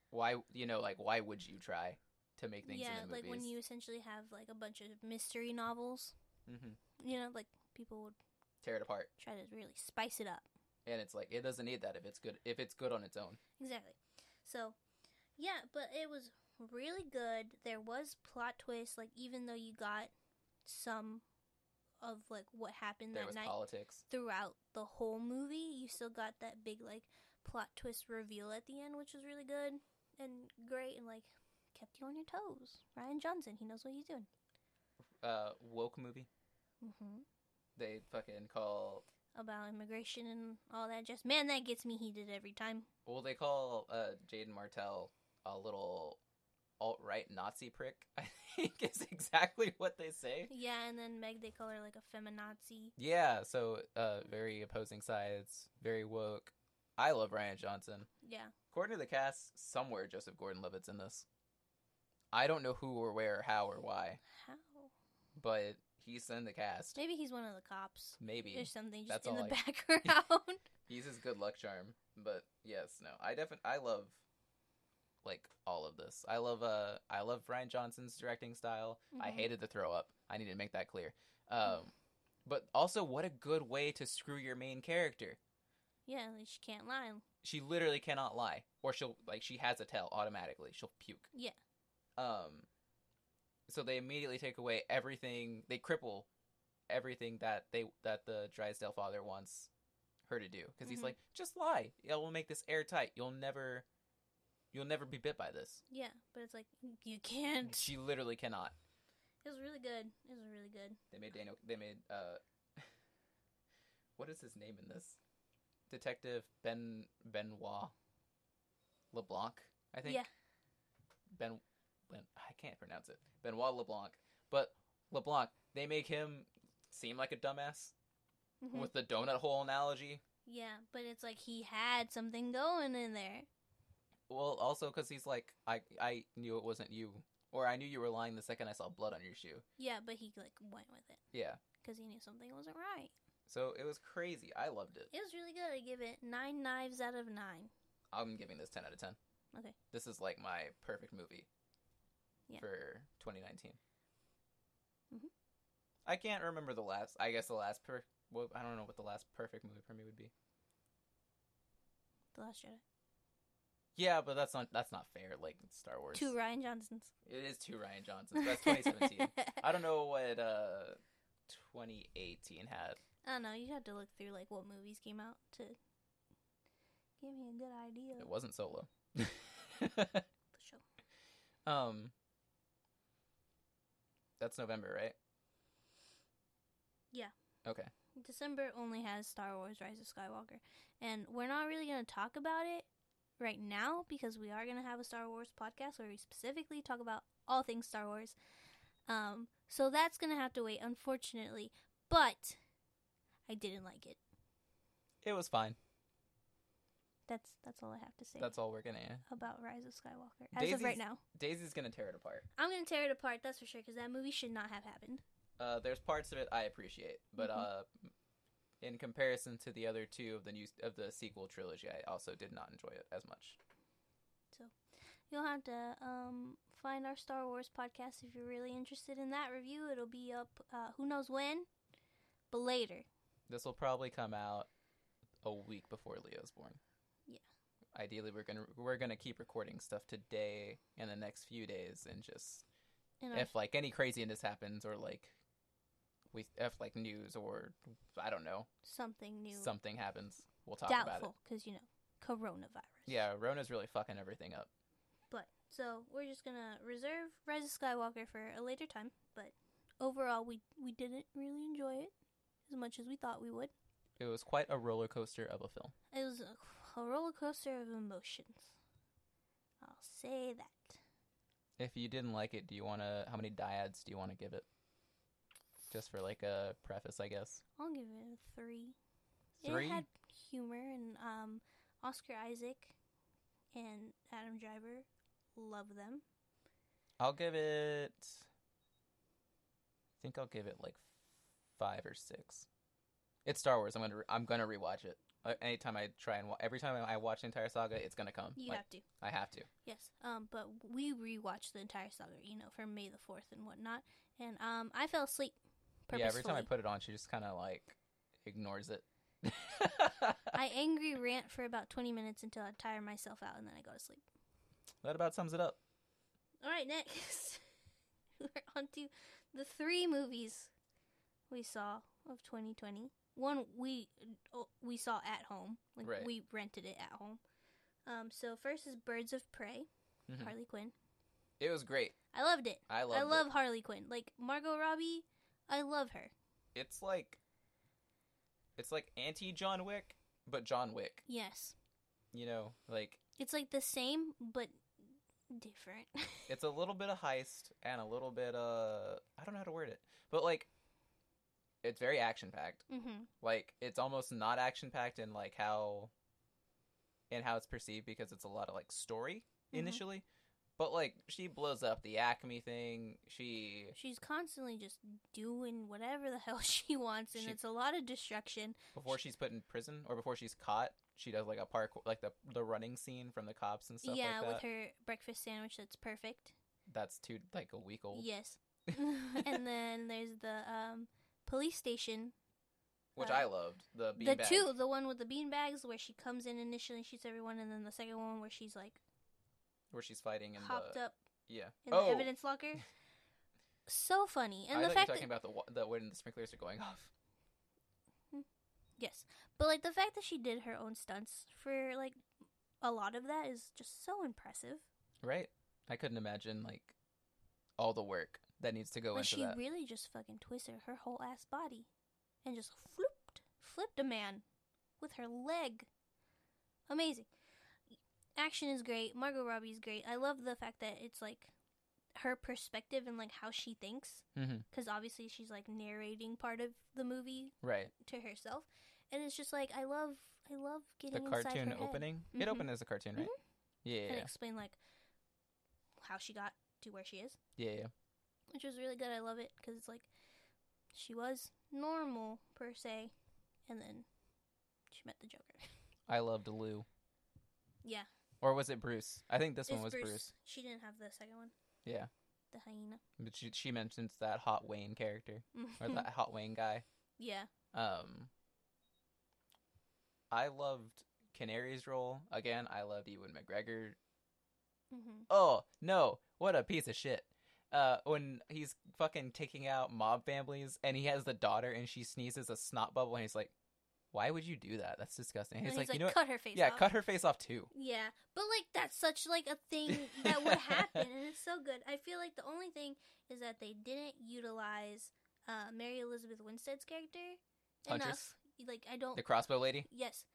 Why, you know, like, why would you try to make things yeah, into movies? like when you essentially have like a bunch of mystery novels. hmm You know, like people would Tear it apart. try to really spice it up. And it's like, it doesn't need that if it's good, if it's good on its own. Exactly. So, yeah, but it was really good. There was plot twists. Like, even though you got some of like what happened There that was night. politics. throughout the whole movie. You still got that big like plot twist reveal at the end, which was really good and great and like kept you on your toes. Ryan Johnson, he knows what he's doing. Uh, woke movie. hmm They fucking call About immigration and all that just man, that gets me heated every time. Well, they call uh, Jaden Martell a little alt right Nazi prick. I think is exactly what they say. Yeah, and then Meg, they call her like a feminazi. Yeah, so uh, very opposing sides, very woke. I love Ryan Johnson. Yeah, According to the cast, somewhere Joseph Gordon-Levitt's in this. I don't know who or where or how or why, how? but he's in the cast. Maybe he's one of the cops Maybe or something, just That's in the all background. he's his good luck charm. But yes, no, I definitely I love like all of this. I love uh I love Ryan Johnson's directing style. I Mhm. hated the throw up. I need to make that clear. Um, but also, what a good way to screw your main character. yeah, like she can't lie. She literally cannot lie, or she'll like she has a tell automatically. She'll puke. Yeah. Um. So they immediately take away everything. They cripple everything that they that the Drysdale father wants her to do because he's Mhm. like, just lie. Yeah, we'll make this airtight. You'll never, you'll never be bit by this. Yeah, but it's like you can't. She literally cannot. It was really good. It was really good. They made Daniel. They made uh, what is his name in this? Detective Ben Benoit LeBlanc, I think. Yeah. Ben, ben I can't pronounce it. Benoit LeBlanc, but LeBlanc. They make him seem like a dumbass Mhm. with the donut hole analogy. Yeah, but it's like he had something going in there. Well, also because he's like, I I knew it wasn't you, or I knew you were lying the second I saw blood on your shoe. Yeah, but he like went with it Yeah. because he knew something wasn't right. So it was crazy. I loved it. It was really good. I give it nine knives out of nine. I'm giving this 10 out of 10. Okay. This is like my perfect movie Yeah. for 2019. Mhm. I can't remember the last. I guess the last per. Well, I don't know what the last perfect movie for me would be. The Last Jedi. Yeah, but that's not that's not fair. Like Star Wars. Two Ryan Johnsons. It is two Ryan Johnsons. That's 2017. I don't know what uh 2018 had. I don't know. You had to look through like what movies came out to give me a good idea. It of wasn't Solo. the show. um. That's November, right? Yeah. Okay. December only has Star Wars: Rise of Skywalker, and we're not really going to talk about it right now because we are going to have a Star Wars podcast where we specifically talk about all things Star Wars. Um, so that's going to have to wait, unfortunately. But I didn't like it. It was fine. That's that's all I have to say That's all we're gonna. about Rise of Skywalker as of Daisy's- right now. Daisy's gonna tear it apart. I'm going to tear it apart, that's for sure, because that movie should not have happened. Uh, there's parts of it I appreciate, but Mhm. uh, in comparison to the other two of the new of the sequel trilogy, I also did not enjoy it as much. You'll have to um, find our Star Wars podcast if you're really interested in that review. It'll be up uh, who knows when, but later. This will probably come out a week before Leo's born. Yeah. Ideally, we're gonna we're gonna keep recording stuff today and the next few days, and just And if like any craziness happens or like we if like news or I don't know something new. something happens, we'll talk about it. Doubtful, because, you know, coronavirus. Yeah, Rona's really fucking everything up. But, so we're just going to reserve Rise of Skywalker for a later time. But overall, we, we didn't really enjoy it as much as we thought we would. It was quite a roller coaster of a film. It was a, a roller coaster of emotions. I'll say that. If you didn't like it, do you want to? How many dyads do you want to give it? Just for like a preface, I guess. I'll give it a three. Three. It had humor and um, Oscar Isaac and Adam Driver. Love them. I'll give it. I think I'll give it like five or six. It's Star Wars. I'm gonna. Re- I'm gonna rewatch it. Uh, Anytime I try and wa- every time I watch the entire saga, it's gonna come. You Like, have to. I have to. Yes. Um, but we rewatched the entire saga, you know, from May the Fourth and whatnot. And um, I fell asleep Yeah. purposefully. Every time I put it on, she just kind of like ignores it. I angry rant for about twenty minutes until I tire myself out, and then I go to sleep. that about sums it up. All right, next we're on to the three movies we saw of 2020. One we oh, we saw at home, like Right. we rented it at home. Um, so first is Birds of Prey, Mhm. Harley Quinn. It was great. I loved it. I love. I love Harley Quinn. Like Margot Robbie, I love her. It. It's like. It's like anti John Wick, but John Wick. Yes, you know, like it's like the same but different. it's a little bit of heist and a little bit uh I don't know how to word it. But like it's very action packed. hmm Like it's almost not action packed in like how in how it's perceived because it's a lot of like story Mhm. initially. But like she blows up the Acme thing. She She's constantly just doing whatever the hell she wants, and She- it's a lot of destruction. before she's put in prison or before she's caught, she does like a park like the the running scene from the cops and stuff yeah, like that. with her breakfast sandwich that's perfect. That's too like a week old. Yes. and then there's the um, police station. Which uh, I loved. The the beanbag. two, the one with the beanbags where she comes in initially and shoots everyone, and then the second one where she's like where she's fighting in hopped the up yeah. Oh, in the evidence locker. so funny. And the I thought you were fact talking that about the wa- the when the sprinklers are going off. yes, but like the fact that she did her own stunts for like a lot of that is just so impressive. Right. I couldn't imagine like all the work that needs to go Like into she that. really just fucking twisted her whole ass body and just flipped flipped a man with her leg. Amazing. Action is great. Margot Robbie is great. I love the fact that it's like her perspective and like how she thinks hmm cuz obviously she's like narrating part of the movie Right. to herself and it's just like I love I love The getting inside cartoon her head Mm-hmm. opening. It Mhm. opened as a cartoon, right? Yeah, yeah, and yeah. explain like how she got to where she is. yeah, yeah. which was really good. I love it because it's like she was normal per se, and then she met the Joker. I loved Lou. Yeah, Or was it Bruce? I think this it's one was Bruce. She didn't have the second one. Yeah. the hyena. But she, she mentions that Hot Wayne character or Mhm. that Hot Wayne guy. yeah, Um, I loved Canary's role again. I loved Ewan McGregor hmm oh no what a piece of shit uh when he's fucking taking out mob families and he has the daughter and she sneezes a snot bubble and he's like why would you do that that's disgusting and he's, like, you know what? cut her face. yeah off." cut her face off too Yeah, but like that's such like a thing that would happen, and it's so good. I feel like the only thing is that they didn't utilize uh, Mary Elizabeth Winstead's character Huntress? enough. Like I don't the crossbow lady Yes.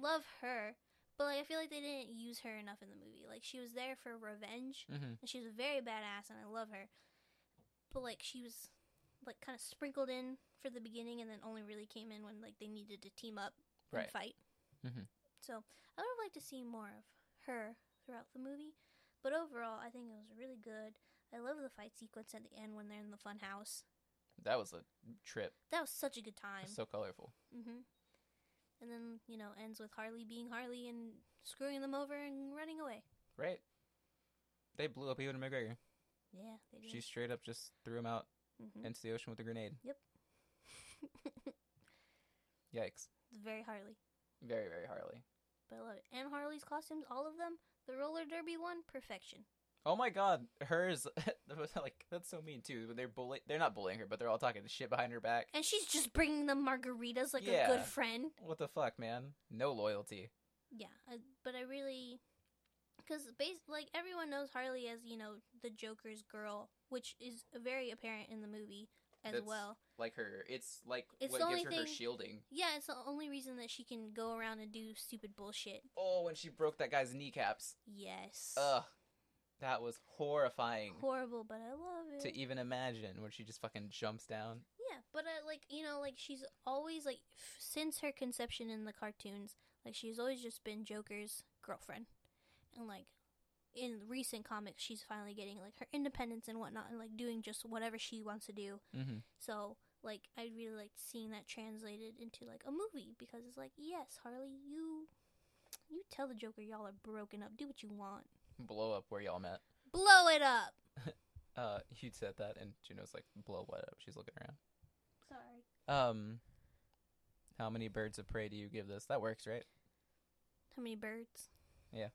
Love her. But like I feel like they didn't use her enough in the movie. Like she was there for revenge hmm and she was very badass and I love her. But like she was like kind of sprinkled in for the beginning and then only really came in when like they needed to team up and Right. fight. Mhm. So I would have liked to see more of her throughout the movie. But overall, I think it was really good. I love the fight sequence at the end when they're in the fun house. that was a trip That was such a good It time. was so colorful Mm-hmm. And then, you know, ends with Harley being Harley and screwing them over and running away. right they blew up Ewan McGregor. Yeah, they did. She straight up just threw him out hmm into the ocean with a grenade. Yikes. it's very Harley, Very, very Harley. but I love it. And Harley's costumes, all of them. The roller derby one, perfection. Oh my god, hers like that's so mean too. But they're bully they're not bullying her, but they're all talking shit behind her back. And she's just bringing them margaritas like a Yeah. good friend. What the fuck, man? No loyalty. Yeah, I, but I really, because bas- like everyone knows Harley as you know the Joker's girl, which is very apparent in the movie as That's- well. Like her, it's like It's the what gives only her her thing- shielding. Yeah, it's the only reason that she can go around and do stupid bullshit. Oh, when she broke that guy's kneecaps. Yes. Ugh, that was horrifying horrible, but I love it. to e- even imagine. When she just fucking jumps down. yeah, but I like you know like she's always like f- since her conception in the cartoons, like she's always just been Joker's girlfriend, and like in recent comics, she's finally getting like her independence and whatnot, and like doing just whatever she wants to do. Mm-hmm. So like I really liked seeing that translated into like a movie because it's like yes, Harley, you you tell the Joker y'all are broken up, do what you want, Blow up where y'all met. blow it up. Uh, you said that, and Juno's like, blow what up? She's looking around. Sorry. Um, how many birds of prey do you give this? That works, right? How many birds? Yeah.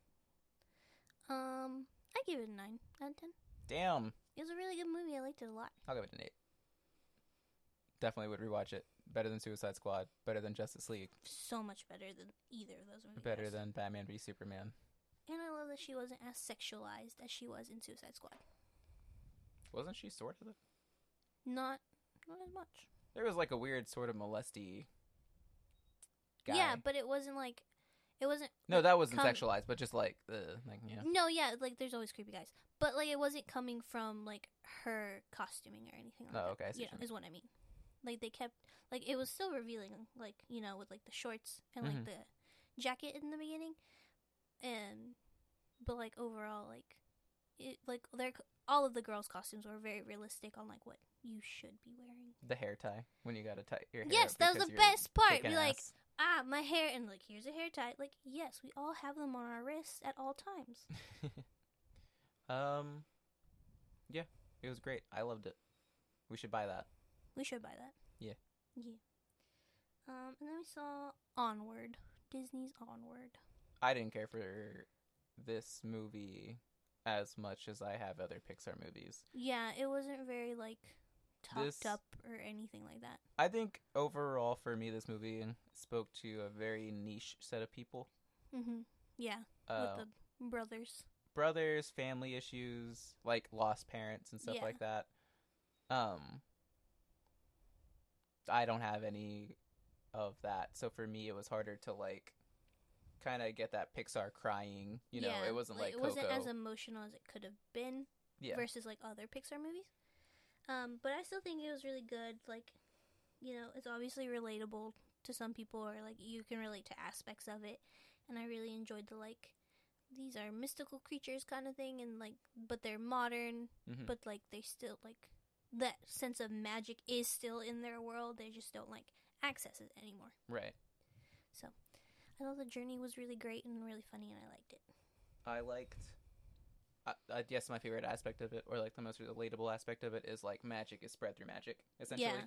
Um, I give it a nine out of ten. Damn, It was a really good movie. I liked it a lot. I'll give it an eight. Definitely would rewatch it. Better than Suicide Squad. Better than Justice League. So much better than either of those movies. Better than Batman v Superman. And I love that she wasn't as sexualized as she was in Suicide Squad. Wasn't she sort of? Not, not as much. There was like a weird sort of molesty. Guy. Yeah, but it wasn't like, it wasn't. No, that wasn't come- sexualized, but just like the like yeah. No, yeah, like there's always creepy guys, but like it wasn't coming from like her costuming or anything like Oh, that. okay, I see you what you know, mean. is what I mean. Like they kept like it was still revealing, like you know, with like the shorts and Mhm. like the jacket in the beginning, and but like overall, like it like their all of the girls' costumes were very realistic on like what you should be wearing. The hair tie when you gotta tie your hair. Yes, up that was because the you're best part. kicking Be like, ass. ah, my hair, and like here's a hair tie. Like yes, we all have them on our wrists at all times. um, yeah, it was great. I loved it. We should buy that. We should buy that. Yeah. Yeah. Um, and then we saw Onward, Disney's Onward. I didn't care for this movie as much as I have other Pixar movies. Yeah, it wasn't very like talked This- up or anything like that. I think overall for me, this movie spoke to a very niche set of people. hmm Yeah, Uh, with the brothers. brothers, family issues, like lost parents and stuff Yeah. like that. Um, I don't have any of that, so for me, it was harder to like kind of get that Pixar crying. You know, Yeah, it wasn't like, it Coco. wasn't as emotional as it could have been yeah, versus like other Pixar movies. Um, but I still think it was really good. Like, you know, it's obviously relatable to some people, or like you can relate to aspects of it. And I really enjoyed the like these are mystical creatures kind of thing, and like but they're modern, Mhm. but like they still like that sense of magic is still in their world. They just don't like access it anymore. right. I thought the journey was really great and really funny, and I liked it. I liked. I, I guess my favorite aspect of it, or like the most relatable aspect of it, is like magic is spread through magic, essentially. Yeah.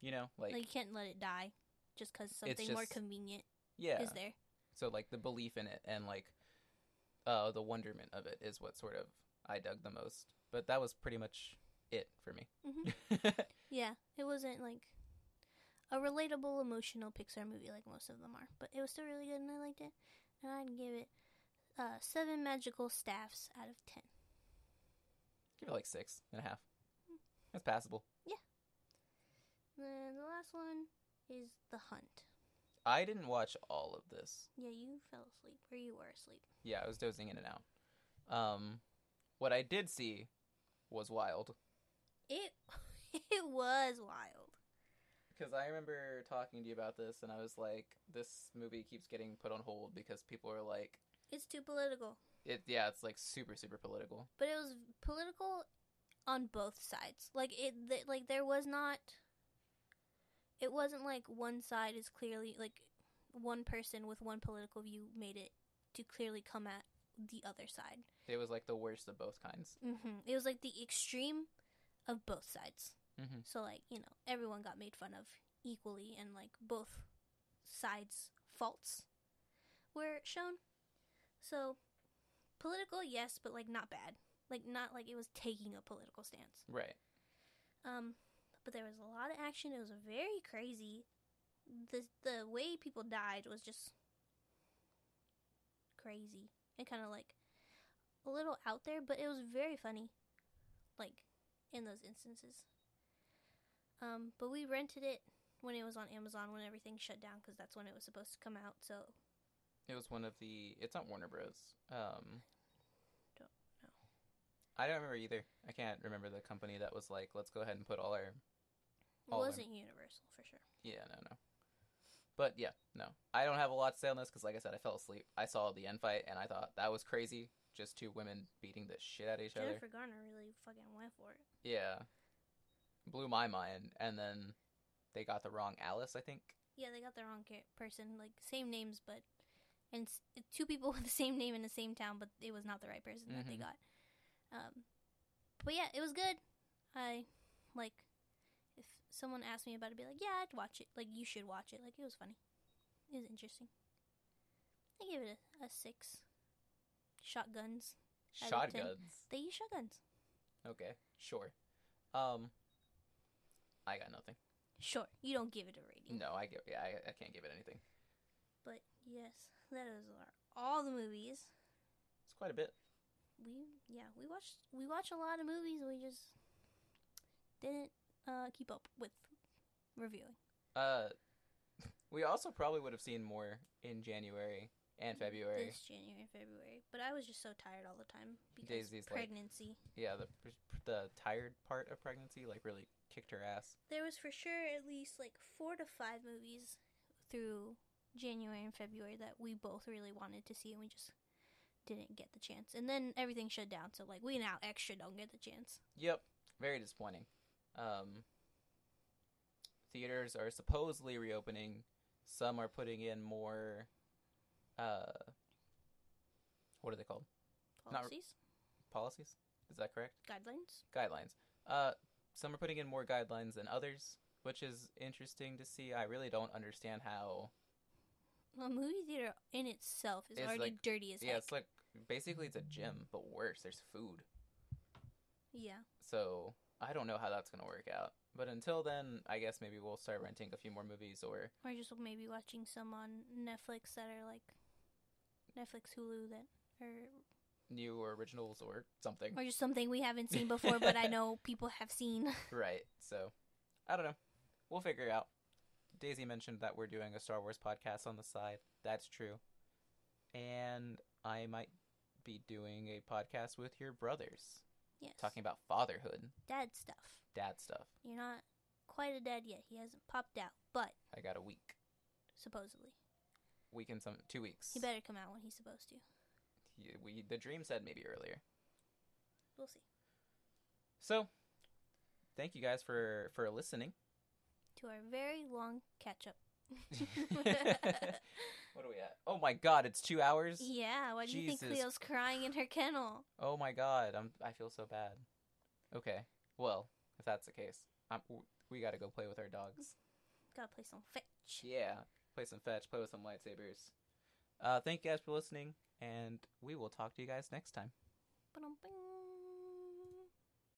You know, like, Like, you can't let it die just because something more just- convenient yeah. is there. So like the belief in it and like, uh, the wonderment of it is what sort of I dug the most. But that was pretty much it for me. Mm-hmm. Yeah, it wasn't like a relatable, emotional Pixar movie like most of them are, but it was still really good and I liked it. And I'd give it uh, seven magical staffs out of ten. Give it like six and a half. That's passable. Then the last one is The Hunt. I didn't watch all of this. Yeah, you fell asleep or you were asleep. Yeah, I was dozing in and out. Um, what I did see was wild. It it was wild. Because I remember talking to you about this, and I was like, this movie keeps getting put on hold because people are like, It's too political, it, yeah, it's like super, super political. but it was political on both sides. Like it, th- like there was not. It wasn't like one side is clearly like one person with one political view made it to clearly come at the other side. It was like the worst of both kinds. hmm It was like the extreme of both sides. Mhm. So like you know everyone got made fun of equally, and like both sides' faults were shown. So political, yes, but like not bad. Like not like it was taking a political stance. Right. Um, but there was a lot of action. It was very crazy. the The way people died was just crazy and kind of like a little out there, but it was very funny. Like in those instances. Um, but we rented it when it was on Amazon when everything shut down because that's when it was supposed to come out. So It was one of the. It's not Warner Bros. Um, Don't know. I don't remember either. I can't remember the company that was like, let's go ahead and put all our. it All in. wasn't universal for sure. Yeah, no, no. But yeah, no. I don't have a lot to say on this because, like I said, I fell asleep. I saw the end fight, and I thought that was crazy. Just two women beating the shit out of each other. Jennifer Garner really fucking went for it. Yeah. Blew my mind. And then they got the wrong Alice, I think. Yeah, they got the wrong ca- person. Like same names, but and s- two people with the same name in the same town, but it was not the right person that they Mhm. got. Um, but yeah, it was good. I like if someone asked me about it, I'd be like, yeah, I'd watch it. Like you should watch it. Like it was funny. It was interesting. I gave it a, a six. Shotguns. Out of ten. Shotguns. They use shotguns. Okay, sure. Um, I got nothing. Sure, you don't give it a rating, No, I give. Yeah, I, I can't give it anything. but yes, that is our, all the movies. It's quite a bit. we yeah we watched we watch a lot of movies we just didn't uh keep up with reviewing Uh, we also probably would have seen more in January Mm, and February. this january and february but i was just so tired all the time because Daisy's like- pregnancy Yeah, the the tired part of pregnancy like really kicked her ass. there was for sure at least like four to five movies through january and february that we both really wanted to see and we just didn't get the chance and then everything shut down so like we now extra don't get the chance Yep, very disappointing. Um, theaters are supposedly reopening. Some are putting in more. Uh, what are they called? Not re- policies Policies? Is that correct? guidelines guidelines. Uh, some are putting in more guidelines than others, which is interesting to see. I really don't understand how. a movie theater in itself is It's already like- dirty as yeah, heck it's like basically it's a gym, but worse. There's food. Yeah. So I don't know how that's gonna work out. But until then, I guess maybe we'll start renting a few more movies or Or just maybe watching some on Netflix that are like Netflix, Hulu, that or new or originals or something. or just something we haven't seen before, but I know people have seen. Right. So I don't know. We'll figure it out. Daisy mentioned that we're doing a Star Wars podcast on the side. That's true. And I might be doing a podcast with your brothers yes. talking about fatherhood, dad stuff. dad stuff. You're not quite a dad yet. He hasn't popped out, but I got a week. supposedly Week and some two weeks. he better come out when he's supposed to. He- we the dream said maybe earlier. We'll see. So thank you guys for for listening. To our very long catch up. what are we at? Oh my god, it's two hours. yeah. Why do you think Jesus. Cleo's crying in her kennel? Oh my god, I'm I feel so bad. Okay. Well, if that's the case, I'm, w- we got to go play with our dogs. Gotta play some fetch. Yeah. Play some fetch, play with some lightsabers. Uh thank you guys for listening and we will talk to you guys next time. Ba-dum-bing.